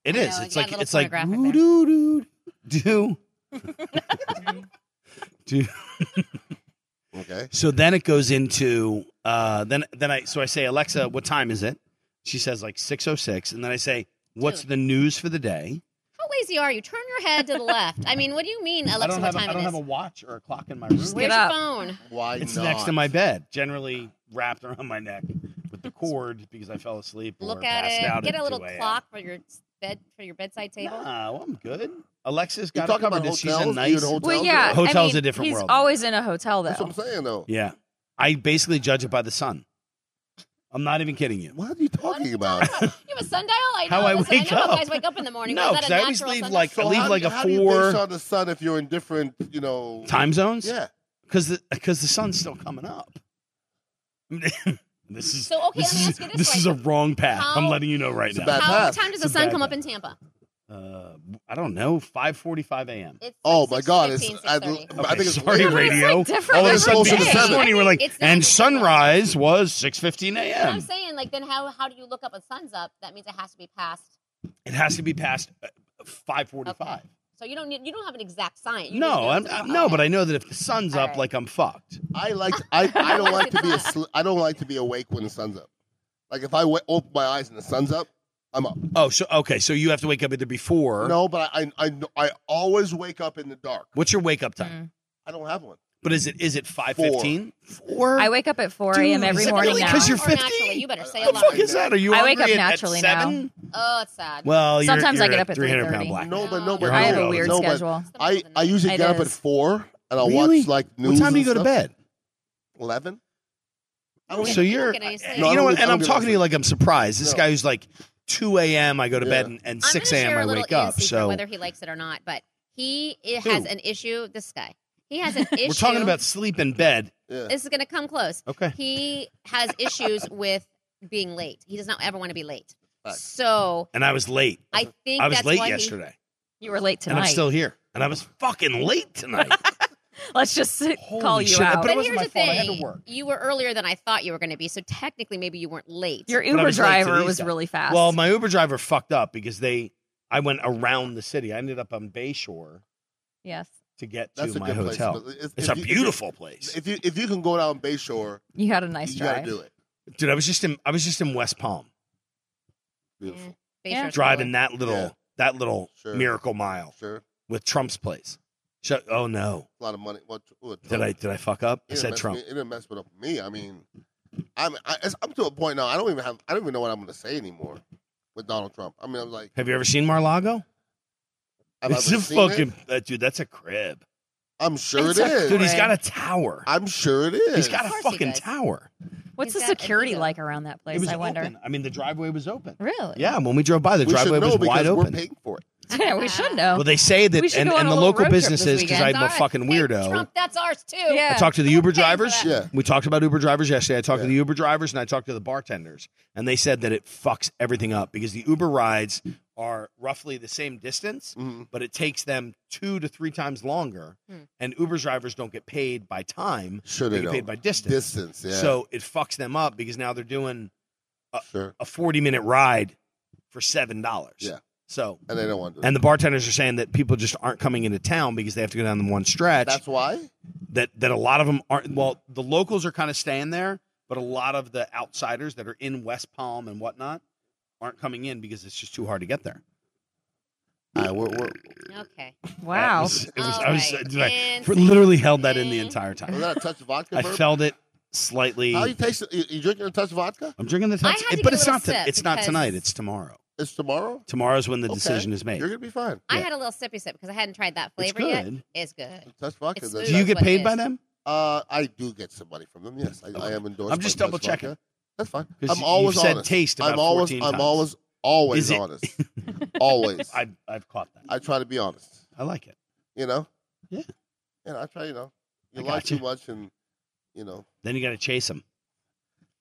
[SPEAKER 1] it
[SPEAKER 4] I
[SPEAKER 1] is.
[SPEAKER 4] know,
[SPEAKER 1] it's
[SPEAKER 4] yeah, a
[SPEAKER 1] like
[SPEAKER 4] little
[SPEAKER 1] it's like
[SPEAKER 4] pornographic
[SPEAKER 1] doo
[SPEAKER 4] there.
[SPEAKER 1] doo doo doo.
[SPEAKER 2] Okay.
[SPEAKER 1] So then it goes into uh, then then I so I say Alexa, what time is it? She says like six oh six, and then I say, what's
[SPEAKER 4] Dude.
[SPEAKER 1] the news for the day?
[SPEAKER 4] How lazy are you? Turn your head to the left. I mean, what do
[SPEAKER 1] *laughs*
[SPEAKER 4] you mean, Alexa? What time it is?
[SPEAKER 1] watch or a clock in my room.
[SPEAKER 4] Where's
[SPEAKER 3] Get
[SPEAKER 4] your
[SPEAKER 3] up.
[SPEAKER 4] phone?
[SPEAKER 2] Why
[SPEAKER 1] It's
[SPEAKER 2] not?
[SPEAKER 1] next to my bed, generally wrapped around my neck with the cord because I fell asleep. Or
[SPEAKER 4] Look at
[SPEAKER 1] passed
[SPEAKER 4] it.
[SPEAKER 1] Out
[SPEAKER 4] Get
[SPEAKER 1] at
[SPEAKER 4] a little
[SPEAKER 1] 2 a.m.
[SPEAKER 4] clock for your bed for your bedside table.
[SPEAKER 1] Nah, well, I'm good. Alexa's
[SPEAKER 2] You
[SPEAKER 1] got it
[SPEAKER 2] talking
[SPEAKER 1] covered.
[SPEAKER 2] about
[SPEAKER 1] This
[SPEAKER 2] hotels?
[SPEAKER 1] she's a
[SPEAKER 2] You
[SPEAKER 1] nice.
[SPEAKER 2] in hotels?
[SPEAKER 3] Well, yeah. I
[SPEAKER 1] Hotel's
[SPEAKER 3] mean,
[SPEAKER 1] a different
[SPEAKER 3] he's
[SPEAKER 1] world.
[SPEAKER 3] always in a hotel,
[SPEAKER 2] That's what
[SPEAKER 3] though.
[SPEAKER 2] I'm saying, though.
[SPEAKER 1] Yeah, I basically judge it by the sun. I'm not even kidding you.
[SPEAKER 2] What are you
[SPEAKER 4] What are
[SPEAKER 2] talking
[SPEAKER 4] you
[SPEAKER 2] about?
[SPEAKER 4] talking about? You have a sundial. I know.
[SPEAKER 1] How I
[SPEAKER 4] listen,
[SPEAKER 1] wake
[SPEAKER 4] I know
[SPEAKER 1] up.
[SPEAKER 4] How guys wake up in the morning.
[SPEAKER 1] No,
[SPEAKER 4] but
[SPEAKER 1] because
[SPEAKER 4] is that a
[SPEAKER 1] I always
[SPEAKER 4] natural
[SPEAKER 1] leave
[SPEAKER 4] sundial?
[SPEAKER 1] like I leave
[SPEAKER 2] how,
[SPEAKER 1] like a
[SPEAKER 2] how do you base
[SPEAKER 1] four
[SPEAKER 2] on the sun if you're in different, you know,
[SPEAKER 1] time zones.
[SPEAKER 2] Yeah.
[SPEAKER 1] because the because the sun's still coming up. *laughs* this is
[SPEAKER 4] So, okay,
[SPEAKER 1] this
[SPEAKER 4] let me
[SPEAKER 1] is
[SPEAKER 4] ask you this
[SPEAKER 1] this
[SPEAKER 4] way.
[SPEAKER 1] is a wrong path. I'm
[SPEAKER 4] How-
[SPEAKER 1] letting you know right
[SPEAKER 2] It's a
[SPEAKER 1] now.
[SPEAKER 2] bad
[SPEAKER 4] How what
[SPEAKER 2] path.
[SPEAKER 4] time does
[SPEAKER 1] It's a
[SPEAKER 4] the sun
[SPEAKER 1] bad
[SPEAKER 4] come up
[SPEAKER 1] path.
[SPEAKER 4] in Tampa?
[SPEAKER 1] Uh, I don't know. 5:45 a.m.
[SPEAKER 4] It's
[SPEAKER 2] Oh
[SPEAKER 4] like
[SPEAKER 2] my God! It's
[SPEAKER 4] 6:15,
[SPEAKER 2] I, I
[SPEAKER 4] 6:30.
[SPEAKER 1] Okay,
[SPEAKER 2] think it's
[SPEAKER 1] sorry,
[SPEAKER 2] later.
[SPEAKER 1] radio.
[SPEAKER 3] It's, like, different
[SPEAKER 1] All of a
[SPEAKER 2] every
[SPEAKER 1] sudden,
[SPEAKER 2] day.
[SPEAKER 1] this morning we're like,
[SPEAKER 4] It's not
[SPEAKER 1] and
[SPEAKER 4] different.
[SPEAKER 1] sunrise was 6:15
[SPEAKER 4] But I'm
[SPEAKER 1] a.m.
[SPEAKER 4] saying, like, then how how do you look up when sun's up? That means it has to be past.
[SPEAKER 1] It has to be past uh, 5:45.
[SPEAKER 4] Okay. So you don't need, you don't have an exact sign. You just
[SPEAKER 1] No,
[SPEAKER 4] know
[SPEAKER 1] I'm,
[SPEAKER 4] it's about-
[SPEAKER 1] I'm- no,
[SPEAKER 4] okay.
[SPEAKER 1] but I know that if the sun's
[SPEAKER 4] All
[SPEAKER 1] up,
[SPEAKER 4] right.
[SPEAKER 1] like I'm fucked.
[SPEAKER 2] I like I, I don't like
[SPEAKER 3] *laughs*
[SPEAKER 2] to be asl- I don't like to be awake when the sun's up. Like if I w- open my eyes and the sun's up, I'm up.
[SPEAKER 1] Oh, so okay, so you have to wake up either before.
[SPEAKER 2] No, but I I I, I always wake up in the dark.
[SPEAKER 1] What's your wake up time?
[SPEAKER 3] Mm.
[SPEAKER 2] I don't have one.
[SPEAKER 1] But is it is it 5:15? Four.
[SPEAKER 3] I wake up at 4 a.m.
[SPEAKER 1] Dude,
[SPEAKER 3] every
[SPEAKER 1] is it
[SPEAKER 3] morning
[SPEAKER 1] really
[SPEAKER 3] now.
[SPEAKER 1] 'cause you're
[SPEAKER 4] Or naturally,
[SPEAKER 1] 15?
[SPEAKER 4] You better say
[SPEAKER 2] I
[SPEAKER 4] a
[SPEAKER 1] What the
[SPEAKER 4] lot.
[SPEAKER 1] fuck is that? Are you?
[SPEAKER 3] I wake
[SPEAKER 1] hungry
[SPEAKER 3] up
[SPEAKER 1] at- at
[SPEAKER 3] naturally now.
[SPEAKER 1] seven?
[SPEAKER 4] Oh, it's sad.
[SPEAKER 1] Well, you're-
[SPEAKER 3] Sometimes I
[SPEAKER 1] you're
[SPEAKER 3] get
[SPEAKER 1] a
[SPEAKER 3] up at
[SPEAKER 1] 300 pound
[SPEAKER 3] 3:30.
[SPEAKER 1] black.
[SPEAKER 2] No, but
[SPEAKER 4] No.
[SPEAKER 2] no, but
[SPEAKER 1] You're
[SPEAKER 3] I have a
[SPEAKER 1] hungry
[SPEAKER 3] weird
[SPEAKER 2] no, but
[SPEAKER 3] schedule.
[SPEAKER 2] I, I usually
[SPEAKER 3] It
[SPEAKER 2] get up at
[SPEAKER 3] is.
[SPEAKER 2] four and I'll
[SPEAKER 1] Really?
[SPEAKER 2] watch like news.
[SPEAKER 1] What time
[SPEAKER 2] and
[SPEAKER 1] do you go to
[SPEAKER 2] stuff.
[SPEAKER 1] bed?
[SPEAKER 2] Eleven. I don't
[SPEAKER 1] So
[SPEAKER 2] eat.
[SPEAKER 1] you're,
[SPEAKER 4] Can I say-
[SPEAKER 1] you know
[SPEAKER 2] No, I
[SPEAKER 1] what?
[SPEAKER 2] don't- I
[SPEAKER 1] And
[SPEAKER 2] don't
[SPEAKER 1] I'm
[SPEAKER 2] do
[SPEAKER 1] talking to
[SPEAKER 2] that.
[SPEAKER 1] you like I'm surprised. This
[SPEAKER 2] No.
[SPEAKER 1] guy who's like 2 a.m. I go to bed
[SPEAKER 2] Yeah.
[SPEAKER 1] and, and
[SPEAKER 4] I'm
[SPEAKER 1] 6
[SPEAKER 4] gonna
[SPEAKER 1] a.m.
[SPEAKER 4] share
[SPEAKER 1] I
[SPEAKER 4] a little
[SPEAKER 1] wake up.
[SPEAKER 4] insight for
[SPEAKER 1] So
[SPEAKER 4] whether he likes it or not, but he it has
[SPEAKER 1] Who?
[SPEAKER 4] an issue. This guy, he has an issue.
[SPEAKER 1] we're talking about sleep in bed.
[SPEAKER 2] Yeah.
[SPEAKER 4] This is going to come close.
[SPEAKER 1] Okay.
[SPEAKER 4] He has issues *laughs* with being late. He does not ever want to be late.
[SPEAKER 2] Facts.
[SPEAKER 4] So
[SPEAKER 1] And I was late.
[SPEAKER 4] I think
[SPEAKER 1] I was
[SPEAKER 4] that's
[SPEAKER 1] late
[SPEAKER 4] why he-
[SPEAKER 1] yesterday.
[SPEAKER 3] You were late tonight.
[SPEAKER 1] And I'm still here. And I was fucking late
[SPEAKER 4] *laughs*
[SPEAKER 1] tonight.
[SPEAKER 3] Let's just sit-
[SPEAKER 1] Holy
[SPEAKER 3] call you
[SPEAKER 1] shit,
[SPEAKER 3] out.
[SPEAKER 1] But it
[SPEAKER 4] But
[SPEAKER 1] wasn't
[SPEAKER 4] here's
[SPEAKER 1] my
[SPEAKER 4] the
[SPEAKER 1] fault. I
[SPEAKER 4] thing:
[SPEAKER 1] had to work.
[SPEAKER 4] you were earlier than I thought you were going to be. So technically, maybe you weren't late.
[SPEAKER 3] Your
[SPEAKER 1] But I
[SPEAKER 3] Uber
[SPEAKER 1] was late to
[SPEAKER 3] driver
[SPEAKER 1] these
[SPEAKER 3] was
[SPEAKER 1] guys.
[SPEAKER 3] really fast.
[SPEAKER 1] Well, my Uber driver fucked up because they I went around the city. I ended up on Bayshore
[SPEAKER 3] yes,
[SPEAKER 1] to get
[SPEAKER 2] That's
[SPEAKER 1] to
[SPEAKER 2] a
[SPEAKER 1] my
[SPEAKER 2] good
[SPEAKER 1] hotel.
[SPEAKER 2] place. but if-
[SPEAKER 1] it's
[SPEAKER 2] if
[SPEAKER 1] a
[SPEAKER 2] you- if you-
[SPEAKER 1] beautiful place.
[SPEAKER 2] If you if you can go down Bayshore,
[SPEAKER 3] you had a nice
[SPEAKER 2] you
[SPEAKER 3] drive.
[SPEAKER 2] gotta do it.
[SPEAKER 1] Dude, I was just in I was just in West Palm
[SPEAKER 2] Beautiful.
[SPEAKER 3] Yeah.
[SPEAKER 1] driving that little
[SPEAKER 2] Yeah.
[SPEAKER 1] that little
[SPEAKER 2] Sure.
[SPEAKER 1] miracle mile
[SPEAKER 2] Sure, it's
[SPEAKER 1] with Trump's place. Shut, oh no.
[SPEAKER 2] a lot of money. What, what
[SPEAKER 1] Did I did I fuck up? I
[SPEAKER 2] It
[SPEAKER 1] said
[SPEAKER 2] messed
[SPEAKER 1] Trump.
[SPEAKER 2] Me, it didn't mess with me. I mean, I'm I, it's- I'm to a point now. I don't even have. I don't even know what I'm going to say anymore with Donald Trump. I mean, I'm like,
[SPEAKER 1] Have you ever seen Mar-a-Lago?
[SPEAKER 2] have I
[SPEAKER 1] It's
[SPEAKER 2] ever
[SPEAKER 1] a
[SPEAKER 2] seen it?
[SPEAKER 1] fucking uh, dude. That's a crib,
[SPEAKER 2] I'm sure it
[SPEAKER 3] It's a
[SPEAKER 2] is.
[SPEAKER 1] dude. He's
[SPEAKER 3] Right.
[SPEAKER 1] got a tower.
[SPEAKER 2] I'm sure it is.
[SPEAKER 1] He's got a
[SPEAKER 4] Of course he
[SPEAKER 1] fucking
[SPEAKER 4] does.
[SPEAKER 1] tower.
[SPEAKER 3] What's
[SPEAKER 4] He's
[SPEAKER 3] the
[SPEAKER 4] got a
[SPEAKER 3] security
[SPEAKER 4] Vita.
[SPEAKER 3] like around that
[SPEAKER 1] it
[SPEAKER 3] place?
[SPEAKER 1] was
[SPEAKER 3] I wonder.
[SPEAKER 1] open. I mean, the driveway was open.
[SPEAKER 3] Really?
[SPEAKER 1] Yeah, when we drove by, the
[SPEAKER 2] we
[SPEAKER 1] driveway
[SPEAKER 2] should know
[SPEAKER 1] was
[SPEAKER 2] because
[SPEAKER 1] wide
[SPEAKER 2] we're
[SPEAKER 1] open.
[SPEAKER 2] paying for it.
[SPEAKER 3] *laughs* Yeah, we should know.
[SPEAKER 1] Well, they say
[SPEAKER 3] We
[SPEAKER 1] that,
[SPEAKER 3] should
[SPEAKER 1] and,
[SPEAKER 3] go on
[SPEAKER 1] and
[SPEAKER 3] a
[SPEAKER 1] the
[SPEAKER 3] little
[SPEAKER 1] local
[SPEAKER 3] road trip this
[SPEAKER 1] businesses, because I'm
[SPEAKER 4] weekend.
[SPEAKER 1] a
[SPEAKER 4] All right,
[SPEAKER 1] fucking
[SPEAKER 4] hey,
[SPEAKER 1] weirdo.
[SPEAKER 4] Trump, that's ours too.
[SPEAKER 3] Yeah.
[SPEAKER 1] I talked to the Uber drivers.
[SPEAKER 4] that.
[SPEAKER 2] Yeah,
[SPEAKER 1] We talked about Uber drivers yesterday. I talked to
[SPEAKER 2] Yeah.
[SPEAKER 1] the Uber drivers and I talked to the bartenders, and they said that it fucks everything up because the Uber rides are roughly the same distance,
[SPEAKER 2] Mhm.
[SPEAKER 1] but it takes them two to three times longer,
[SPEAKER 4] Hmm.
[SPEAKER 1] and Uber drivers don't get paid by time;
[SPEAKER 2] sure
[SPEAKER 1] they,
[SPEAKER 2] they,
[SPEAKER 1] get
[SPEAKER 2] don't.
[SPEAKER 1] paid by distance.
[SPEAKER 2] distance. Yeah,
[SPEAKER 1] So it fucks them up because now they're doing
[SPEAKER 2] sure,
[SPEAKER 1] a forty-minute ride for seven dollars.
[SPEAKER 2] Yeah.
[SPEAKER 1] So.
[SPEAKER 2] and they don't want to. Do it.
[SPEAKER 1] And the bartenders are saying that people just aren't coming into town because they have to go down the one stretch *sighs*
[SPEAKER 2] That's why.
[SPEAKER 1] that that a lot of them aren't well the locals are kind of staying there but a lot of the outsiders that are in west palm and whatnot aren't coming in because it's just too hard to get there
[SPEAKER 2] Uh, we're, we're,
[SPEAKER 4] Okay.
[SPEAKER 1] It *laughs*
[SPEAKER 3] wow.
[SPEAKER 1] was, it was-
[SPEAKER 4] All
[SPEAKER 1] I, was,
[SPEAKER 4] right.
[SPEAKER 1] dude, I
[SPEAKER 4] And-
[SPEAKER 1] literally held that in the entire
[SPEAKER 2] was
[SPEAKER 1] time
[SPEAKER 2] that a touch of vodka?
[SPEAKER 1] i
[SPEAKER 2] Burp?
[SPEAKER 1] felt it slightly
[SPEAKER 2] How you taste? You, you drinking a touch of vodka?
[SPEAKER 1] i'm drinking the
[SPEAKER 4] I
[SPEAKER 1] touch
[SPEAKER 4] had to
[SPEAKER 1] but
[SPEAKER 4] get a
[SPEAKER 1] it's
[SPEAKER 4] little
[SPEAKER 1] not the,
[SPEAKER 4] sip
[SPEAKER 1] it's not
[SPEAKER 4] because-
[SPEAKER 1] tonight it's tomorrow
[SPEAKER 2] It's tomorrow.
[SPEAKER 1] tomorrow's when the
[SPEAKER 2] Okay.
[SPEAKER 1] decision is made
[SPEAKER 2] You're gonna be fine.
[SPEAKER 4] I
[SPEAKER 1] Yeah.
[SPEAKER 4] had a little sippy sip because I hadn't tried that
[SPEAKER 1] it's
[SPEAKER 4] flavor yet.
[SPEAKER 1] good
[SPEAKER 4] It's good.
[SPEAKER 2] Touch vodka.
[SPEAKER 4] It's
[SPEAKER 2] that's-
[SPEAKER 1] do you
[SPEAKER 4] That's
[SPEAKER 1] get
[SPEAKER 4] what it
[SPEAKER 1] paid by
[SPEAKER 4] is.
[SPEAKER 1] them
[SPEAKER 2] Uh, I do get some money from them. Yes, I, I am endorsed.
[SPEAKER 1] I'm
[SPEAKER 2] by
[SPEAKER 1] just
[SPEAKER 2] Touch
[SPEAKER 1] double checking.
[SPEAKER 2] Vodka. That's fine.
[SPEAKER 1] 'Cause
[SPEAKER 2] I'm
[SPEAKER 1] you-
[SPEAKER 2] always
[SPEAKER 1] you've said
[SPEAKER 2] honest.
[SPEAKER 1] taste about
[SPEAKER 2] I'm always.
[SPEAKER 1] 14
[SPEAKER 2] I'm
[SPEAKER 1] times.
[SPEAKER 2] always always
[SPEAKER 1] Is it- *laughs*
[SPEAKER 2] honest. always. I,
[SPEAKER 1] I, i've caught that
[SPEAKER 2] try to be honest.
[SPEAKER 1] i like it
[SPEAKER 2] You know.
[SPEAKER 1] Yeah.
[SPEAKER 2] And I try. You know. You
[SPEAKER 1] I
[SPEAKER 2] lie
[SPEAKER 1] got you.
[SPEAKER 2] too much, and you know.
[SPEAKER 1] then you got to chase them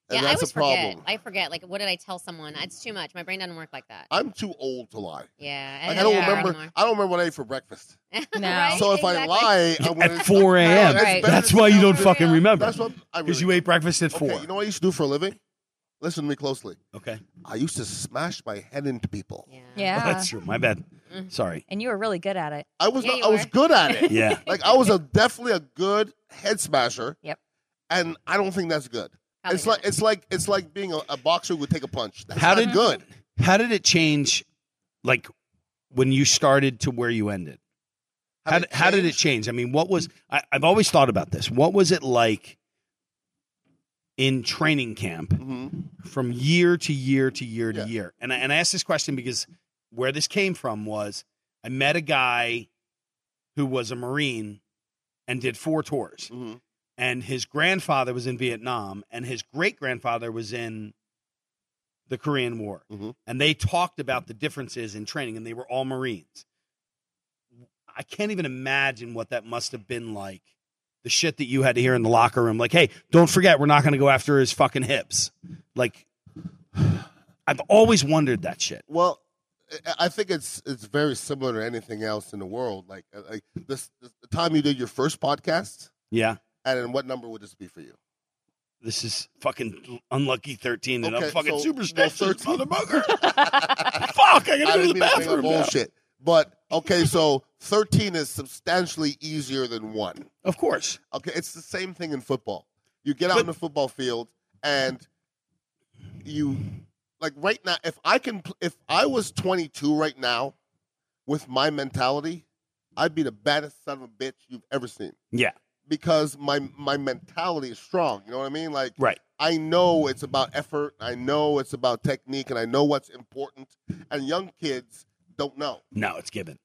[SPEAKER 2] And
[SPEAKER 4] yeah, I
[SPEAKER 2] that's
[SPEAKER 4] always
[SPEAKER 2] a problem.
[SPEAKER 4] forget. I forget. Like, what did I tell someone? It's too much. My brain doesn't work like that.
[SPEAKER 2] I'm too old to lie.
[SPEAKER 4] Yeah.
[SPEAKER 2] Like, I
[SPEAKER 3] Yeah.
[SPEAKER 2] don't
[SPEAKER 3] Yeah.
[SPEAKER 2] remember. I don't remember what I ate for breakfast.
[SPEAKER 3] No.
[SPEAKER 2] So if
[SPEAKER 1] *laughs*
[SPEAKER 2] I lie, I'm gonna,
[SPEAKER 1] at 4 a.m
[SPEAKER 2] It's
[SPEAKER 3] Right.
[SPEAKER 2] better
[SPEAKER 1] that's
[SPEAKER 2] to
[SPEAKER 1] why you
[SPEAKER 2] tell
[SPEAKER 1] don't
[SPEAKER 2] the-
[SPEAKER 1] fucking remember
[SPEAKER 2] That's what I
[SPEAKER 1] because
[SPEAKER 2] really.
[SPEAKER 1] you ate breakfast at four
[SPEAKER 2] Okay, you know what I used to do for a living? Listen to me closely.
[SPEAKER 1] okay.
[SPEAKER 2] I used to smash my head into people.
[SPEAKER 4] Yeah.
[SPEAKER 3] Yeah.
[SPEAKER 1] That's true. My bad.
[SPEAKER 4] Mm.
[SPEAKER 1] Sorry.
[SPEAKER 3] and you were really good at it.
[SPEAKER 2] I was
[SPEAKER 4] Yeah,
[SPEAKER 2] not,
[SPEAKER 4] you
[SPEAKER 2] I was
[SPEAKER 4] were.
[SPEAKER 2] good at
[SPEAKER 4] *laughs*
[SPEAKER 2] it.
[SPEAKER 1] Yeah.
[SPEAKER 2] Like I was a definitely a good head smasher.
[SPEAKER 3] Yep.
[SPEAKER 2] And I don't think that's good.
[SPEAKER 4] Probably
[SPEAKER 2] it's like
[SPEAKER 4] not.
[SPEAKER 2] it's like it's like being a, a boxer who would take a punch. That's
[SPEAKER 1] How
[SPEAKER 2] not
[SPEAKER 1] did-
[SPEAKER 2] good?
[SPEAKER 1] How did it change, like, when you started to where you ended? How, did, how did it
[SPEAKER 2] change?
[SPEAKER 1] change? I mean, what was, I, I've always thought about this. What was it like in training camp
[SPEAKER 2] Mhm.
[SPEAKER 1] from year to year to year to
[SPEAKER 2] Yeah.
[SPEAKER 1] year? And I, and I asked this question because where this came from was I met a guy who was a Marine and did four tours.
[SPEAKER 2] Mhm.
[SPEAKER 1] and his grandfather was in Vietnam, and his great grandfather was in the Korean War.
[SPEAKER 2] Mhm.
[SPEAKER 1] And they talked about the differences in training, and they were all Marines. I can't even imagine what that must have been like the shit that you had to hear in the locker room. Like, hey, don't forget, we're not going to go after his fucking hips. Like, I've always wondered that shit.
[SPEAKER 2] Well, I- I think it's it's very similar to anything else in the world. Like uh, like this, the time you did your first podcast,
[SPEAKER 1] Yeah.
[SPEAKER 2] and then what number would this be for you?
[SPEAKER 1] This is fucking unlucky 13 and I'm
[SPEAKER 2] Okay,
[SPEAKER 1] fucking
[SPEAKER 2] so-
[SPEAKER 1] superstitious, *laughs*
[SPEAKER 2] well, 13.
[SPEAKER 1] motherfucker. Fuck, I
[SPEAKER 2] I
[SPEAKER 1] gotta go to
[SPEAKER 2] didn't
[SPEAKER 1] the
[SPEAKER 2] mean to bring up
[SPEAKER 1] bathroom. now.
[SPEAKER 2] bullshit. But okay, so thirteen is substantially easier than one.
[SPEAKER 1] Of course.
[SPEAKER 2] Okay, it's the same thing in football. You get out
[SPEAKER 1] But-
[SPEAKER 2] on the football field and you like right now. If I can, pl- if I was 22 right now, with my mentality, I'd be the baddest son of a bitch you've ever seen.
[SPEAKER 1] Yeah.
[SPEAKER 2] Because my my mentality is strong. You know what I mean? Like
[SPEAKER 1] Right.
[SPEAKER 2] I know it's about effort. I know it's about technique, and I know what's important. And young kids don't know
[SPEAKER 1] No, it's given.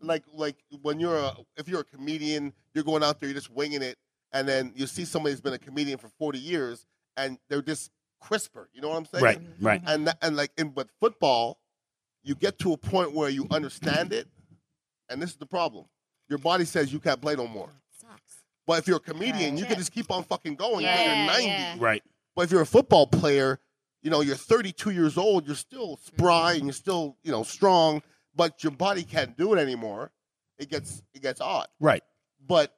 [SPEAKER 2] like like when you're a if you're a comedian, you're going out there, you're just winging it, and then you see somebody who's been a comedian for 40 years, and they're just crisper. You know what I'm saying?
[SPEAKER 1] Right, right.
[SPEAKER 2] And that, and like in but football, you get to a point where you understand it, and this is the problem. Your body says you can't play no more.
[SPEAKER 4] Sucks.
[SPEAKER 2] But if you're a comedian, you
[SPEAKER 4] Right.
[SPEAKER 2] can just keep on fucking going until
[SPEAKER 4] Yeah,
[SPEAKER 2] you're 90.
[SPEAKER 4] yeah.
[SPEAKER 1] Right.
[SPEAKER 2] But if you're a football player, you know, you're 32 years old, you're still spry and you're still, you know, strong, but your body can't do it anymore. It gets it gets odd.
[SPEAKER 1] Right.
[SPEAKER 2] But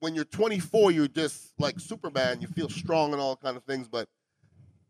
[SPEAKER 2] when you're 24, you're just like Superman, you feel strong and all kind of things, but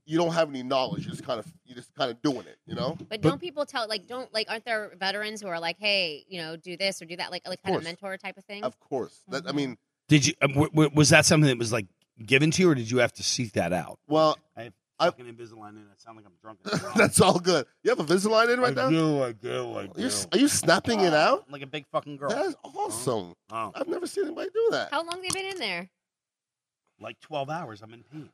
[SPEAKER 2] you don't have any knowledge. You're just kind of you're just kind of doing it, you know?
[SPEAKER 4] But, don't people tell like don't like aren't there veterans who are like hey you know do this or do that like like kind of
[SPEAKER 2] course.
[SPEAKER 4] mentor type of thing?
[SPEAKER 2] Of course. That, I mean,
[SPEAKER 1] Did you, uh, w- w- was that something that was like given to you or did you have to seek that out?
[SPEAKER 2] well, *laughs* I-
[SPEAKER 1] Fucking Invisalign in. I sound like I'm drunk.
[SPEAKER 2] *laughs*
[SPEAKER 1] as fuck.
[SPEAKER 2] that's all good. You have a Visaline in right now?
[SPEAKER 1] do, I do, I
[SPEAKER 2] You're, s- are you snapping it out?
[SPEAKER 1] Like a big fucking girl.
[SPEAKER 2] That is awesome.
[SPEAKER 1] Oh,
[SPEAKER 2] I've never seen anybody do that.
[SPEAKER 4] How long have they been in there?
[SPEAKER 1] like 12 hours. I'm in pain.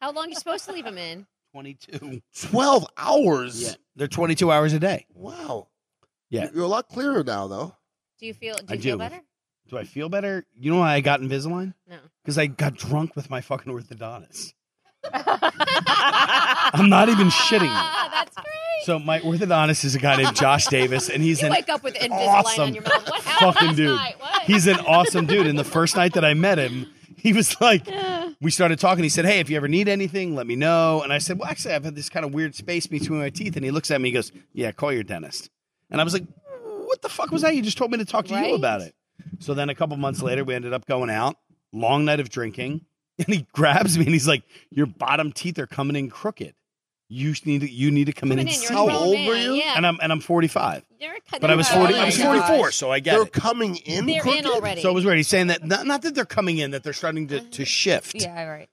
[SPEAKER 4] How long are you supposed to leave them in?
[SPEAKER 1] 22.
[SPEAKER 2] 12 hours.
[SPEAKER 1] *laughs* They're 22 hours a day.
[SPEAKER 2] Wow.
[SPEAKER 1] Yeah.
[SPEAKER 2] You're a lot clearer now, though.
[SPEAKER 4] Do you feel do you
[SPEAKER 1] I
[SPEAKER 4] feel
[SPEAKER 1] do.
[SPEAKER 4] better?
[SPEAKER 1] Do I feel better? You know why I got Invisalign?
[SPEAKER 4] No.
[SPEAKER 1] Because I got drunk with my fucking *laughs* orthodontist. I'm not even shitting you.
[SPEAKER 4] Ah, *laughs* that's great.
[SPEAKER 1] So my orthodontist is a guy named Josh Davis, and he's
[SPEAKER 4] *laughs* you
[SPEAKER 1] an
[SPEAKER 4] wake up with Invisalign
[SPEAKER 1] awesome
[SPEAKER 4] on your mouth. What happened
[SPEAKER 1] fucking
[SPEAKER 4] last
[SPEAKER 1] dude.
[SPEAKER 4] night? What?
[SPEAKER 1] he's an awesome dude. And the first night that I met him, he was like, we started talking. He said, "Hey, if you ever need anything, let me know." And I said, "Well, actually, I've had this kind of weird space between my teeth." And he looks at me. He goes, "Yeah, call your dentist." And I was like, "What the fuck was that? You just told me to talk to you
[SPEAKER 4] Right?
[SPEAKER 1] about it." So then a couple months later, we ended up going out. Long night of drinking, *laughs* and he grabs me and he's like, "Your bottom teeth are coming in crooked. You need to, you need to come in
[SPEAKER 4] Coming
[SPEAKER 1] and
[SPEAKER 4] in, you're a
[SPEAKER 2] How
[SPEAKER 1] see it."
[SPEAKER 4] grown
[SPEAKER 2] old
[SPEAKER 4] man.
[SPEAKER 2] were you?
[SPEAKER 4] Yeah.
[SPEAKER 1] And I'm and I'm 45,
[SPEAKER 4] You're a-
[SPEAKER 1] but I was 40. I was
[SPEAKER 2] Oh my
[SPEAKER 1] 44, so I get
[SPEAKER 2] They're
[SPEAKER 1] it.
[SPEAKER 2] coming in.
[SPEAKER 4] They're
[SPEAKER 2] crooked?
[SPEAKER 4] in already.
[SPEAKER 1] So it was weird. He's saying that not, not that they're coming in, that they're starting to, to shift.
[SPEAKER 3] Yeah, right.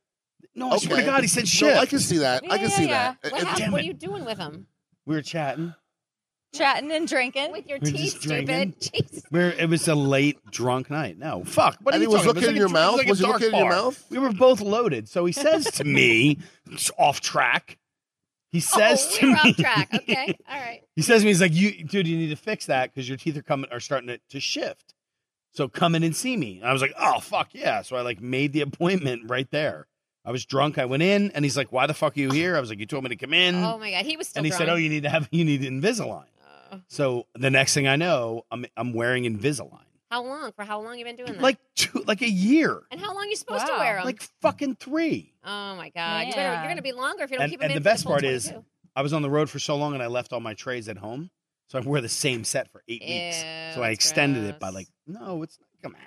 [SPEAKER 1] No, I Oh, swear to
[SPEAKER 2] Okay.
[SPEAKER 1] God, he said
[SPEAKER 2] No,
[SPEAKER 1] shift.
[SPEAKER 2] I can see that. I
[SPEAKER 3] Yeah,
[SPEAKER 2] can
[SPEAKER 3] yeah,
[SPEAKER 2] see
[SPEAKER 3] yeah.
[SPEAKER 2] that.
[SPEAKER 4] what,
[SPEAKER 2] It-
[SPEAKER 4] happened?
[SPEAKER 1] damn
[SPEAKER 4] what
[SPEAKER 1] it.
[SPEAKER 4] are you doing with them?
[SPEAKER 1] we were chatting.
[SPEAKER 3] Chatting and drinking.
[SPEAKER 4] With your
[SPEAKER 1] We're
[SPEAKER 4] teeth,
[SPEAKER 1] just drinking.
[SPEAKER 4] stupid. *laughs* Jesus.
[SPEAKER 1] We were, it was a late drunk night. No, fuck. What
[SPEAKER 2] And
[SPEAKER 1] are you
[SPEAKER 2] he
[SPEAKER 1] talking
[SPEAKER 2] was
[SPEAKER 1] about?
[SPEAKER 2] looking in
[SPEAKER 1] It
[SPEAKER 2] your
[SPEAKER 1] was like a-
[SPEAKER 2] mouth?
[SPEAKER 1] it
[SPEAKER 2] Was
[SPEAKER 1] was
[SPEAKER 2] he
[SPEAKER 1] like a
[SPEAKER 2] looking in
[SPEAKER 1] dark
[SPEAKER 2] your
[SPEAKER 1] bar.
[SPEAKER 2] mouth?
[SPEAKER 1] We were both loaded. So he says *laughs* to me, it's off track. He says
[SPEAKER 4] oh,
[SPEAKER 1] to
[SPEAKER 4] we're
[SPEAKER 1] me,
[SPEAKER 4] off track.
[SPEAKER 1] *laughs*
[SPEAKER 4] Okay, all right.
[SPEAKER 1] he says to me, he's like, you, dude, you need to fix that because your teeth are coming are starting to, to shift. So come in and see me. And I was like, oh fuck yeah. So I like made the appointment right there. I was drunk. I went in, and he's like, "Why the fuck are you here?" I was like, "You told me to come in."
[SPEAKER 4] Oh my god, he was still.
[SPEAKER 1] and he said, "Oh,
[SPEAKER 4] drunk.
[SPEAKER 1] you need to have you need Invisalign."
[SPEAKER 4] Uh,
[SPEAKER 1] So the next thing I know, I'm I'm wearing Invisalign.
[SPEAKER 4] how long? For how long you been doing that?
[SPEAKER 1] Like two, like a year,
[SPEAKER 4] and how long you supposed to
[SPEAKER 3] Wow.
[SPEAKER 4] wear them?
[SPEAKER 1] like fucking three.
[SPEAKER 4] oh my god, you better,
[SPEAKER 3] Yeah.
[SPEAKER 4] you're gonna be longer if you don't
[SPEAKER 1] And-
[SPEAKER 4] keep them
[SPEAKER 1] and
[SPEAKER 4] in.
[SPEAKER 1] the
[SPEAKER 4] for
[SPEAKER 1] best
[SPEAKER 4] full
[SPEAKER 1] part is- *laughs*
[SPEAKER 4] 22.
[SPEAKER 1] I was on the road for so long, and I left all my trays at home, so I wore the same set for eight weeks.
[SPEAKER 4] Ew,
[SPEAKER 1] So I
[SPEAKER 4] that's
[SPEAKER 1] extended it by
[SPEAKER 4] gross.
[SPEAKER 1] like no, it's come on.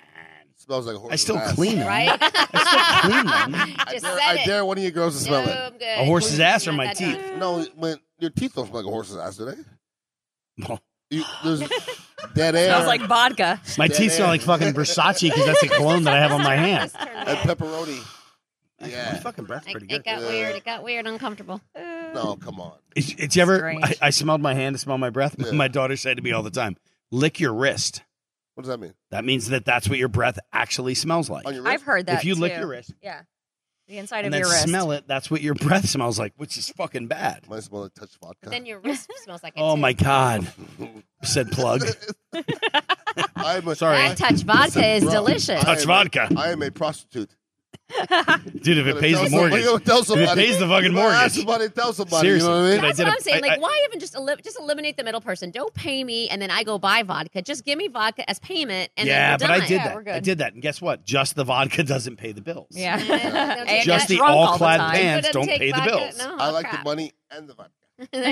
[SPEAKER 2] smells like a horse's
[SPEAKER 1] I still
[SPEAKER 2] ass.
[SPEAKER 1] clean them,
[SPEAKER 4] right.
[SPEAKER 1] *laughs* I still clean them.
[SPEAKER 2] I
[SPEAKER 4] *laughs* Just
[SPEAKER 2] dare,
[SPEAKER 4] said
[SPEAKER 2] I
[SPEAKER 4] it.
[SPEAKER 2] dare one of you girls to
[SPEAKER 4] No,
[SPEAKER 2] smell it.
[SPEAKER 4] I'm good.
[SPEAKER 1] A horse's ass or
[SPEAKER 4] Not
[SPEAKER 1] my
[SPEAKER 4] that
[SPEAKER 1] teeth?
[SPEAKER 4] done.
[SPEAKER 2] No, when your teeth don't smell like a horse's ass, do they?
[SPEAKER 1] Well, *sighs*
[SPEAKER 2] You,
[SPEAKER 4] *laughs*
[SPEAKER 2] there's dead air
[SPEAKER 3] Smells like vodka.
[SPEAKER 1] my teeth smell like fucking Versace because that's the cologne that I have on my hand.
[SPEAKER 4] This turned
[SPEAKER 2] and
[SPEAKER 4] bad.
[SPEAKER 2] pepperoni.
[SPEAKER 1] My
[SPEAKER 2] *laughs* Yeah.
[SPEAKER 1] fucking breath's
[SPEAKER 4] It-
[SPEAKER 1] pretty
[SPEAKER 4] It
[SPEAKER 1] good.
[SPEAKER 4] got
[SPEAKER 2] Yeah.
[SPEAKER 4] weird. It got
[SPEAKER 1] *laughs*
[SPEAKER 4] weird, uncomfortable.
[SPEAKER 2] No, come on.
[SPEAKER 1] It's, it's you ever?
[SPEAKER 3] Strange.
[SPEAKER 1] I, I smelled my hand. I smelled my breath.
[SPEAKER 2] Yeah.
[SPEAKER 1] My daughter said to me all the time, "Lick your wrist."
[SPEAKER 2] What does that mean?
[SPEAKER 1] That means that that's what your breath actually smells like.
[SPEAKER 2] On your
[SPEAKER 3] I've
[SPEAKER 2] wrist?
[SPEAKER 3] heard that.
[SPEAKER 1] if you lick
[SPEAKER 3] too.
[SPEAKER 1] your wrist
[SPEAKER 3] Yeah. The inside
[SPEAKER 1] and
[SPEAKER 3] of
[SPEAKER 1] then
[SPEAKER 3] your wrist.
[SPEAKER 1] smell it, that's what your breath smells like, which is fucking bad.
[SPEAKER 2] Might smell like touch
[SPEAKER 4] But
[SPEAKER 2] vodka.
[SPEAKER 4] then your wrist smells like it
[SPEAKER 1] Oh
[SPEAKER 4] too.
[SPEAKER 1] my god, said
[SPEAKER 2] *laughs*
[SPEAKER 1] plug.
[SPEAKER 2] I'm a,
[SPEAKER 1] Sorry.
[SPEAKER 4] That touch vodka is
[SPEAKER 2] Bro,
[SPEAKER 4] delicious.
[SPEAKER 2] I
[SPEAKER 1] Touch
[SPEAKER 2] am a-
[SPEAKER 1] vodka.
[SPEAKER 2] I am a prostitute.
[SPEAKER 1] Dude, if it pays the mortgage,
[SPEAKER 2] Somebody, tell
[SPEAKER 1] if
[SPEAKER 2] somebody.
[SPEAKER 1] it pays the fucking
[SPEAKER 2] You wanna
[SPEAKER 1] mortgage,
[SPEAKER 2] ask Somebody tell somebody.
[SPEAKER 1] Seriously.
[SPEAKER 2] You know what I mean?
[SPEAKER 4] That's
[SPEAKER 1] I did
[SPEAKER 4] what
[SPEAKER 1] a-
[SPEAKER 4] I'm saying.
[SPEAKER 1] I-
[SPEAKER 4] Like,
[SPEAKER 1] I-
[SPEAKER 4] why even just eli- just eliminate the middle person? Don't pay me, and then I go buy vodka. Just give me vodka as payment, and then
[SPEAKER 1] yeah,
[SPEAKER 4] we're
[SPEAKER 1] but I
[SPEAKER 4] done.
[SPEAKER 1] did
[SPEAKER 3] Yeah, we're
[SPEAKER 1] that.
[SPEAKER 3] good.
[SPEAKER 1] I did that, and guess what? Just the vodka *laughs* doesn't pay the bills.
[SPEAKER 3] *laughs* Yeah.
[SPEAKER 4] Yeah.
[SPEAKER 3] And
[SPEAKER 1] Just
[SPEAKER 3] got
[SPEAKER 1] the
[SPEAKER 3] drunk all
[SPEAKER 1] all-clad
[SPEAKER 3] time.
[SPEAKER 1] pants.
[SPEAKER 4] Couldn't
[SPEAKER 1] don't
[SPEAKER 4] take
[SPEAKER 1] pay the
[SPEAKER 4] vodka.
[SPEAKER 1] bills.
[SPEAKER 4] No,
[SPEAKER 2] I like
[SPEAKER 4] crap.
[SPEAKER 2] the money and the vodka.
[SPEAKER 4] there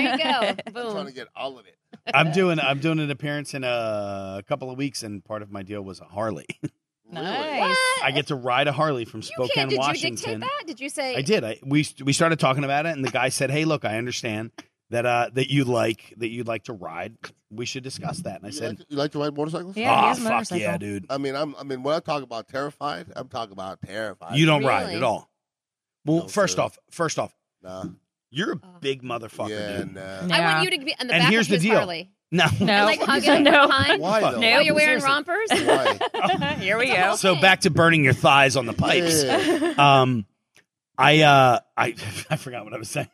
[SPEAKER 2] *laughs*
[SPEAKER 4] you go.
[SPEAKER 2] I'm trying
[SPEAKER 4] Boom.
[SPEAKER 2] to get all of it.
[SPEAKER 1] I'm doing. I'm doing an appearance in a couple of weeks, and part of my deal was a Harley. *laughs*
[SPEAKER 2] Really?
[SPEAKER 3] Nice.
[SPEAKER 1] I get to ride a Harley from
[SPEAKER 4] You
[SPEAKER 1] Spokane,
[SPEAKER 4] can't. Did you
[SPEAKER 1] Washington.
[SPEAKER 4] dictate that? Did you say?
[SPEAKER 1] I did. I we we started talking about it, and the guy said, "Hey, look, I understand that uh that you like that you'd like to ride. We should discuss that." And I
[SPEAKER 2] You
[SPEAKER 1] said,
[SPEAKER 2] like, you like to ride motorcycles?
[SPEAKER 3] Yeah, he
[SPEAKER 1] "Ah,
[SPEAKER 3] has a
[SPEAKER 1] fuck yeah,
[SPEAKER 3] motorcycle.
[SPEAKER 1] dude!
[SPEAKER 2] I mean, I'm. I mean, when I talk about terrified, I'm talking about terrified.
[SPEAKER 1] You don't ride
[SPEAKER 4] Really?
[SPEAKER 1] at all." Well,
[SPEAKER 2] Uh, No,
[SPEAKER 1] first
[SPEAKER 2] sir.
[SPEAKER 1] off, first off,
[SPEAKER 2] Nah.
[SPEAKER 1] you're a
[SPEAKER 4] Oh.
[SPEAKER 1] big motherfucker,
[SPEAKER 2] yeah,
[SPEAKER 1] dude.
[SPEAKER 2] nah.
[SPEAKER 3] No.
[SPEAKER 4] I want you to be in the
[SPEAKER 1] And
[SPEAKER 4] back
[SPEAKER 1] here's
[SPEAKER 4] of
[SPEAKER 1] the
[SPEAKER 4] his
[SPEAKER 1] deal.
[SPEAKER 4] Harley.
[SPEAKER 1] No.
[SPEAKER 3] No.
[SPEAKER 4] And, like hugging
[SPEAKER 3] No.
[SPEAKER 4] no. behind.
[SPEAKER 2] Why though?
[SPEAKER 3] No.
[SPEAKER 4] Oh, you're wearing
[SPEAKER 1] Seriously.
[SPEAKER 4] rompers.
[SPEAKER 2] Why?
[SPEAKER 3] *laughs* Here we go.
[SPEAKER 1] *laughs* So back to burning your thighs on the pipes.
[SPEAKER 2] Yeah.
[SPEAKER 1] Um, I uh, I *laughs* I forgot what I was saying.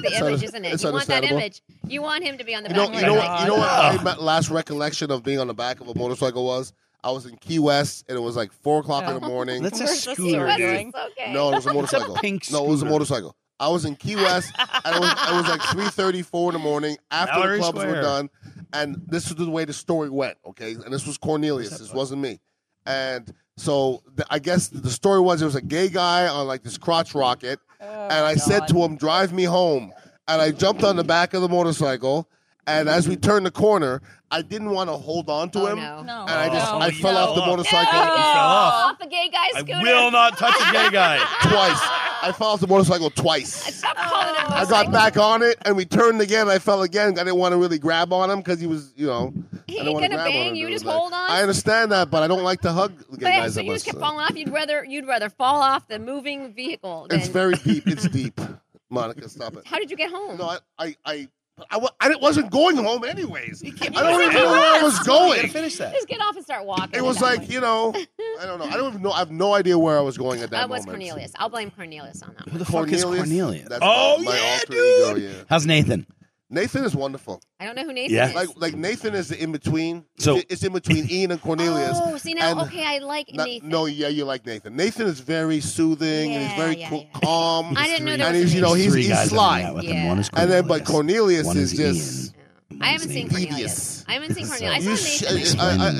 [SPEAKER 4] the image, isn't it?
[SPEAKER 2] It's
[SPEAKER 4] You want that
[SPEAKER 2] understandable.
[SPEAKER 4] image. You want him to be on the
[SPEAKER 2] You
[SPEAKER 4] back.
[SPEAKER 2] know,
[SPEAKER 4] of
[SPEAKER 2] you
[SPEAKER 4] your
[SPEAKER 2] know,
[SPEAKER 4] bike.
[SPEAKER 2] what, you know what
[SPEAKER 1] Ugh.
[SPEAKER 2] my ma- last recollection of being on the back of a motorcycle was? I was in Key West and it was like four o'clock in the
[SPEAKER 3] Oh.
[SPEAKER 2] morning.
[SPEAKER 1] That's a
[SPEAKER 3] Where's the
[SPEAKER 1] scooter,
[SPEAKER 3] scooter
[SPEAKER 1] dude.
[SPEAKER 3] going?
[SPEAKER 4] It's okay.
[SPEAKER 2] No, it was
[SPEAKER 4] *laughs*
[SPEAKER 2] a
[SPEAKER 1] It's a
[SPEAKER 2] motorcycle.
[SPEAKER 1] pink
[SPEAKER 2] No, it was a
[SPEAKER 1] scooter.
[SPEAKER 2] motorcycle. I was in Key West and it was, it was like three thirty, four in the morning after
[SPEAKER 1] Mallory
[SPEAKER 2] the clubs were
[SPEAKER 1] Square.
[SPEAKER 2] done. And this is the way the story went, okay? And this was Cornelius. This wasn't me. And so the, I guess the story was there was a gay guy on like this crotch rocket.
[SPEAKER 4] Oh,
[SPEAKER 2] and I said to him, "Drive me home." And I jumped on the back of the motorcycle. And as we turned the corner, I didn't want to hold on to
[SPEAKER 4] Oh,
[SPEAKER 2] him,
[SPEAKER 4] no.
[SPEAKER 3] No.
[SPEAKER 2] and I just
[SPEAKER 1] Oh,
[SPEAKER 2] I
[SPEAKER 1] you
[SPEAKER 2] fell
[SPEAKER 1] fell
[SPEAKER 2] off the
[SPEAKER 1] off.
[SPEAKER 2] motorcycle
[SPEAKER 4] Oh, off a gay guy
[SPEAKER 1] I
[SPEAKER 4] scooter.
[SPEAKER 1] will not touch a gay
[SPEAKER 2] *laughs*
[SPEAKER 1] guy.
[SPEAKER 2] twice. I fell off the motorcycle twice.
[SPEAKER 4] Stop calling him.
[SPEAKER 2] I got back on it, and we turned again. I fell again. I didn't want to really grab on him because he was, you know,
[SPEAKER 4] He
[SPEAKER 2] I
[SPEAKER 4] ain't
[SPEAKER 2] don't want to
[SPEAKER 4] gonna
[SPEAKER 2] grab on
[SPEAKER 4] bang
[SPEAKER 2] him.
[SPEAKER 4] you,
[SPEAKER 2] It was
[SPEAKER 4] just hold on.
[SPEAKER 2] I understand that, but I don't like to hug gay
[SPEAKER 4] But
[SPEAKER 2] guys.
[SPEAKER 4] so
[SPEAKER 2] that
[SPEAKER 4] you just
[SPEAKER 2] much,
[SPEAKER 4] kept
[SPEAKER 2] so.
[SPEAKER 4] falling off. You'd rather you'd rather fall off the moving vehicle. Than,
[SPEAKER 2] It's very deep.
[SPEAKER 4] *laughs*
[SPEAKER 2] It's deep. Monica, stop it.
[SPEAKER 4] How did you get home?
[SPEAKER 2] No, I, I, I, I, wa- I wasn't going home anyways.
[SPEAKER 1] You can't-
[SPEAKER 2] I don't even know where I was
[SPEAKER 1] You gotta
[SPEAKER 2] going.
[SPEAKER 1] finish that.
[SPEAKER 4] just get off and start walking.
[SPEAKER 2] It was
[SPEAKER 4] at that
[SPEAKER 2] like
[SPEAKER 4] point.
[SPEAKER 2] you know, I don't know. I don't even know. I have no idea where I was going at that
[SPEAKER 4] that was
[SPEAKER 2] moment.
[SPEAKER 4] Cornelius. I'll blame Cornelius on that.
[SPEAKER 1] Who
[SPEAKER 4] One.
[SPEAKER 1] the fuck is Cornelius?
[SPEAKER 2] That's
[SPEAKER 1] oh
[SPEAKER 2] my, my
[SPEAKER 1] yeah,
[SPEAKER 2] alter
[SPEAKER 1] dude.
[SPEAKER 2] Ego, yeah.
[SPEAKER 1] How's Nathan?
[SPEAKER 2] Nathan is wonderful.
[SPEAKER 4] I don't know who Nathan
[SPEAKER 1] Yeah.
[SPEAKER 4] is.
[SPEAKER 2] Like like Nathan is the in between.
[SPEAKER 1] So-
[SPEAKER 2] it's in between Ian and Cornelius.
[SPEAKER 4] *laughs* oh, see now,
[SPEAKER 2] and
[SPEAKER 4] okay, I like
[SPEAKER 2] No-
[SPEAKER 4] Nathan.
[SPEAKER 2] No, yeah, you like Nathan. Nathan is very soothing and he's
[SPEAKER 4] Yeah,
[SPEAKER 2] very
[SPEAKER 4] yeah,
[SPEAKER 2] cool,
[SPEAKER 4] yeah.
[SPEAKER 2] calm.
[SPEAKER 4] I didn't know there
[SPEAKER 2] and
[SPEAKER 4] was
[SPEAKER 2] he's
[SPEAKER 4] a
[SPEAKER 2] you know
[SPEAKER 4] Nathan.
[SPEAKER 2] he's,
[SPEAKER 1] Three
[SPEAKER 2] he's
[SPEAKER 1] guys hanging out
[SPEAKER 2] sly.
[SPEAKER 1] with him. One is
[SPEAKER 2] And then but
[SPEAKER 1] Cornelius.
[SPEAKER 2] Cornelius
[SPEAKER 1] One
[SPEAKER 2] is,
[SPEAKER 1] is
[SPEAKER 2] just
[SPEAKER 4] I haven't seen
[SPEAKER 2] Nathan.
[SPEAKER 4] Cornelius. I haven't seen
[SPEAKER 1] So-
[SPEAKER 4] Cornelius. I
[SPEAKER 2] You
[SPEAKER 4] saw
[SPEAKER 2] sh-
[SPEAKER 4] Nathan.
[SPEAKER 2] I- I-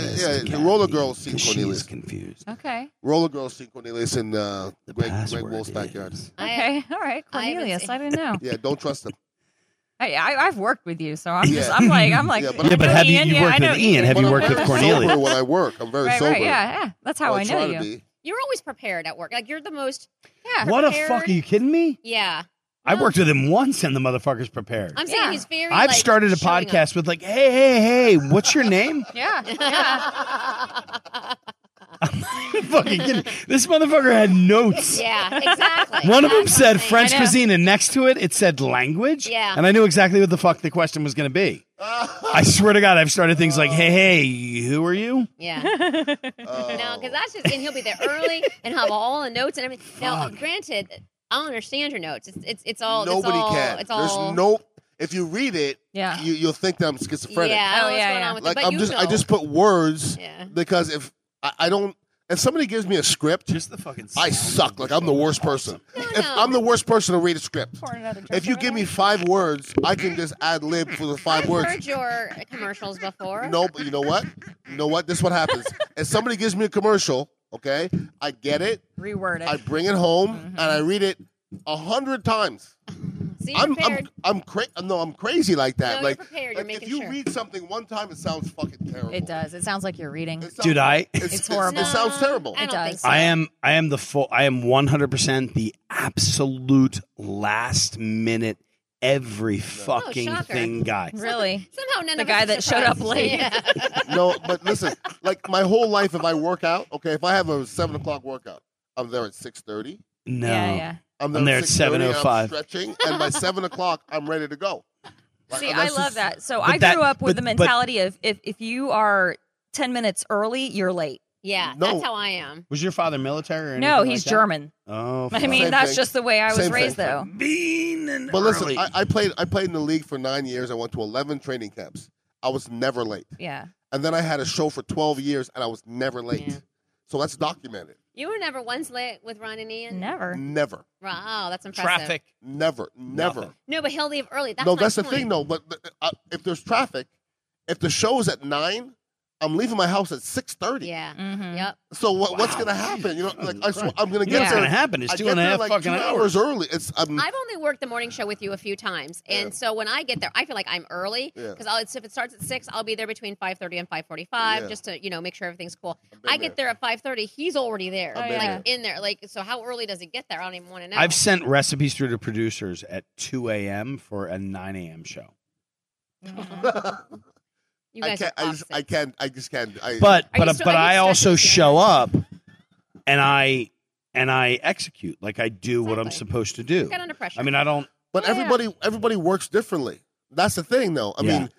[SPEAKER 2] yeah, the roller girls see
[SPEAKER 1] She's
[SPEAKER 2] Cornelius.
[SPEAKER 1] confused.
[SPEAKER 3] Okay.
[SPEAKER 2] roller girls see Cornelius in uh,
[SPEAKER 1] The
[SPEAKER 2] Greg, Greg
[SPEAKER 1] password
[SPEAKER 2] Wolf's backyard.
[SPEAKER 1] is-
[SPEAKER 4] I-
[SPEAKER 3] Okay. All right.
[SPEAKER 4] I haven't
[SPEAKER 3] Cornelius,
[SPEAKER 4] seen-
[SPEAKER 3] I, didn't know.
[SPEAKER 2] Yeah, don't trust him.
[SPEAKER 3] Hey, I, I've worked with you, so I'm just,
[SPEAKER 2] Yeah.
[SPEAKER 3] I'm like, I'm like,
[SPEAKER 2] Yeah, but-
[SPEAKER 3] I
[SPEAKER 1] Yeah, but
[SPEAKER 3] know
[SPEAKER 1] have you,
[SPEAKER 3] Ian,
[SPEAKER 1] you
[SPEAKER 3] yeah, I
[SPEAKER 1] worked
[SPEAKER 3] know
[SPEAKER 1] with Ian? Have
[SPEAKER 2] But
[SPEAKER 1] you
[SPEAKER 2] I'm
[SPEAKER 1] worked
[SPEAKER 2] very
[SPEAKER 1] with
[SPEAKER 2] Sober
[SPEAKER 1] Cornelius?
[SPEAKER 2] when I work, I'm very
[SPEAKER 3] Right,
[SPEAKER 2] sober.
[SPEAKER 3] right, yeah, yeah. That's how
[SPEAKER 2] Well,
[SPEAKER 3] I know
[SPEAKER 2] try to
[SPEAKER 3] you.
[SPEAKER 2] be.
[SPEAKER 4] You're always prepared at work. Like you're the most. Yeah.
[SPEAKER 1] What a
[SPEAKER 4] prepared.
[SPEAKER 1] fuck! Are you kidding me?
[SPEAKER 4] Yeah.
[SPEAKER 1] I worked with him once, and the motherfucker's prepared.
[SPEAKER 4] I'm saying
[SPEAKER 3] Yeah.
[SPEAKER 4] he's very.
[SPEAKER 1] I've
[SPEAKER 4] like,
[SPEAKER 1] started a
[SPEAKER 4] showing
[SPEAKER 1] podcast with like, hey, hey, hey, what's your name?
[SPEAKER 3] Yeah.
[SPEAKER 2] *laughs*
[SPEAKER 3] Yeah.
[SPEAKER 4] up.
[SPEAKER 1] Fucking kidding. This motherfucker had notes.
[SPEAKER 4] yeah.
[SPEAKER 2] *laughs*
[SPEAKER 4] Exactly.
[SPEAKER 1] One of them
[SPEAKER 4] That's what I'm
[SPEAKER 1] said
[SPEAKER 4] saying.
[SPEAKER 1] French
[SPEAKER 3] I know.
[SPEAKER 1] cuisine, and next to it, it said language.
[SPEAKER 4] Yeah.
[SPEAKER 1] And I knew exactly what the fuck the question was going to be. I swear to God, I've started things like, hey, hey, who are you?
[SPEAKER 4] Yeah.
[SPEAKER 2] Oh.
[SPEAKER 4] *laughs* No, because that's just, and he'll be there
[SPEAKER 2] *laughs*
[SPEAKER 4] early and have all the notes and everything. Now, granted, I don't understand your notes. It's it's, it's all
[SPEAKER 2] nobody
[SPEAKER 4] it's all,
[SPEAKER 2] can.
[SPEAKER 4] It's all
[SPEAKER 2] There's no. If you read it,
[SPEAKER 3] Yeah.
[SPEAKER 2] you, you'll think that I'm schizophrenic.
[SPEAKER 4] Yeah,
[SPEAKER 3] Oh,
[SPEAKER 4] I don't know what's
[SPEAKER 3] yeah,
[SPEAKER 4] going
[SPEAKER 3] yeah.
[SPEAKER 4] on with
[SPEAKER 2] like
[SPEAKER 4] it, but
[SPEAKER 2] I'm
[SPEAKER 4] you
[SPEAKER 2] just,
[SPEAKER 4] know.
[SPEAKER 2] I just put words
[SPEAKER 4] yeah.
[SPEAKER 2] because if I, I don't, if somebody gives me a script,
[SPEAKER 1] Just the fucking.
[SPEAKER 2] I suck. Like I'm the worst person. If
[SPEAKER 4] no.
[SPEAKER 2] I'm the worst person to read a script.
[SPEAKER 3] Pour another drink
[SPEAKER 2] If you
[SPEAKER 3] over
[SPEAKER 2] give me
[SPEAKER 3] there.
[SPEAKER 2] five words, I can just ad lib for the five
[SPEAKER 4] I've
[SPEAKER 2] words.
[SPEAKER 4] heard your commercials before.
[SPEAKER 2] No, but you know what? You know what? This is what happens. If somebody gives me a commercial, okay, I get it,
[SPEAKER 3] reword it.
[SPEAKER 2] I bring it home,
[SPEAKER 4] Mm-hmm.
[SPEAKER 2] and I read it a hundred times.
[SPEAKER 4] See, you're
[SPEAKER 2] I'm, I'm,
[SPEAKER 4] prepared.
[SPEAKER 2] I'm crazy. No, I'm crazy like
[SPEAKER 4] No,
[SPEAKER 2] that.
[SPEAKER 4] you're
[SPEAKER 2] like,
[SPEAKER 4] prepared. You're
[SPEAKER 2] like,
[SPEAKER 4] making
[SPEAKER 2] if you
[SPEAKER 4] sure.
[SPEAKER 2] read something one time, it sounds fucking terrible.
[SPEAKER 3] it does. It sounds like you're reading.
[SPEAKER 2] It sounds-
[SPEAKER 1] Dude, I-
[SPEAKER 3] It's horrible.
[SPEAKER 2] It sounds
[SPEAKER 4] No,
[SPEAKER 2] terrible.
[SPEAKER 4] I
[SPEAKER 3] It
[SPEAKER 4] don't think
[SPEAKER 3] does.
[SPEAKER 4] so.
[SPEAKER 1] I am. I am the full. I am one hundred percent the absolute last minute every
[SPEAKER 3] Oh,
[SPEAKER 1] fucking
[SPEAKER 4] shocker.
[SPEAKER 1] thing guy.
[SPEAKER 3] *laughs* Really?
[SPEAKER 4] Somehow none
[SPEAKER 3] The
[SPEAKER 4] of us
[SPEAKER 3] guy
[SPEAKER 4] are
[SPEAKER 3] that showed up
[SPEAKER 4] surprised.
[SPEAKER 3] late.
[SPEAKER 4] Yeah.
[SPEAKER 2] no, but listen, like my whole life, if I work out, okay, if I have a seven o'clock workout, I'm there at six thirty.
[SPEAKER 1] No.
[SPEAKER 3] Yeah, yeah.
[SPEAKER 2] I'm
[SPEAKER 1] I'm there at
[SPEAKER 2] 6:30, I'm
[SPEAKER 1] 7:05.
[SPEAKER 2] Stretching, and by seven o'clock, I'm ready to go. Like,
[SPEAKER 3] See, I
[SPEAKER 2] that's
[SPEAKER 3] love
[SPEAKER 2] just-
[SPEAKER 3] that. So
[SPEAKER 1] But
[SPEAKER 3] I
[SPEAKER 1] that-
[SPEAKER 3] grew up with
[SPEAKER 1] but-
[SPEAKER 3] the
[SPEAKER 1] but-
[SPEAKER 3] mentality of if if you are ten minutes early, you're late.
[SPEAKER 4] yeah,
[SPEAKER 2] No.
[SPEAKER 4] that's how I am.
[SPEAKER 1] Was your father military? or
[SPEAKER 3] No,
[SPEAKER 1] anything
[SPEAKER 3] he's
[SPEAKER 1] like that?
[SPEAKER 3] German. *laughs*
[SPEAKER 1] Oh,
[SPEAKER 3] I
[SPEAKER 1] fuck.
[SPEAKER 3] mean,
[SPEAKER 2] Same
[SPEAKER 3] that's
[SPEAKER 2] thing.
[SPEAKER 3] just the way I was
[SPEAKER 2] Same thing.
[SPEAKER 3] raised, though.
[SPEAKER 1] Bean and
[SPEAKER 2] But listen,
[SPEAKER 1] early.
[SPEAKER 2] I, I played. I played in the league for nine years. I went to eleven training camps. I was never late,
[SPEAKER 3] Yeah.
[SPEAKER 2] and then I had a show for twelve years, and I was never late.
[SPEAKER 4] Yeah.
[SPEAKER 2] So that's documented.
[SPEAKER 4] You were never once late with Ron and Ian.
[SPEAKER 3] Never. *laughs*
[SPEAKER 2] Never,
[SPEAKER 4] Wow, that's impressive.
[SPEAKER 1] Traffic.
[SPEAKER 2] never, never.
[SPEAKER 1] Nothing.
[SPEAKER 4] No, but he'll leave early. That's
[SPEAKER 2] no,
[SPEAKER 4] my
[SPEAKER 2] that's the
[SPEAKER 4] point.
[SPEAKER 2] thing, though. But th- uh, if there's traffic, if the show is at nine, I'm leaving my house at six thirty.
[SPEAKER 4] Yeah.
[SPEAKER 3] Mhm.
[SPEAKER 4] Yep.
[SPEAKER 2] So what, what's
[SPEAKER 1] Wow.
[SPEAKER 2] gonna happen? You know,
[SPEAKER 1] Jesus
[SPEAKER 2] like I sw-
[SPEAKER 1] Christ.
[SPEAKER 2] I'm gonna
[SPEAKER 1] You
[SPEAKER 2] get
[SPEAKER 1] know what's
[SPEAKER 2] there.
[SPEAKER 1] going to happen? It's
[SPEAKER 2] I
[SPEAKER 1] two
[SPEAKER 2] get
[SPEAKER 1] and a
[SPEAKER 2] there,
[SPEAKER 1] half
[SPEAKER 2] like
[SPEAKER 1] fucking
[SPEAKER 2] two
[SPEAKER 1] hours.
[SPEAKER 2] hours early. It's um, *laughs*
[SPEAKER 4] I've only worked the morning show with you a few times, and
[SPEAKER 2] Yeah.
[SPEAKER 4] so when I get there, I feel like I'm early
[SPEAKER 2] Yeah.
[SPEAKER 4] because I'll if it starts at six, I'll be there between five thirty and five forty-five
[SPEAKER 2] Yeah.
[SPEAKER 4] just to you know make sure everything's cool.
[SPEAKER 2] been
[SPEAKER 4] I get there at five thirty, he's already there,
[SPEAKER 3] Oh,
[SPEAKER 4] like
[SPEAKER 3] yeah.
[SPEAKER 4] in there. Like so, how early does it get there? I don't even want to know.
[SPEAKER 1] I've sent recipes through to producers at 2 a.m. for a 9 a.m. show.
[SPEAKER 3] Mhm.
[SPEAKER 4] you
[SPEAKER 2] I
[SPEAKER 4] guys
[SPEAKER 2] can't.
[SPEAKER 4] are
[SPEAKER 2] I just, I
[SPEAKER 4] toxic.
[SPEAKER 2] can't. I just can't. I,
[SPEAKER 1] But
[SPEAKER 4] Are you
[SPEAKER 1] but
[SPEAKER 4] still-
[SPEAKER 1] but
[SPEAKER 4] are you
[SPEAKER 1] I
[SPEAKER 4] stuck
[SPEAKER 1] also
[SPEAKER 4] with the
[SPEAKER 1] show up and I and I execute like I do what I'm
[SPEAKER 4] Exactly.
[SPEAKER 1] supposed to do.
[SPEAKER 4] Get under pressure.
[SPEAKER 1] I mean, I don't.
[SPEAKER 2] but
[SPEAKER 3] Yeah.
[SPEAKER 2] everybody everybody works differently. That's the thing, though. I
[SPEAKER 1] Yeah.
[SPEAKER 2] mean,
[SPEAKER 1] I mean,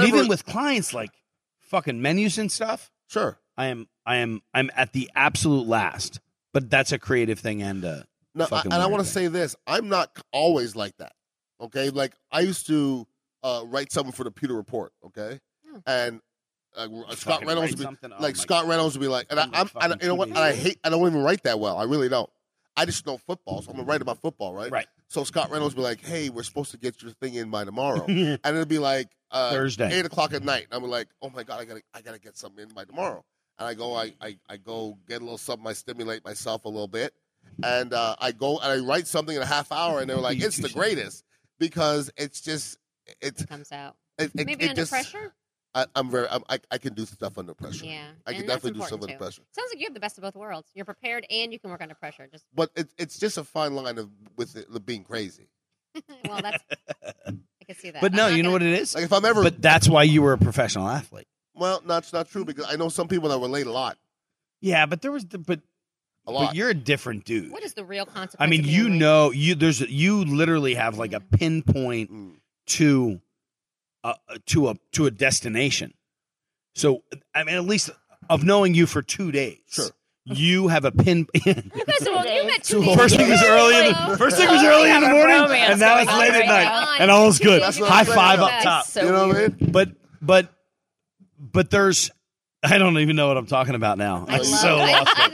[SPEAKER 2] whatever.
[SPEAKER 1] even with clients like fucking menus and stuff,
[SPEAKER 2] sure.
[SPEAKER 1] I am I am I'm at the absolute last. But that's a creative thing and uh
[SPEAKER 2] No, I,
[SPEAKER 1] fucking
[SPEAKER 2] and I
[SPEAKER 1] weird
[SPEAKER 2] want to
[SPEAKER 1] thing.
[SPEAKER 2] say this: I'm not c- always like that. Okay, like I used to uh, write something for the Pewter Report. Okay,
[SPEAKER 4] Oh.
[SPEAKER 2] and uh, Scott
[SPEAKER 1] fucking
[SPEAKER 2] Reynolds
[SPEAKER 1] write
[SPEAKER 2] would be
[SPEAKER 1] something. Oh
[SPEAKER 2] like
[SPEAKER 1] my
[SPEAKER 2] Scott Reynolds would be like, and I,
[SPEAKER 1] I'm like
[SPEAKER 2] I'm, and
[SPEAKER 1] fucking
[SPEAKER 2] you know what? And I
[SPEAKER 1] cheating.
[SPEAKER 2] hate. I don't even write that well. I really don't. I just know football, so I'm gonna write about football, right?
[SPEAKER 1] Right.
[SPEAKER 2] So Scott Reynolds would be like, "Hey, we're supposed to get your thing in
[SPEAKER 1] *laughs*
[SPEAKER 2] by tomorrow," and it'd be like
[SPEAKER 1] *laughs*
[SPEAKER 2] uh,
[SPEAKER 1] Thursday.
[SPEAKER 2] eight o'clock at night. And I'm like, "Oh my god, I gotta, I gotta get something in by tomorrow." And I go, I, I, I go get a little something. I stimulate myself a little bit, and uh, I go and I write something in a half hour, and they're
[SPEAKER 1] *laughs*
[SPEAKER 2] like, "It's the greatest," because it's just, it's,
[SPEAKER 4] It comes out.
[SPEAKER 2] it, it,
[SPEAKER 4] Maybe
[SPEAKER 2] it
[SPEAKER 4] under
[SPEAKER 2] just,
[SPEAKER 4] pressure.
[SPEAKER 2] I, I'm very, I'm, I, I can do stuff under pressure.
[SPEAKER 4] Yeah,
[SPEAKER 2] I can
[SPEAKER 4] and that's
[SPEAKER 2] definitely do
[SPEAKER 4] important
[SPEAKER 2] stuff under
[SPEAKER 4] too.
[SPEAKER 2] pressure.
[SPEAKER 4] Sounds like you have the best of both worlds. You're prepared and you can work under pressure. Just *laughs*
[SPEAKER 2] But it, it's just a fine line of with it, of being crazy.
[SPEAKER 4] well, that's I can see that.
[SPEAKER 1] But
[SPEAKER 4] I'm
[SPEAKER 1] no,
[SPEAKER 4] not
[SPEAKER 1] you know
[SPEAKER 4] gonna-
[SPEAKER 1] what it is?
[SPEAKER 2] Like if I'm ever,
[SPEAKER 1] But that's why you were a professional athlete.
[SPEAKER 2] well, no, it's not true because I know some people that relate a lot,
[SPEAKER 1] Yeah, but there was the, but but
[SPEAKER 2] a lot.
[SPEAKER 1] you're a different dude.
[SPEAKER 4] What is the real consequence?
[SPEAKER 1] I mean,
[SPEAKER 4] of
[SPEAKER 1] you
[SPEAKER 4] being late?
[SPEAKER 1] know, you there's you literally have like a pinpoint
[SPEAKER 2] Mm.
[SPEAKER 1] to uh, to a to a destination. So I mean, at least of knowing you for two days,
[SPEAKER 2] Sure.
[SPEAKER 1] you have a pin. *laughs*
[SPEAKER 4] You guys are you met two
[SPEAKER 2] Two
[SPEAKER 4] people.
[SPEAKER 1] first thing
[SPEAKER 4] *laughs*
[SPEAKER 1] was early in the first thing was early in the
[SPEAKER 3] We have a
[SPEAKER 1] morning,
[SPEAKER 3] romance
[SPEAKER 1] and now it's
[SPEAKER 3] going
[SPEAKER 1] late
[SPEAKER 3] on
[SPEAKER 1] at
[SPEAKER 3] right
[SPEAKER 1] night,
[SPEAKER 4] now.
[SPEAKER 1] and all's good.
[SPEAKER 2] That's what
[SPEAKER 1] High
[SPEAKER 2] I'm
[SPEAKER 1] five
[SPEAKER 2] saying.
[SPEAKER 1] up top.
[SPEAKER 3] So
[SPEAKER 2] you know what
[SPEAKER 3] *laughs*
[SPEAKER 2] I
[SPEAKER 3] weird.
[SPEAKER 2] mean?
[SPEAKER 1] But but but there's I don't even know what I'm talking about now.
[SPEAKER 2] I
[SPEAKER 1] I
[SPEAKER 2] love
[SPEAKER 1] so
[SPEAKER 2] it.
[SPEAKER 4] *laughs*
[SPEAKER 1] lost
[SPEAKER 4] I,
[SPEAKER 1] it.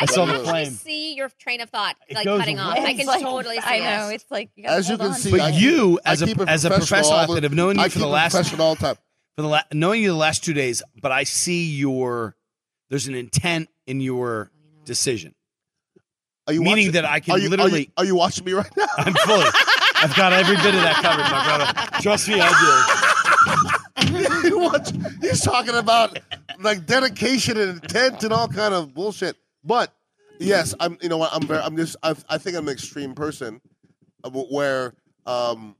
[SPEAKER 4] I, I
[SPEAKER 1] saw the
[SPEAKER 4] can actually
[SPEAKER 1] flame.
[SPEAKER 4] see your train of thought
[SPEAKER 1] It
[SPEAKER 4] like
[SPEAKER 1] goes
[SPEAKER 4] cutting off. I
[SPEAKER 1] away.
[SPEAKER 4] can
[SPEAKER 3] It's like-
[SPEAKER 4] totally see.
[SPEAKER 3] I know.
[SPEAKER 4] it.
[SPEAKER 3] It's like you gotta
[SPEAKER 2] As you
[SPEAKER 3] hold
[SPEAKER 2] can
[SPEAKER 3] on.
[SPEAKER 2] see,
[SPEAKER 1] But
[SPEAKER 2] I keep-
[SPEAKER 1] you, as
[SPEAKER 2] I
[SPEAKER 1] a-
[SPEAKER 2] keep it
[SPEAKER 1] as a professional
[SPEAKER 2] all
[SPEAKER 1] athlete, I've known you
[SPEAKER 2] I
[SPEAKER 1] for the
[SPEAKER 2] keep it
[SPEAKER 1] last-
[SPEAKER 2] professional all the time.
[SPEAKER 1] for the la- knowing you the last two days, but I see your there's an intent in
[SPEAKER 4] Oh,
[SPEAKER 1] your decision,
[SPEAKER 2] Are you
[SPEAKER 1] meaning
[SPEAKER 2] watching-
[SPEAKER 1] that I can
[SPEAKER 2] are you,
[SPEAKER 1] literally
[SPEAKER 2] Are you, are you watching me right now?
[SPEAKER 1] I'm fully. I've got every bit of that covered, my brother. Trust me, I
[SPEAKER 2] *laughs* you watch, he's talking about like dedication and intent and all kind of bullshit. But yes, I'm. You know what? I'm very. I'm just. i I think I'm an extreme person, uh, wh- where um,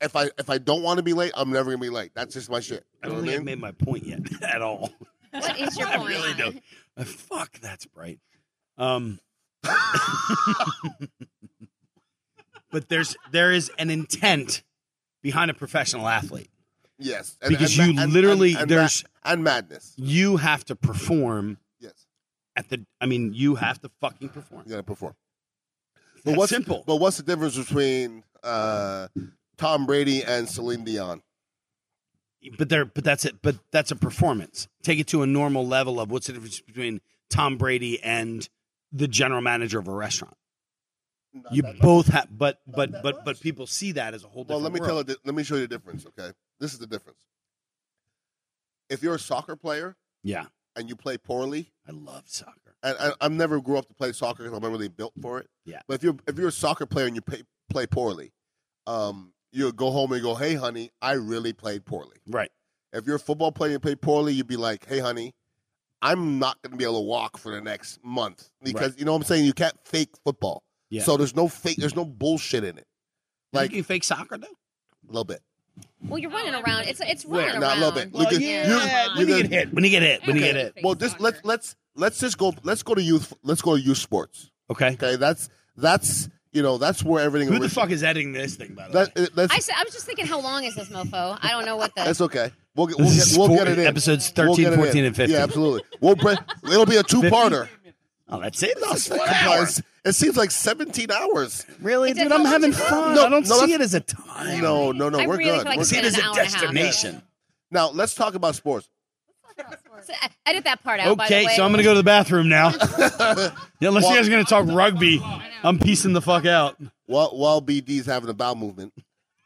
[SPEAKER 2] if I if I don't want to be late, I'm never gonna be late. That's just my shit.
[SPEAKER 1] do. I
[SPEAKER 2] You know
[SPEAKER 1] don't
[SPEAKER 2] what
[SPEAKER 1] think
[SPEAKER 2] I
[SPEAKER 1] I've made
[SPEAKER 2] mean?
[SPEAKER 1] my point yet *laughs* at all.
[SPEAKER 4] What is your
[SPEAKER 1] I
[SPEAKER 4] point?
[SPEAKER 1] really don't. Uh, fuck, that's bright. Um, *laughs* but there's there is an intent behind a professional athlete
[SPEAKER 2] Yes, and-
[SPEAKER 1] because
[SPEAKER 2] and
[SPEAKER 1] you
[SPEAKER 2] ma- and-
[SPEAKER 1] literally
[SPEAKER 2] and- and ma-
[SPEAKER 1] there's
[SPEAKER 2] and madness.
[SPEAKER 1] you have to perform
[SPEAKER 2] Yes,
[SPEAKER 1] at the. I mean, you have to fucking perform.
[SPEAKER 2] you gotta perform.
[SPEAKER 1] That's
[SPEAKER 2] what's
[SPEAKER 1] simple.
[SPEAKER 2] But what's the difference between uh, Tom Brady and Celine Dion?
[SPEAKER 1] but there but that's it but that's a performance take it to a normal level of what's the difference between tom brady and the general manager of a restaurant you both have but but
[SPEAKER 2] that
[SPEAKER 1] but
[SPEAKER 2] much.
[SPEAKER 1] but people see that as a whole
[SPEAKER 2] Well,
[SPEAKER 1] different
[SPEAKER 2] let me
[SPEAKER 1] world.
[SPEAKER 2] tell you. Let me show you the difference. Okay, this is the difference. If you're a soccer player
[SPEAKER 1] yeah
[SPEAKER 2] and you play poorly,
[SPEAKER 1] i love soccer
[SPEAKER 2] and I, I've never grew up to play soccer because I'm not really built for it.
[SPEAKER 1] Yeah.
[SPEAKER 2] But if you're if you're a soccer player and you play play poorly, um, you'll go home and go, "Hey, honey, I really played poorly."
[SPEAKER 1] right
[SPEAKER 2] If you're a football player and you play poorly, you'd be like, "Hey, honey, I'm not going to be able to walk for the next month because you know what I'm saying. You can't fake football.
[SPEAKER 1] Yeah.
[SPEAKER 2] So there's no fake. There's no bullshit in it.
[SPEAKER 1] like
[SPEAKER 2] Like
[SPEAKER 1] you can fake soccer though
[SPEAKER 2] a little bit.
[SPEAKER 4] Well, you're running around. It's it's
[SPEAKER 1] Where?
[SPEAKER 4] running
[SPEAKER 2] Not a
[SPEAKER 4] around.
[SPEAKER 2] little bit. Well, Look at-
[SPEAKER 4] yeah.
[SPEAKER 2] you-
[SPEAKER 1] when you
[SPEAKER 2] you
[SPEAKER 1] get hit when you get hit when you get hit
[SPEAKER 2] Well, just let let's let's just go. Let's go to youth. Let's go to youth sports.
[SPEAKER 1] okay
[SPEAKER 2] Okay, that's that's you know that's where everything.
[SPEAKER 1] who the
[SPEAKER 2] origi-
[SPEAKER 1] fuck is editing this thing by the way
[SPEAKER 2] That, uh, that's
[SPEAKER 4] I, said, I was just thinking, how long is this mofo? I don't know what the.
[SPEAKER 2] that's okay. We'll get
[SPEAKER 1] This
[SPEAKER 2] we'll get,
[SPEAKER 1] is
[SPEAKER 2] we'll
[SPEAKER 1] four-
[SPEAKER 2] get it in
[SPEAKER 1] episodes
[SPEAKER 2] We'll
[SPEAKER 1] 13,
[SPEAKER 2] get it in.
[SPEAKER 1] 14, and 15.
[SPEAKER 2] Yeah, absolutely. We'll bre-
[SPEAKER 1] *laughs*
[SPEAKER 2] it'll be a two parter.
[SPEAKER 1] oh that's it That's four hours.
[SPEAKER 2] It seems like seventeen hours.
[SPEAKER 1] really
[SPEAKER 4] It's a
[SPEAKER 1] dude i'm
[SPEAKER 4] whole
[SPEAKER 1] having
[SPEAKER 4] different-
[SPEAKER 1] fun
[SPEAKER 2] No,
[SPEAKER 1] i don't
[SPEAKER 2] no,
[SPEAKER 1] see it
[SPEAKER 2] that's-
[SPEAKER 1] as a time
[SPEAKER 2] No, no, no.
[SPEAKER 4] I
[SPEAKER 2] we're
[SPEAKER 4] really
[SPEAKER 2] good.
[SPEAKER 4] feel like
[SPEAKER 2] We're
[SPEAKER 1] i see
[SPEAKER 4] it's
[SPEAKER 1] it as
[SPEAKER 2] good.
[SPEAKER 4] been an
[SPEAKER 1] a
[SPEAKER 4] hour and a half.
[SPEAKER 1] destination
[SPEAKER 2] Now let's talk about sports.
[SPEAKER 4] So, uh, edit that part out. by the
[SPEAKER 1] Okay,
[SPEAKER 4] way.
[SPEAKER 1] so I'm gonna go to the bathroom
[SPEAKER 4] *laughs*
[SPEAKER 1] now. yeah, unless you guys are gonna talk rugby, I'm piecing the fuck out.
[SPEAKER 2] While while BD's having a bowel movement,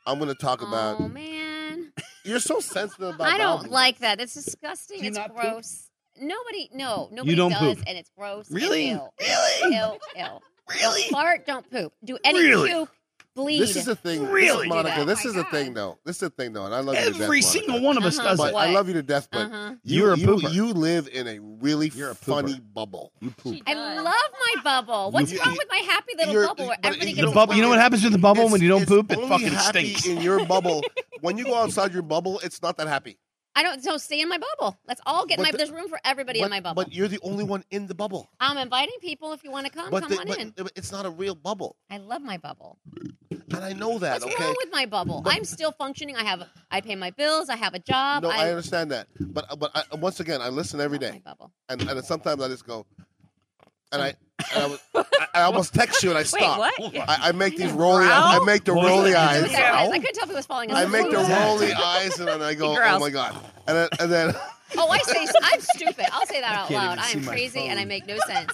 [SPEAKER 2] I'm gonna talk about.
[SPEAKER 4] Oh man,
[SPEAKER 2] You're so sensitive about.
[SPEAKER 4] I
[SPEAKER 2] bowel
[SPEAKER 4] don't
[SPEAKER 2] movement.
[SPEAKER 4] like that. That's disgusting.
[SPEAKER 1] you
[SPEAKER 4] it's
[SPEAKER 1] not poop?
[SPEAKER 4] gross. Nobody, no, nobody
[SPEAKER 1] don't
[SPEAKER 4] does,
[SPEAKER 1] poop?
[SPEAKER 4] and it's gross.
[SPEAKER 1] Really?
[SPEAKER 4] And ill.
[SPEAKER 1] Really?
[SPEAKER 4] Ill. Ill.
[SPEAKER 1] Really?
[SPEAKER 4] Don't fart. Don't poop. Do any
[SPEAKER 1] Really?
[SPEAKER 4] puke. Bleed.
[SPEAKER 2] This is a thing, this
[SPEAKER 1] Really?
[SPEAKER 2] is Monica.
[SPEAKER 4] Oh
[SPEAKER 2] this is
[SPEAKER 3] my
[SPEAKER 2] a thing,
[SPEAKER 3] God.
[SPEAKER 2] though. This is a thing, though, and I love you to death,
[SPEAKER 1] Every
[SPEAKER 2] Monica.
[SPEAKER 1] single one of us
[SPEAKER 4] Uh-huh.
[SPEAKER 1] does
[SPEAKER 2] But
[SPEAKER 1] it.
[SPEAKER 2] I
[SPEAKER 4] What?
[SPEAKER 2] love you to death, but
[SPEAKER 4] uh-huh.
[SPEAKER 2] you,
[SPEAKER 1] You're a
[SPEAKER 2] you-
[SPEAKER 1] pooper.
[SPEAKER 2] You live in a really
[SPEAKER 1] You're a pooper.
[SPEAKER 2] funny bubble.
[SPEAKER 3] She
[SPEAKER 4] I
[SPEAKER 3] does.
[SPEAKER 4] love my bubble. What's
[SPEAKER 2] You-
[SPEAKER 4] wrong with my happy little
[SPEAKER 2] You're-
[SPEAKER 4] bubble where
[SPEAKER 2] but
[SPEAKER 4] everybody
[SPEAKER 2] you
[SPEAKER 1] The
[SPEAKER 4] gets
[SPEAKER 2] don't
[SPEAKER 1] bubble. You know what happens with the bubble
[SPEAKER 2] It's-
[SPEAKER 1] when you don't
[SPEAKER 2] it's
[SPEAKER 1] poop? It
[SPEAKER 2] only
[SPEAKER 1] fucking
[SPEAKER 2] happy
[SPEAKER 1] stinks.
[SPEAKER 2] In
[SPEAKER 1] *laughs*
[SPEAKER 2] your bubble, when you go outside your bubble, it's not that happy.
[SPEAKER 4] I don't don't stay in my bubble. Let's all get in
[SPEAKER 2] But
[SPEAKER 4] my.
[SPEAKER 2] the-
[SPEAKER 4] there's room for everybody
[SPEAKER 2] but,
[SPEAKER 4] in my bubble.
[SPEAKER 2] but you're the only one in the bubble.
[SPEAKER 4] I'm inviting people if you want to come.
[SPEAKER 2] But,
[SPEAKER 4] come
[SPEAKER 2] the-
[SPEAKER 4] on
[SPEAKER 2] but-
[SPEAKER 4] in.
[SPEAKER 2] but it's not a real bubble,
[SPEAKER 4] I love my bubble.
[SPEAKER 2] and I know that.
[SPEAKER 4] What's
[SPEAKER 2] okay,
[SPEAKER 4] wrong with my bubble? I'm still functioning. I have. I pay my bills. I have a job.
[SPEAKER 2] no, I
[SPEAKER 4] I,
[SPEAKER 2] understand that. But but I, once again, I listen every
[SPEAKER 4] love my
[SPEAKER 2] day,
[SPEAKER 4] bubble.
[SPEAKER 2] and, and sometimes I just go, and I and
[SPEAKER 4] *laughs*
[SPEAKER 2] I, was- I, I almost text you and I stop.
[SPEAKER 3] Wait, what?
[SPEAKER 2] I, I make
[SPEAKER 4] *laughs*
[SPEAKER 2] these rolly.
[SPEAKER 3] Growl?
[SPEAKER 2] I make the
[SPEAKER 1] What was
[SPEAKER 2] rolly
[SPEAKER 1] that?
[SPEAKER 4] It
[SPEAKER 2] eyes.
[SPEAKER 4] was that eyes. I couldn't tell if it was falling.
[SPEAKER 2] I
[SPEAKER 4] asleep.
[SPEAKER 2] make the
[SPEAKER 4] What was that?
[SPEAKER 2] rolly eyes, and then I go,
[SPEAKER 3] He
[SPEAKER 2] oh
[SPEAKER 3] growls.
[SPEAKER 2] my god, and then, and then
[SPEAKER 4] Oh, I say I'm stupid. I'll say that out
[SPEAKER 1] can't even
[SPEAKER 4] loud. I
[SPEAKER 1] see
[SPEAKER 4] am
[SPEAKER 1] my
[SPEAKER 4] crazy and I
[SPEAKER 1] phone.
[SPEAKER 4] make no sense.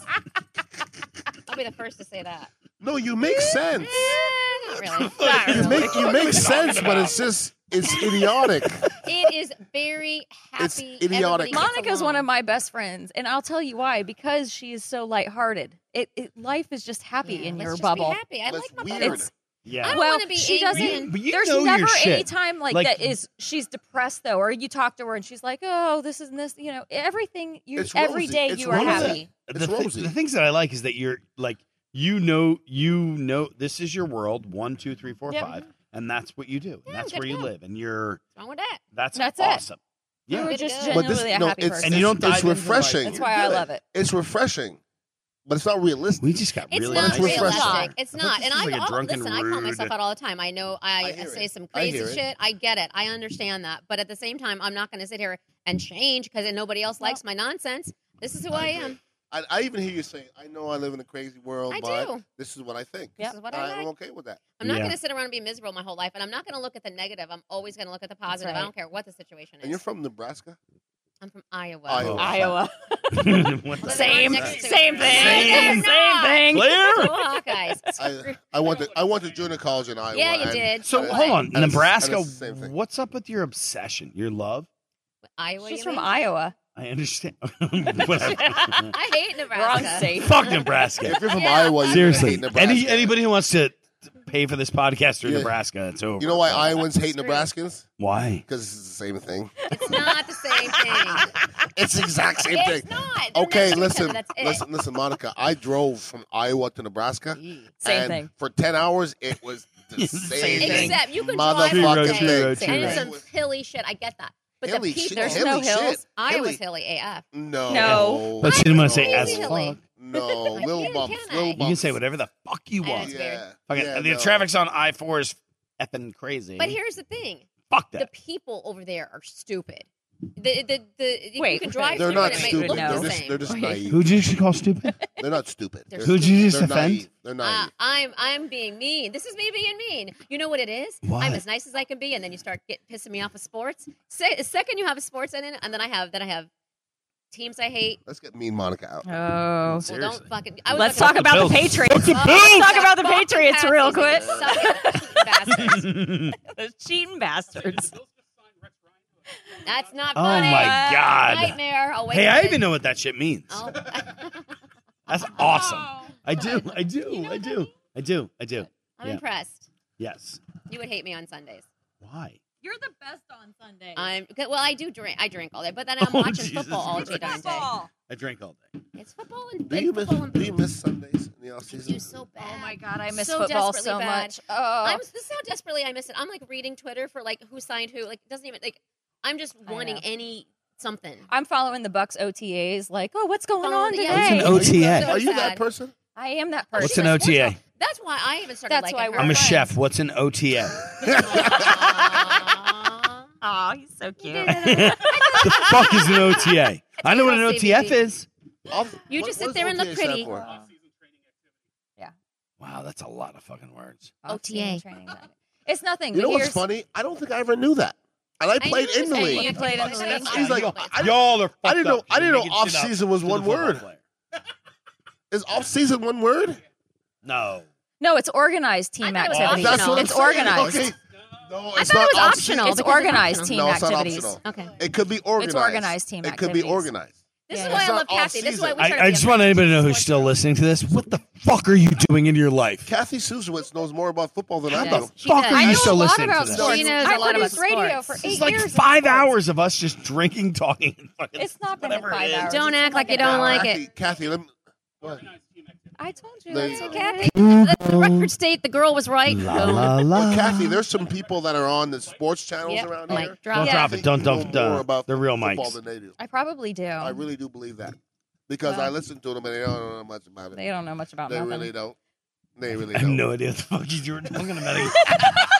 [SPEAKER 4] I'll be the first to
[SPEAKER 2] *laughs*
[SPEAKER 4] say that.
[SPEAKER 2] no, you make sense.
[SPEAKER 4] Eh, not really. Not
[SPEAKER 2] You
[SPEAKER 4] really.
[SPEAKER 2] make you make sense, but it's just it's idiotic.
[SPEAKER 4] It is very happy.
[SPEAKER 2] It's idiotic.
[SPEAKER 4] Everybody gets
[SPEAKER 3] *laughs* Monica's
[SPEAKER 4] along.
[SPEAKER 3] one of my best friends, and I'll tell you why. Because she is so lighthearted. It, it life is just happy
[SPEAKER 4] Yeah,
[SPEAKER 3] in
[SPEAKER 4] let's
[SPEAKER 3] your
[SPEAKER 4] just be
[SPEAKER 3] bubble.
[SPEAKER 4] happy. I
[SPEAKER 2] That's
[SPEAKER 4] like my
[SPEAKER 2] weird.
[SPEAKER 4] bubble.
[SPEAKER 3] It's-
[SPEAKER 4] I
[SPEAKER 1] Yeah.
[SPEAKER 4] don't
[SPEAKER 3] well,
[SPEAKER 4] wanna be
[SPEAKER 3] she
[SPEAKER 4] Asian.
[SPEAKER 3] doesn't.
[SPEAKER 1] You- but you
[SPEAKER 3] there's
[SPEAKER 1] know
[SPEAKER 3] never
[SPEAKER 1] your shit.
[SPEAKER 3] any time like,
[SPEAKER 1] Like-
[SPEAKER 3] that is she's depressed though, or you talk to her and she's like, "Oh, this is this." You know, everything you
[SPEAKER 2] It's
[SPEAKER 3] every
[SPEAKER 2] rosy.
[SPEAKER 3] day
[SPEAKER 2] It's
[SPEAKER 3] you are
[SPEAKER 1] rosy.
[SPEAKER 3] happy.
[SPEAKER 2] It's
[SPEAKER 1] thi-
[SPEAKER 2] rosy.
[SPEAKER 1] the things that I like is that you're like you know you know this is your world one two three four five,
[SPEAKER 3] Yep.
[SPEAKER 1] and that's what you do
[SPEAKER 4] Yeah,
[SPEAKER 1] and that's
[SPEAKER 4] good
[SPEAKER 1] where you
[SPEAKER 4] job.
[SPEAKER 1] live and you're
[SPEAKER 4] What's wrong with that?
[SPEAKER 1] that's,
[SPEAKER 3] That's it.
[SPEAKER 1] awesome yeah
[SPEAKER 3] You are
[SPEAKER 4] Good to
[SPEAKER 3] just
[SPEAKER 4] go.
[SPEAKER 2] But this-
[SPEAKER 3] genuinely a
[SPEAKER 2] no,
[SPEAKER 3] happy
[SPEAKER 2] it's-
[SPEAKER 3] person.
[SPEAKER 1] and you don't
[SPEAKER 2] It's
[SPEAKER 1] dive into the
[SPEAKER 2] refreshing.
[SPEAKER 3] That's why I love it.
[SPEAKER 2] It's refreshing, but it's not realistic.
[SPEAKER 1] We just got
[SPEAKER 4] It's
[SPEAKER 1] really
[SPEAKER 4] not
[SPEAKER 1] nice.
[SPEAKER 2] refreshing.
[SPEAKER 4] realistic. It's
[SPEAKER 1] I thought
[SPEAKER 4] not.
[SPEAKER 1] this
[SPEAKER 4] And
[SPEAKER 1] was
[SPEAKER 4] I
[SPEAKER 1] like a
[SPEAKER 4] all-
[SPEAKER 1] drunken
[SPEAKER 4] listen. I call
[SPEAKER 1] rude- *laughs*
[SPEAKER 4] myself out all the time. I know I,
[SPEAKER 2] I hear
[SPEAKER 4] say
[SPEAKER 2] it.
[SPEAKER 4] some
[SPEAKER 2] I
[SPEAKER 4] crazy
[SPEAKER 2] hear it.
[SPEAKER 4] shit. I get it. I understand that. But at the same time, I'm not going to sit here and change because nobody else likes my nonsense. This is who I,
[SPEAKER 2] I
[SPEAKER 4] am.
[SPEAKER 2] I, I even hear you saying, "I know I live in a crazy world,
[SPEAKER 4] I
[SPEAKER 2] but
[SPEAKER 4] do.
[SPEAKER 2] this is what I think."
[SPEAKER 3] Yep.
[SPEAKER 4] This is what
[SPEAKER 2] And
[SPEAKER 4] I
[SPEAKER 2] I'm
[SPEAKER 4] like.
[SPEAKER 2] okay with that.
[SPEAKER 4] I'm not
[SPEAKER 1] Yeah.
[SPEAKER 4] going to sit around and be miserable my whole life, and I'm not going to look at the negative. I'm always going to look at the positive. I
[SPEAKER 3] right.
[SPEAKER 4] don't care what the situation
[SPEAKER 2] And
[SPEAKER 4] is.
[SPEAKER 2] you're from Nebraska.
[SPEAKER 4] I'm from Iowa.
[SPEAKER 2] Iowa.
[SPEAKER 3] Iowa.
[SPEAKER 4] *laughs*
[SPEAKER 1] What the-
[SPEAKER 3] Same,
[SPEAKER 4] Next to
[SPEAKER 3] same
[SPEAKER 4] it.
[SPEAKER 3] thing, same
[SPEAKER 4] Same
[SPEAKER 3] thing.
[SPEAKER 4] Go
[SPEAKER 1] Claire.
[SPEAKER 4] Hawkeyes.
[SPEAKER 2] I, I went to I went to junior college in *laughs* Iowa.
[SPEAKER 4] Yeah, you
[SPEAKER 2] and-
[SPEAKER 4] did.
[SPEAKER 1] So
[SPEAKER 2] And-
[SPEAKER 1] hold on,
[SPEAKER 2] and it's-
[SPEAKER 1] Nebraska.
[SPEAKER 2] and it's the same thing.
[SPEAKER 1] What's up with your obsession? Your love?
[SPEAKER 4] Iowa.
[SPEAKER 3] She's
[SPEAKER 4] you
[SPEAKER 3] from
[SPEAKER 4] mean?
[SPEAKER 3] Iowa.
[SPEAKER 1] I understand. *laughs* Whatever.
[SPEAKER 4] *laughs* I hate Nebraska.
[SPEAKER 3] Wrong
[SPEAKER 1] *laughs*
[SPEAKER 3] state.
[SPEAKER 1] Fuck Nebraska. *laughs*
[SPEAKER 2] If you're from
[SPEAKER 4] Yeah.
[SPEAKER 2] Iowa, you
[SPEAKER 1] Seriously,
[SPEAKER 2] hate Nebraska.
[SPEAKER 1] any anybody who wants to pay for this podcast through
[SPEAKER 2] Yeah.
[SPEAKER 1] Nebraska, it's over.
[SPEAKER 2] you know why Iowans hate
[SPEAKER 3] Screw you.
[SPEAKER 2] Nebraskans?
[SPEAKER 1] Why?
[SPEAKER 2] Because it's the same thing.
[SPEAKER 4] It's not the same thing.
[SPEAKER 2] *laughs* It's the exact same
[SPEAKER 4] it's
[SPEAKER 2] thing.
[SPEAKER 4] not. They're
[SPEAKER 2] Okay,
[SPEAKER 4] next to each
[SPEAKER 2] listen,
[SPEAKER 4] other. That's it.
[SPEAKER 2] listen, listen, Monica. I drove from Iowa to Nebraska.
[SPEAKER 3] Same
[SPEAKER 2] and
[SPEAKER 3] thing.
[SPEAKER 2] For ten hours, it was
[SPEAKER 1] Same
[SPEAKER 2] the same
[SPEAKER 1] thing.
[SPEAKER 2] thing.
[SPEAKER 4] Except you can drive
[SPEAKER 2] Motherfucking
[SPEAKER 4] all
[SPEAKER 1] True road,
[SPEAKER 4] day.
[SPEAKER 1] true road,
[SPEAKER 4] and
[SPEAKER 1] true
[SPEAKER 4] it's
[SPEAKER 2] road.
[SPEAKER 4] some hilly shit. I get that. But
[SPEAKER 2] Hilly
[SPEAKER 4] the people,
[SPEAKER 2] shit,
[SPEAKER 3] there's
[SPEAKER 2] hilly
[SPEAKER 3] no hills.
[SPEAKER 2] shit.
[SPEAKER 4] Iowa's
[SPEAKER 2] Hilly.
[SPEAKER 4] hilly AF.
[SPEAKER 2] No,
[SPEAKER 3] No.
[SPEAKER 1] But she didn't want to
[SPEAKER 4] Oh.
[SPEAKER 1] say as
[SPEAKER 4] Easily.
[SPEAKER 1] fuck.
[SPEAKER 2] No,
[SPEAKER 4] I
[SPEAKER 2] little
[SPEAKER 4] can't,
[SPEAKER 2] bumps,
[SPEAKER 4] can I?
[SPEAKER 2] little
[SPEAKER 4] You
[SPEAKER 2] bumps.
[SPEAKER 1] You can say whatever the fuck you
[SPEAKER 4] I
[SPEAKER 1] want.
[SPEAKER 4] know.
[SPEAKER 2] Yeah,
[SPEAKER 1] Fucking-
[SPEAKER 2] yeah,
[SPEAKER 1] the
[SPEAKER 2] no.
[SPEAKER 1] traffic's on I four is effing crazy.
[SPEAKER 4] But here's the thing:
[SPEAKER 1] fuck
[SPEAKER 4] the
[SPEAKER 1] that.
[SPEAKER 4] people over there are stupid. The the the you
[SPEAKER 3] Wait,
[SPEAKER 4] can drive
[SPEAKER 2] They're
[SPEAKER 4] through
[SPEAKER 2] not
[SPEAKER 4] and it
[SPEAKER 2] stupid.
[SPEAKER 4] Make it
[SPEAKER 3] No.
[SPEAKER 2] They're
[SPEAKER 4] look the
[SPEAKER 2] just,
[SPEAKER 4] same.
[SPEAKER 2] they're just
[SPEAKER 3] Right.
[SPEAKER 4] *laughs*
[SPEAKER 2] naive.
[SPEAKER 1] Who did you call stupid?
[SPEAKER 2] They're not stupid.
[SPEAKER 4] They're
[SPEAKER 2] They're
[SPEAKER 1] Who'd you just
[SPEAKER 2] they're
[SPEAKER 1] offend?
[SPEAKER 2] naive. They're
[SPEAKER 4] Uh,
[SPEAKER 2] naive.
[SPEAKER 4] I'm I'm being mean. This is me being mean. You know what it is?
[SPEAKER 1] What?
[SPEAKER 4] I'm as nice as I can be, and then you start get pissing me off with sports. Se- second, you have a sports in it, and then I have then I have teams I hate.
[SPEAKER 2] Let's get mean Monica out.
[SPEAKER 3] Oh.
[SPEAKER 4] Well,
[SPEAKER 1] Seriously.
[SPEAKER 4] don't fucking. I was
[SPEAKER 3] Let's
[SPEAKER 4] looking-
[SPEAKER 3] talk about the
[SPEAKER 1] Bills.
[SPEAKER 3] Patriots.
[SPEAKER 1] Fuck the
[SPEAKER 3] Let's
[SPEAKER 1] Bills.
[SPEAKER 3] talk about the
[SPEAKER 4] Fucking
[SPEAKER 3] Patriots real quick.
[SPEAKER 4] Patriots, you suck
[SPEAKER 1] Oh
[SPEAKER 4] it, bastards.
[SPEAKER 3] Those cheating bastards.
[SPEAKER 4] That's not
[SPEAKER 1] Oh
[SPEAKER 4] funny.
[SPEAKER 1] my god.
[SPEAKER 4] Nightmare. I'll wake
[SPEAKER 1] Hey,
[SPEAKER 4] up
[SPEAKER 1] I
[SPEAKER 4] in-
[SPEAKER 1] even know what that shit means.
[SPEAKER 4] Oh.
[SPEAKER 1] That's awesome. I do. I do. I do. I do. I do.
[SPEAKER 4] I'm
[SPEAKER 1] Yeah.
[SPEAKER 4] impressed.
[SPEAKER 1] Yes.
[SPEAKER 4] You would hate me on Sundays.
[SPEAKER 1] Why?
[SPEAKER 3] You're the best on Sunday.
[SPEAKER 4] I'm good. Well, I do drink. I drink all day, but then I'm
[SPEAKER 1] *laughs* Oh,
[SPEAKER 4] watching
[SPEAKER 1] Jesus
[SPEAKER 4] football all day. darn
[SPEAKER 1] Christ.
[SPEAKER 4] day.
[SPEAKER 1] I drink all day.
[SPEAKER 4] It's football and,
[SPEAKER 2] Do
[SPEAKER 4] and
[SPEAKER 2] you miss?
[SPEAKER 4] football and
[SPEAKER 2] Do you miss Sundays in the off
[SPEAKER 4] I do
[SPEAKER 2] season?
[SPEAKER 4] so bad.
[SPEAKER 3] Oh my god, I miss
[SPEAKER 4] So
[SPEAKER 3] football
[SPEAKER 4] desperately
[SPEAKER 3] so
[SPEAKER 4] bad.
[SPEAKER 3] much. Oh.
[SPEAKER 4] I'm, this is how desperately I miss it. I'm like reading Twitter for like who signed who. Like it doesn't even like. I'm just
[SPEAKER 3] I
[SPEAKER 4] wanting
[SPEAKER 3] know.
[SPEAKER 4] any something.
[SPEAKER 3] I'm following the Bucks OTAs. Like, oh, what's going
[SPEAKER 4] Oh,
[SPEAKER 3] on
[SPEAKER 4] yeah.
[SPEAKER 3] today?
[SPEAKER 4] It's an
[SPEAKER 1] O- OTA.
[SPEAKER 2] Are you
[SPEAKER 4] sad.
[SPEAKER 2] that person?
[SPEAKER 3] I am that
[SPEAKER 1] What's
[SPEAKER 3] person.
[SPEAKER 1] an OTA?
[SPEAKER 4] That's why I even started.
[SPEAKER 3] That's
[SPEAKER 4] liking
[SPEAKER 3] why
[SPEAKER 4] her.
[SPEAKER 3] we're
[SPEAKER 1] I'm a
[SPEAKER 3] friends.
[SPEAKER 1] chef. What's an
[SPEAKER 3] *laughs*
[SPEAKER 1] OTA?
[SPEAKER 4] Aw.
[SPEAKER 3] Oh, he's so cute.
[SPEAKER 1] the fuck is an
[SPEAKER 3] *laughs*
[SPEAKER 1] OTA? I know what an OTF is.
[SPEAKER 2] Off-
[SPEAKER 4] You
[SPEAKER 2] what-
[SPEAKER 4] just
[SPEAKER 2] what
[SPEAKER 4] sit
[SPEAKER 2] does
[SPEAKER 4] there and look
[SPEAKER 2] OTA stand
[SPEAKER 4] pretty.
[SPEAKER 2] for?
[SPEAKER 1] Wow, that's a lot of fucking words.
[SPEAKER 3] Off-season training. It's nothing.
[SPEAKER 2] You know
[SPEAKER 3] but
[SPEAKER 2] what's
[SPEAKER 3] here's-
[SPEAKER 2] funny? I don't think I ever knew that. And I
[SPEAKER 4] knew
[SPEAKER 2] played
[SPEAKER 4] it was
[SPEAKER 2] in the
[SPEAKER 4] gonna be
[SPEAKER 2] league.
[SPEAKER 3] You played in the
[SPEAKER 4] That's-
[SPEAKER 3] league.
[SPEAKER 4] that's-
[SPEAKER 2] He's like,
[SPEAKER 4] you-
[SPEAKER 2] I didn't,
[SPEAKER 1] Y'all are. Fucked
[SPEAKER 2] I didn't know-
[SPEAKER 1] up.
[SPEAKER 2] I didn't
[SPEAKER 1] You're
[SPEAKER 2] know
[SPEAKER 1] making shit up
[SPEAKER 2] off-season was
[SPEAKER 1] to the
[SPEAKER 2] one
[SPEAKER 1] football
[SPEAKER 2] word.
[SPEAKER 1] player.
[SPEAKER 2] is off season one word?
[SPEAKER 1] No.
[SPEAKER 3] No, it's organized
[SPEAKER 4] I
[SPEAKER 3] team
[SPEAKER 4] thought it was
[SPEAKER 3] activities.
[SPEAKER 2] That's what
[SPEAKER 4] optional.
[SPEAKER 2] I'm
[SPEAKER 3] it's
[SPEAKER 2] saying.
[SPEAKER 3] organized.
[SPEAKER 2] Okay. No,
[SPEAKER 4] I
[SPEAKER 2] it's
[SPEAKER 4] thought
[SPEAKER 2] not
[SPEAKER 4] it was
[SPEAKER 2] off
[SPEAKER 4] optional.
[SPEAKER 3] It's
[SPEAKER 4] because
[SPEAKER 3] organized team
[SPEAKER 2] No, it's not
[SPEAKER 3] activities.
[SPEAKER 2] optional.
[SPEAKER 4] Okay.
[SPEAKER 2] It could be organized.
[SPEAKER 3] organized team
[SPEAKER 2] It could
[SPEAKER 3] activities.
[SPEAKER 2] be organized.
[SPEAKER 4] This
[SPEAKER 3] Yeah.
[SPEAKER 4] is why
[SPEAKER 2] It's
[SPEAKER 4] I
[SPEAKER 2] not
[SPEAKER 4] love Kathy. This is why we
[SPEAKER 2] off-season.
[SPEAKER 4] try
[SPEAKER 1] I, I just want anybody to know who's still listening to this. What the fuck are you doing in your life?
[SPEAKER 2] Kathy Susowitz knows more about football than I
[SPEAKER 4] She
[SPEAKER 2] do.
[SPEAKER 4] does. She
[SPEAKER 1] fuck
[SPEAKER 4] does.
[SPEAKER 1] are
[SPEAKER 3] I
[SPEAKER 1] you
[SPEAKER 3] know
[SPEAKER 1] still
[SPEAKER 3] a lot
[SPEAKER 1] listening
[SPEAKER 3] about
[SPEAKER 1] to this?
[SPEAKER 3] sports.
[SPEAKER 4] She knows
[SPEAKER 3] I
[SPEAKER 4] a lot about
[SPEAKER 3] produced radio
[SPEAKER 4] sports.
[SPEAKER 3] for eight
[SPEAKER 1] It's like
[SPEAKER 3] years. in
[SPEAKER 1] five
[SPEAKER 3] sports.
[SPEAKER 1] hours of us just drinking, talking. and fucking-
[SPEAKER 3] It's not been
[SPEAKER 1] Whatever
[SPEAKER 3] five
[SPEAKER 1] it is.
[SPEAKER 3] hours.
[SPEAKER 4] Don't
[SPEAKER 3] It's
[SPEAKER 4] act like you
[SPEAKER 3] an
[SPEAKER 4] don't
[SPEAKER 3] hour.
[SPEAKER 4] like it.
[SPEAKER 2] Kathy, Kathy, let me. go ahead.
[SPEAKER 3] I told you.
[SPEAKER 2] There
[SPEAKER 3] That's
[SPEAKER 2] you
[SPEAKER 3] what
[SPEAKER 2] go.
[SPEAKER 3] Kathy.
[SPEAKER 4] Kathy, the the record state, the girl was right.
[SPEAKER 1] La, la.
[SPEAKER 2] Well, Kathy, there's some people that are on the sports channels
[SPEAKER 4] Yep,
[SPEAKER 2] around
[SPEAKER 4] mic
[SPEAKER 2] here.
[SPEAKER 4] drop.
[SPEAKER 1] Don't
[SPEAKER 2] that
[SPEAKER 3] Yeah.
[SPEAKER 1] drop
[SPEAKER 2] think
[SPEAKER 1] it. Don't
[SPEAKER 2] know
[SPEAKER 1] don't
[SPEAKER 2] more
[SPEAKER 1] don't.
[SPEAKER 2] about
[SPEAKER 1] The real
[SPEAKER 2] football
[SPEAKER 1] mics.
[SPEAKER 2] than they do.
[SPEAKER 3] I probably do.
[SPEAKER 2] I really do believe that because I
[SPEAKER 3] Um, Well.
[SPEAKER 2] listen to them and they don't know much about it.
[SPEAKER 3] They don't know much about
[SPEAKER 2] They
[SPEAKER 3] nothing.
[SPEAKER 2] really don't. They really
[SPEAKER 1] I have
[SPEAKER 2] don't.
[SPEAKER 1] no idea what the fuck you were talking about.
[SPEAKER 3] *laughs*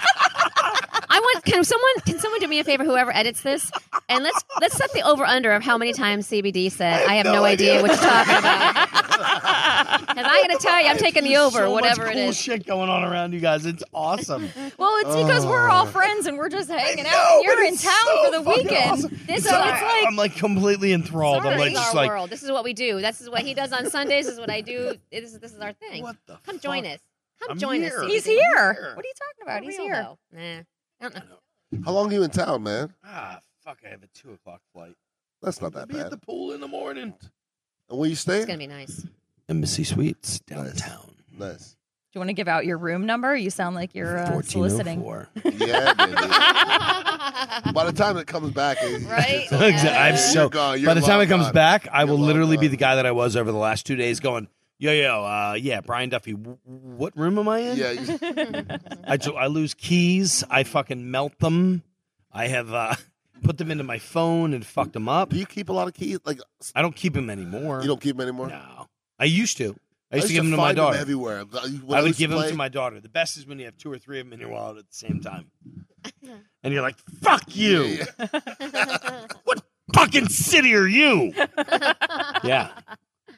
[SPEAKER 4] I want can someone can someone do me a favor, whoever edits this, and let's let's set the over under of how many times CBD said I have no, idea. what you're talking about.
[SPEAKER 1] *laughs*
[SPEAKER 4] Because I'm gonna tell you, I'm taking the over,
[SPEAKER 1] so
[SPEAKER 4] whatever
[SPEAKER 1] much
[SPEAKER 4] it
[SPEAKER 1] cool
[SPEAKER 4] is.
[SPEAKER 1] shit going on around you guys. It's
[SPEAKER 4] *laughs*
[SPEAKER 1] awesome.
[SPEAKER 3] Well, it's because we're all friends and we're just hanging out. And
[SPEAKER 1] know,
[SPEAKER 3] you're
[SPEAKER 1] but
[SPEAKER 3] in
[SPEAKER 1] it's
[SPEAKER 3] town
[SPEAKER 1] so
[SPEAKER 3] for the
[SPEAKER 1] fucking
[SPEAKER 3] weekend.
[SPEAKER 1] awesome.
[SPEAKER 3] This
[SPEAKER 4] So
[SPEAKER 3] so
[SPEAKER 4] I-
[SPEAKER 3] it's like
[SPEAKER 1] I'm like completely enthralled. I'm
[SPEAKER 4] Sorry.
[SPEAKER 1] like
[SPEAKER 4] This is
[SPEAKER 1] just
[SPEAKER 4] our
[SPEAKER 1] like
[SPEAKER 4] world. This is what we do. This is what he does on Sundays. This is what I do. This is this is our thing.
[SPEAKER 1] what the
[SPEAKER 4] Come join
[SPEAKER 1] fuck?
[SPEAKER 4] us. Come
[SPEAKER 1] I'm
[SPEAKER 4] join
[SPEAKER 1] here.
[SPEAKER 4] us.
[SPEAKER 3] he's
[SPEAKER 4] CBD.
[SPEAKER 3] here.
[SPEAKER 1] here.
[SPEAKER 3] What are you talking about? He's
[SPEAKER 4] Real,
[SPEAKER 3] here.
[SPEAKER 4] though. Nah, I don't know.
[SPEAKER 2] How long are you in town, man?
[SPEAKER 1] Ah, fuck! I have a two o'clock flight.
[SPEAKER 2] That's not
[SPEAKER 1] I'll
[SPEAKER 2] that
[SPEAKER 1] be at
[SPEAKER 2] bad.
[SPEAKER 1] the pool in the morning.
[SPEAKER 2] And where you
[SPEAKER 4] It's gonna
[SPEAKER 2] staying?
[SPEAKER 1] *laughs*
[SPEAKER 4] be nice. *laughs*
[SPEAKER 1] Embassy Suites downtown.
[SPEAKER 2] Nice.
[SPEAKER 3] Do you want to give out your room number? You sound like you're uh, soliciting.
[SPEAKER 1] 1404.
[SPEAKER 2] Yeah, baby. By the time it comes back, it-
[SPEAKER 4] Right?
[SPEAKER 2] it's over.
[SPEAKER 1] Exactly. I'm
[SPEAKER 2] You're
[SPEAKER 1] so.
[SPEAKER 2] gone. You're
[SPEAKER 1] By the time
[SPEAKER 2] long
[SPEAKER 1] it comes
[SPEAKER 2] gone.
[SPEAKER 1] back, I will
[SPEAKER 2] long
[SPEAKER 1] literally be
[SPEAKER 2] gone.
[SPEAKER 1] the guy that I was over the last two days, going, "Yo, yo, uh, yeah, Brian Duffy. W- what room am I in?
[SPEAKER 2] yeah, you,
[SPEAKER 1] I, jo- I lose keys. I fucking melt them. I have uh, *laughs* put them into my phone and fucked them up.
[SPEAKER 2] do you keep a lot of keys? Like
[SPEAKER 1] I don't keep them anymore.
[SPEAKER 2] you don't keep them anymore?
[SPEAKER 1] No, I used to. I
[SPEAKER 2] I
[SPEAKER 1] used to give them to my
[SPEAKER 2] find
[SPEAKER 1] daughter.
[SPEAKER 2] everywhere. uh,
[SPEAKER 1] I would give them to my daughter. The best is when you have two or three of them in your wallet at the same time, and you're like, "Fuck you! What fucking city are you?" yeah,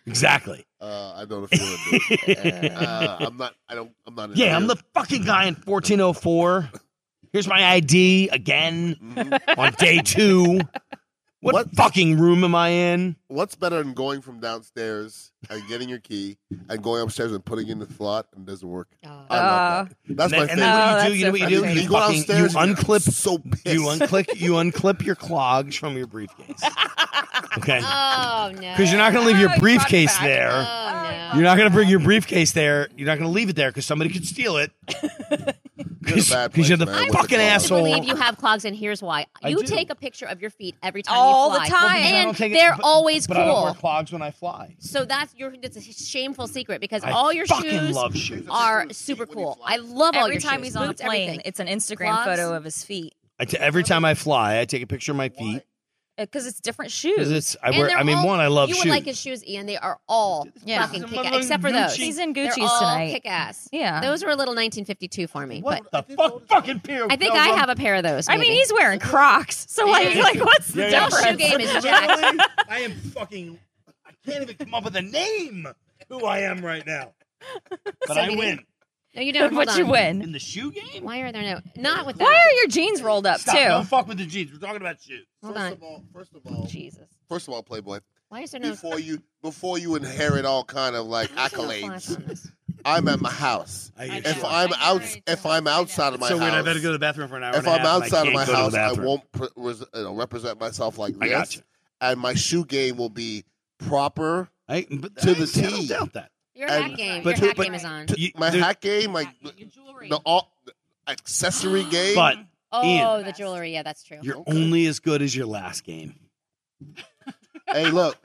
[SPEAKER 1] exactly.
[SPEAKER 2] Uh, I don't feel it.
[SPEAKER 1] *laughs*
[SPEAKER 2] dude. uh, I'm not. I don't. I'm not.
[SPEAKER 1] Yeah, I'm the fucking guy in 1404. Here's my ID again
[SPEAKER 2] Mm-hmm.
[SPEAKER 1] on day two. What,
[SPEAKER 2] What-
[SPEAKER 1] fucking room am I in?
[SPEAKER 2] What's better than going from downstairs and getting your key and going upstairs and putting it in the slot and it doesn't work? I
[SPEAKER 3] Uh,
[SPEAKER 2] love that. That's
[SPEAKER 1] and,
[SPEAKER 2] my
[SPEAKER 1] then- and
[SPEAKER 2] favorite.
[SPEAKER 3] Oh,
[SPEAKER 1] then
[SPEAKER 3] that's
[SPEAKER 1] what you do, you
[SPEAKER 3] so
[SPEAKER 1] know what you
[SPEAKER 2] And
[SPEAKER 1] do?
[SPEAKER 2] you go
[SPEAKER 1] fucking-
[SPEAKER 2] downstairs
[SPEAKER 1] you
[SPEAKER 2] and you're
[SPEAKER 1] unclip
[SPEAKER 2] So pissed.
[SPEAKER 1] you unclick you unclip your clogs from your briefcase. Okay.
[SPEAKER 4] Oh
[SPEAKER 1] *laughs*
[SPEAKER 4] no.
[SPEAKER 1] Because you're not going to leave your
[SPEAKER 3] Oh, you brought it
[SPEAKER 1] briefcase
[SPEAKER 3] back.
[SPEAKER 1] there.
[SPEAKER 4] Oh no.
[SPEAKER 1] You're not going to bring your briefcase there. You're not going to leave it there because somebody could steal it. *laughs*
[SPEAKER 2] You're in a bad
[SPEAKER 1] Because you're
[SPEAKER 2] place,
[SPEAKER 1] the
[SPEAKER 2] man, with
[SPEAKER 1] fucking
[SPEAKER 2] clogs.
[SPEAKER 4] to
[SPEAKER 1] asshole. So-
[SPEAKER 4] believe you have clogs, and here's why.
[SPEAKER 1] I
[SPEAKER 4] You
[SPEAKER 1] do.
[SPEAKER 4] take a picture of your feet every time
[SPEAKER 3] All
[SPEAKER 4] you
[SPEAKER 3] the
[SPEAKER 4] fly.
[SPEAKER 3] time. Well, because I
[SPEAKER 4] and
[SPEAKER 1] don't take it-
[SPEAKER 4] they're
[SPEAKER 1] but-
[SPEAKER 4] always
[SPEAKER 1] But I don't wear
[SPEAKER 4] cool.
[SPEAKER 1] clogs when I fly.
[SPEAKER 4] So that's your. That's a shameful secret because
[SPEAKER 1] I
[SPEAKER 4] all your
[SPEAKER 1] fucking
[SPEAKER 4] shoes
[SPEAKER 1] love shoes.
[SPEAKER 4] are super cool. I love all
[SPEAKER 3] Every
[SPEAKER 4] your
[SPEAKER 3] time
[SPEAKER 4] shoes.
[SPEAKER 3] he's on a
[SPEAKER 4] Boots,
[SPEAKER 3] plane,
[SPEAKER 4] everything.
[SPEAKER 3] it's an Instagram
[SPEAKER 4] Gloves.
[SPEAKER 3] photo of his feet
[SPEAKER 1] I t- every time I fly, I take a picture of my feet
[SPEAKER 3] because Uh, it's different
[SPEAKER 1] because
[SPEAKER 3] shoes.
[SPEAKER 1] it's. I
[SPEAKER 4] And
[SPEAKER 1] wear.
[SPEAKER 4] they're
[SPEAKER 1] I mean,
[SPEAKER 4] all-
[SPEAKER 1] one, I love
[SPEAKER 4] you
[SPEAKER 1] shoes.
[SPEAKER 4] would like his shoes, Ian. They are all
[SPEAKER 3] Yeah.
[SPEAKER 4] fucking
[SPEAKER 1] Some
[SPEAKER 4] kick
[SPEAKER 1] of
[SPEAKER 4] ass,
[SPEAKER 1] them
[SPEAKER 4] except for those.
[SPEAKER 3] She's in
[SPEAKER 4] They're
[SPEAKER 3] Gucci's
[SPEAKER 4] all
[SPEAKER 3] tonight.
[SPEAKER 4] kick ass.
[SPEAKER 3] Yeah.
[SPEAKER 4] Those are a little 1952 for me.
[SPEAKER 1] what
[SPEAKER 4] But
[SPEAKER 1] the fuck? Fucking pair. of
[SPEAKER 4] I think
[SPEAKER 1] girls
[SPEAKER 4] I
[SPEAKER 1] on-
[SPEAKER 4] have a pair of those.
[SPEAKER 3] I
[SPEAKER 4] maybe.
[SPEAKER 3] mean, he's wearing Crocs, so like,
[SPEAKER 4] Yeah.
[SPEAKER 3] like what's the
[SPEAKER 1] Yeah, yeah.
[SPEAKER 4] Y'all
[SPEAKER 3] difference?
[SPEAKER 4] shoe
[SPEAKER 1] *laughs*
[SPEAKER 4] game is jacked.
[SPEAKER 1] I am fucking. I can't even come up with a name. Who I am right
[SPEAKER 4] *laughs*
[SPEAKER 1] now. But I
[SPEAKER 4] CBD.
[SPEAKER 1] win
[SPEAKER 4] No,
[SPEAKER 3] *laughs*
[SPEAKER 4] you don't.
[SPEAKER 3] but
[SPEAKER 4] Hold
[SPEAKER 3] you
[SPEAKER 4] on.
[SPEAKER 3] win.
[SPEAKER 1] in the shoe game.
[SPEAKER 4] Why are there no? Not with that.
[SPEAKER 3] Why are your jeans rolled up
[SPEAKER 1] Stop!
[SPEAKER 3] too?
[SPEAKER 1] Don't fuck with the jeans. We're talking about shoes.
[SPEAKER 4] Hold
[SPEAKER 2] First
[SPEAKER 4] on.
[SPEAKER 2] of all, first of all,
[SPEAKER 4] Jesus.
[SPEAKER 2] first of all, Playboy.
[SPEAKER 4] Why is there no?
[SPEAKER 2] Before you, before you inherit all kind of like
[SPEAKER 4] why is there no flash
[SPEAKER 2] accolades,
[SPEAKER 4] on this?
[SPEAKER 2] I'm at my house.
[SPEAKER 1] I
[SPEAKER 4] I
[SPEAKER 2] If
[SPEAKER 4] know.
[SPEAKER 2] I'm
[SPEAKER 4] I
[SPEAKER 2] out,
[SPEAKER 4] know.
[SPEAKER 2] if I'm outside of my
[SPEAKER 1] so
[SPEAKER 2] house,
[SPEAKER 1] weird. I better go to the bathroom for an hour. and
[SPEAKER 2] if
[SPEAKER 1] a half,
[SPEAKER 2] I'm
[SPEAKER 1] and I
[SPEAKER 2] outside of
[SPEAKER 1] can't
[SPEAKER 2] my
[SPEAKER 1] go to
[SPEAKER 2] house,
[SPEAKER 1] the
[SPEAKER 2] I
[SPEAKER 1] bathroom.
[SPEAKER 2] won't pre- res- you know, represent myself like
[SPEAKER 1] I
[SPEAKER 2] this,
[SPEAKER 1] got you.
[SPEAKER 2] and my shoe game will be proper.
[SPEAKER 1] I, but
[SPEAKER 2] To the
[SPEAKER 1] I don't
[SPEAKER 2] T.
[SPEAKER 1] doubt that.
[SPEAKER 4] Your
[SPEAKER 2] And-
[SPEAKER 4] hat game.
[SPEAKER 1] but-
[SPEAKER 4] your hat
[SPEAKER 2] but-
[SPEAKER 4] game is on.
[SPEAKER 2] T-
[SPEAKER 1] You-
[SPEAKER 2] my
[SPEAKER 1] there's-
[SPEAKER 2] hat game, my the all the
[SPEAKER 4] *gasps*
[SPEAKER 2] accessory game.
[SPEAKER 1] But
[SPEAKER 4] Oh,
[SPEAKER 1] Ian.
[SPEAKER 4] the jewelry. Yeah, that's true. *laughs*
[SPEAKER 1] you're *laughs*
[SPEAKER 2] Okay.
[SPEAKER 1] only as good as your last
[SPEAKER 2] *laughs*
[SPEAKER 1] game,
[SPEAKER 2] hey, look,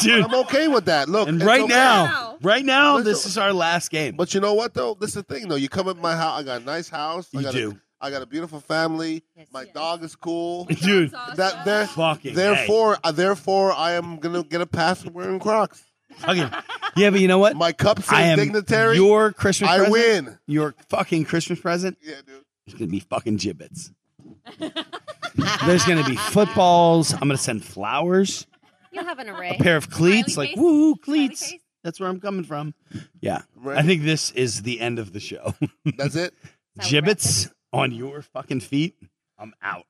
[SPEAKER 1] dude.
[SPEAKER 2] I'm okay with that. Look,
[SPEAKER 1] And
[SPEAKER 2] it's
[SPEAKER 1] right
[SPEAKER 2] okay.
[SPEAKER 1] now, right now,
[SPEAKER 2] Listen-
[SPEAKER 1] this is our last game.
[SPEAKER 2] But you know what though? This is the thing though. You come at my house. I got a nice house. I
[SPEAKER 1] You
[SPEAKER 2] got
[SPEAKER 1] do.
[SPEAKER 2] A, I got a beautiful family.
[SPEAKER 4] Yes.
[SPEAKER 2] my dog is
[SPEAKER 1] *laughs*
[SPEAKER 2] cool.
[SPEAKER 1] *laughs* dude.
[SPEAKER 2] that there,
[SPEAKER 1] Fucking
[SPEAKER 2] therefore, uh, therefore, I am gonna get a pass for wearing Crocs.
[SPEAKER 1] hey. Okay. Yeah, but you know what?
[SPEAKER 2] My cup
[SPEAKER 1] I am
[SPEAKER 2] says dignitary.
[SPEAKER 1] your Christmas.
[SPEAKER 2] I
[SPEAKER 1] present,
[SPEAKER 2] win.
[SPEAKER 1] Your fucking Christmas present
[SPEAKER 2] Yeah, dude.
[SPEAKER 1] is gonna be fucking gibbets. There's gonna
[SPEAKER 4] *laughs*
[SPEAKER 1] be footballs. I'm gonna send flowers,
[SPEAKER 4] you have an array.
[SPEAKER 1] a pair of cleats,
[SPEAKER 4] Smiley
[SPEAKER 1] like
[SPEAKER 4] face?
[SPEAKER 1] woo cleats.
[SPEAKER 4] face?
[SPEAKER 1] That's where I'm coming from. Yeah,
[SPEAKER 2] Right.
[SPEAKER 1] I think this is the end of the show.
[SPEAKER 2] That's it.
[SPEAKER 4] That's how we wrap
[SPEAKER 1] gibbets on your fucking feet. I'm out.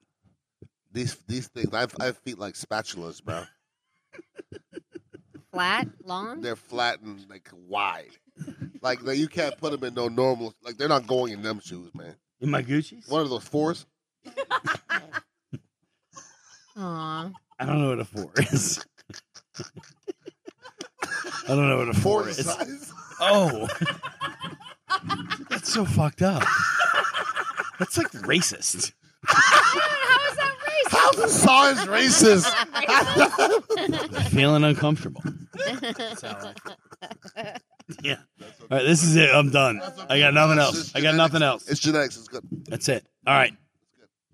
[SPEAKER 2] These these things. I've I've feet like spatulas, bro.
[SPEAKER 4] Flat, long.
[SPEAKER 2] They're flat and like wide. Like, like, you can't put them in no normal. Like they're not going in them shoes, man.
[SPEAKER 1] In my Gucci's?
[SPEAKER 2] One of those fours.
[SPEAKER 4] Aw.
[SPEAKER 1] I don't know what a four is. *laughs* I don't know what a four
[SPEAKER 2] Four
[SPEAKER 1] is.
[SPEAKER 2] size.
[SPEAKER 1] Oh. That's so fucked up. That's like racist.
[SPEAKER 3] How is that racist?
[SPEAKER 2] How the saw is racist.
[SPEAKER 1] Feeling uncomfortable. *laughs* Yeah. All right, this is it. I'm done. I got nothing else. I got nothing else.
[SPEAKER 2] It's genetics. It's good.
[SPEAKER 1] That's it. All right.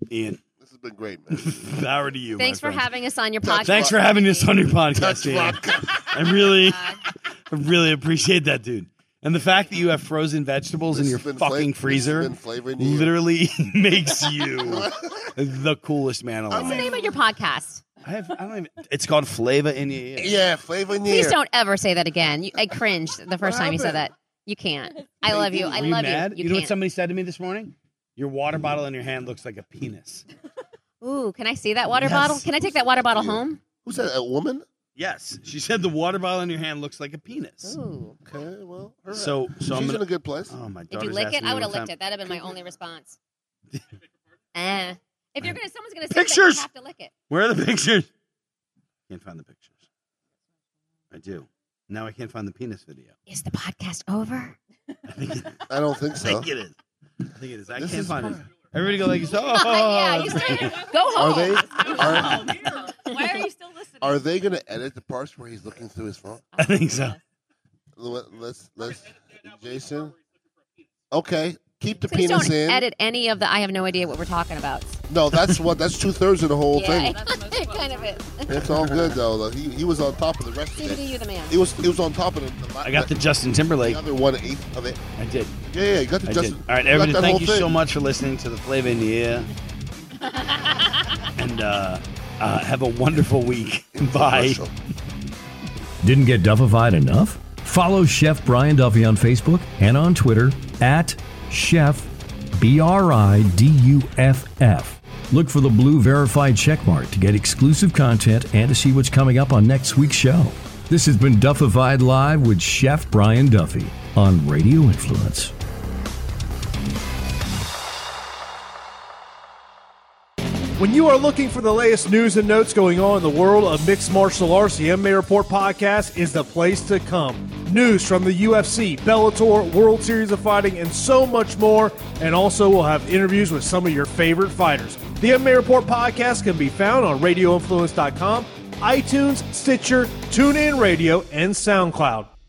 [SPEAKER 1] Ian,
[SPEAKER 2] This has been great, man.
[SPEAKER 1] power to you. my
[SPEAKER 4] Thanks for
[SPEAKER 1] friend.
[SPEAKER 4] having us on your podcast.
[SPEAKER 1] Thanks for having us on your podcast,
[SPEAKER 2] Touch
[SPEAKER 1] Ian.
[SPEAKER 2] rock.
[SPEAKER 1] I
[SPEAKER 2] *laughs*
[SPEAKER 1] really, I really appreciate that, dude. And the fact that you have frozen vegetables in
[SPEAKER 2] This
[SPEAKER 1] your
[SPEAKER 2] has been
[SPEAKER 1] fucking
[SPEAKER 2] fla- this
[SPEAKER 1] freezer
[SPEAKER 2] has been flavoring you.
[SPEAKER 1] literally *laughs* makes
[SPEAKER 2] *laughs*
[SPEAKER 1] you the coolest man alive.
[SPEAKER 4] What's the name of your podcast?
[SPEAKER 1] I have, I don't even, it's called Flavor in Your Ear.
[SPEAKER 2] Yeah, flavor in the
[SPEAKER 4] Please
[SPEAKER 2] air.
[SPEAKER 4] don't ever say that again. You, I cringed the first time you said that.
[SPEAKER 2] happened?
[SPEAKER 4] You can't. I love you. I
[SPEAKER 1] Were you
[SPEAKER 4] love
[SPEAKER 1] mad?
[SPEAKER 4] you.
[SPEAKER 1] know
[SPEAKER 4] You
[SPEAKER 1] what
[SPEAKER 4] can't.
[SPEAKER 1] somebody said to me this morning? Your water bottle in your hand looks like a penis.
[SPEAKER 4] Ooh, can I see that water
[SPEAKER 1] Yes.
[SPEAKER 4] bottle? Can I take that water bottle
[SPEAKER 2] Yeah.
[SPEAKER 4] home?
[SPEAKER 2] Who said a woman?
[SPEAKER 1] Yes, she said the water bottle in your hand looks like a penis.
[SPEAKER 4] Ooh.
[SPEAKER 2] Okay, well, all right.
[SPEAKER 1] So, so I'm
[SPEAKER 2] she's in
[SPEAKER 1] gonna.
[SPEAKER 2] a good place.
[SPEAKER 1] Oh my
[SPEAKER 4] Did
[SPEAKER 1] god!
[SPEAKER 4] you lick it? I would have licked it. That'd have
[SPEAKER 1] *laughs*
[SPEAKER 4] been my only response. Eh. If you're gonna, someone's gonna say
[SPEAKER 1] Pictures!
[SPEAKER 4] that, you have to lick it.
[SPEAKER 1] Where are the pictures? Can't find the pictures. I do. Now I can't find the penis video.
[SPEAKER 4] Is the podcast over? *laughs*
[SPEAKER 1] I think it,
[SPEAKER 2] I don't think
[SPEAKER 1] I
[SPEAKER 2] so.
[SPEAKER 1] think it is. I think it is. I
[SPEAKER 2] This
[SPEAKER 1] can't
[SPEAKER 2] is
[SPEAKER 1] find it. Everybody go like, oh,
[SPEAKER 4] *laughs* yeah, you said, go home.
[SPEAKER 2] Are they? Are,
[SPEAKER 3] Why are you still listening?
[SPEAKER 2] are they going to edit the parts where he's looking through his phone?
[SPEAKER 1] *laughs* I think so.
[SPEAKER 2] Let- Let's let's Jason. Okay, keep the
[SPEAKER 4] Please
[SPEAKER 2] penis
[SPEAKER 4] don't
[SPEAKER 2] in.
[SPEAKER 4] edit any of the. I have no idea what we're talking about.
[SPEAKER 2] No, that's what. That's two thirds of the whole
[SPEAKER 4] Yeah,
[SPEAKER 2] thing.
[SPEAKER 4] *laughs* it kind of is.
[SPEAKER 2] It's all good though. Like, he, he was on top of the rest of it.
[SPEAKER 4] CBD, you the man.
[SPEAKER 2] He was he was on top of the. the la-
[SPEAKER 1] I got the Justin Timberlake.
[SPEAKER 2] the other one eighth of it.
[SPEAKER 1] I did.
[SPEAKER 2] Yeah, yeah, you got the
[SPEAKER 1] I
[SPEAKER 2] Justin.
[SPEAKER 1] did. All right,
[SPEAKER 2] got
[SPEAKER 1] everybody,
[SPEAKER 2] that
[SPEAKER 1] thank
[SPEAKER 2] whole
[SPEAKER 1] you
[SPEAKER 2] thing.
[SPEAKER 1] so much for listening to the Flavor in the
[SPEAKER 2] *laughs*
[SPEAKER 1] Air. and uh, uh, have a wonderful week. *laughs* Bye.
[SPEAKER 2] Commercial.
[SPEAKER 7] Didn't get duffified enough? Follow Chef Brian Duffy on Facebook and on Twitter at Chef B R I D U F F. Look for the blue verified checkmark to get exclusive content and to see what's coming up on next week's show. This has been Duffified Live with Chef Brian Duffy on Radio Influence.
[SPEAKER 8] When you are looking for the latest news and notes going on in the world of mixed martial arts, the MMA Report podcast is the place to come. News from the UFC, Bellator, World Series of Fighting, and so much more. And also, we'll have interviews with some of your favorite fighters. The MMA Report podcast can be found on radioinfluence.com, iTunes, Stitcher, TuneIn Radio, and SoundCloud.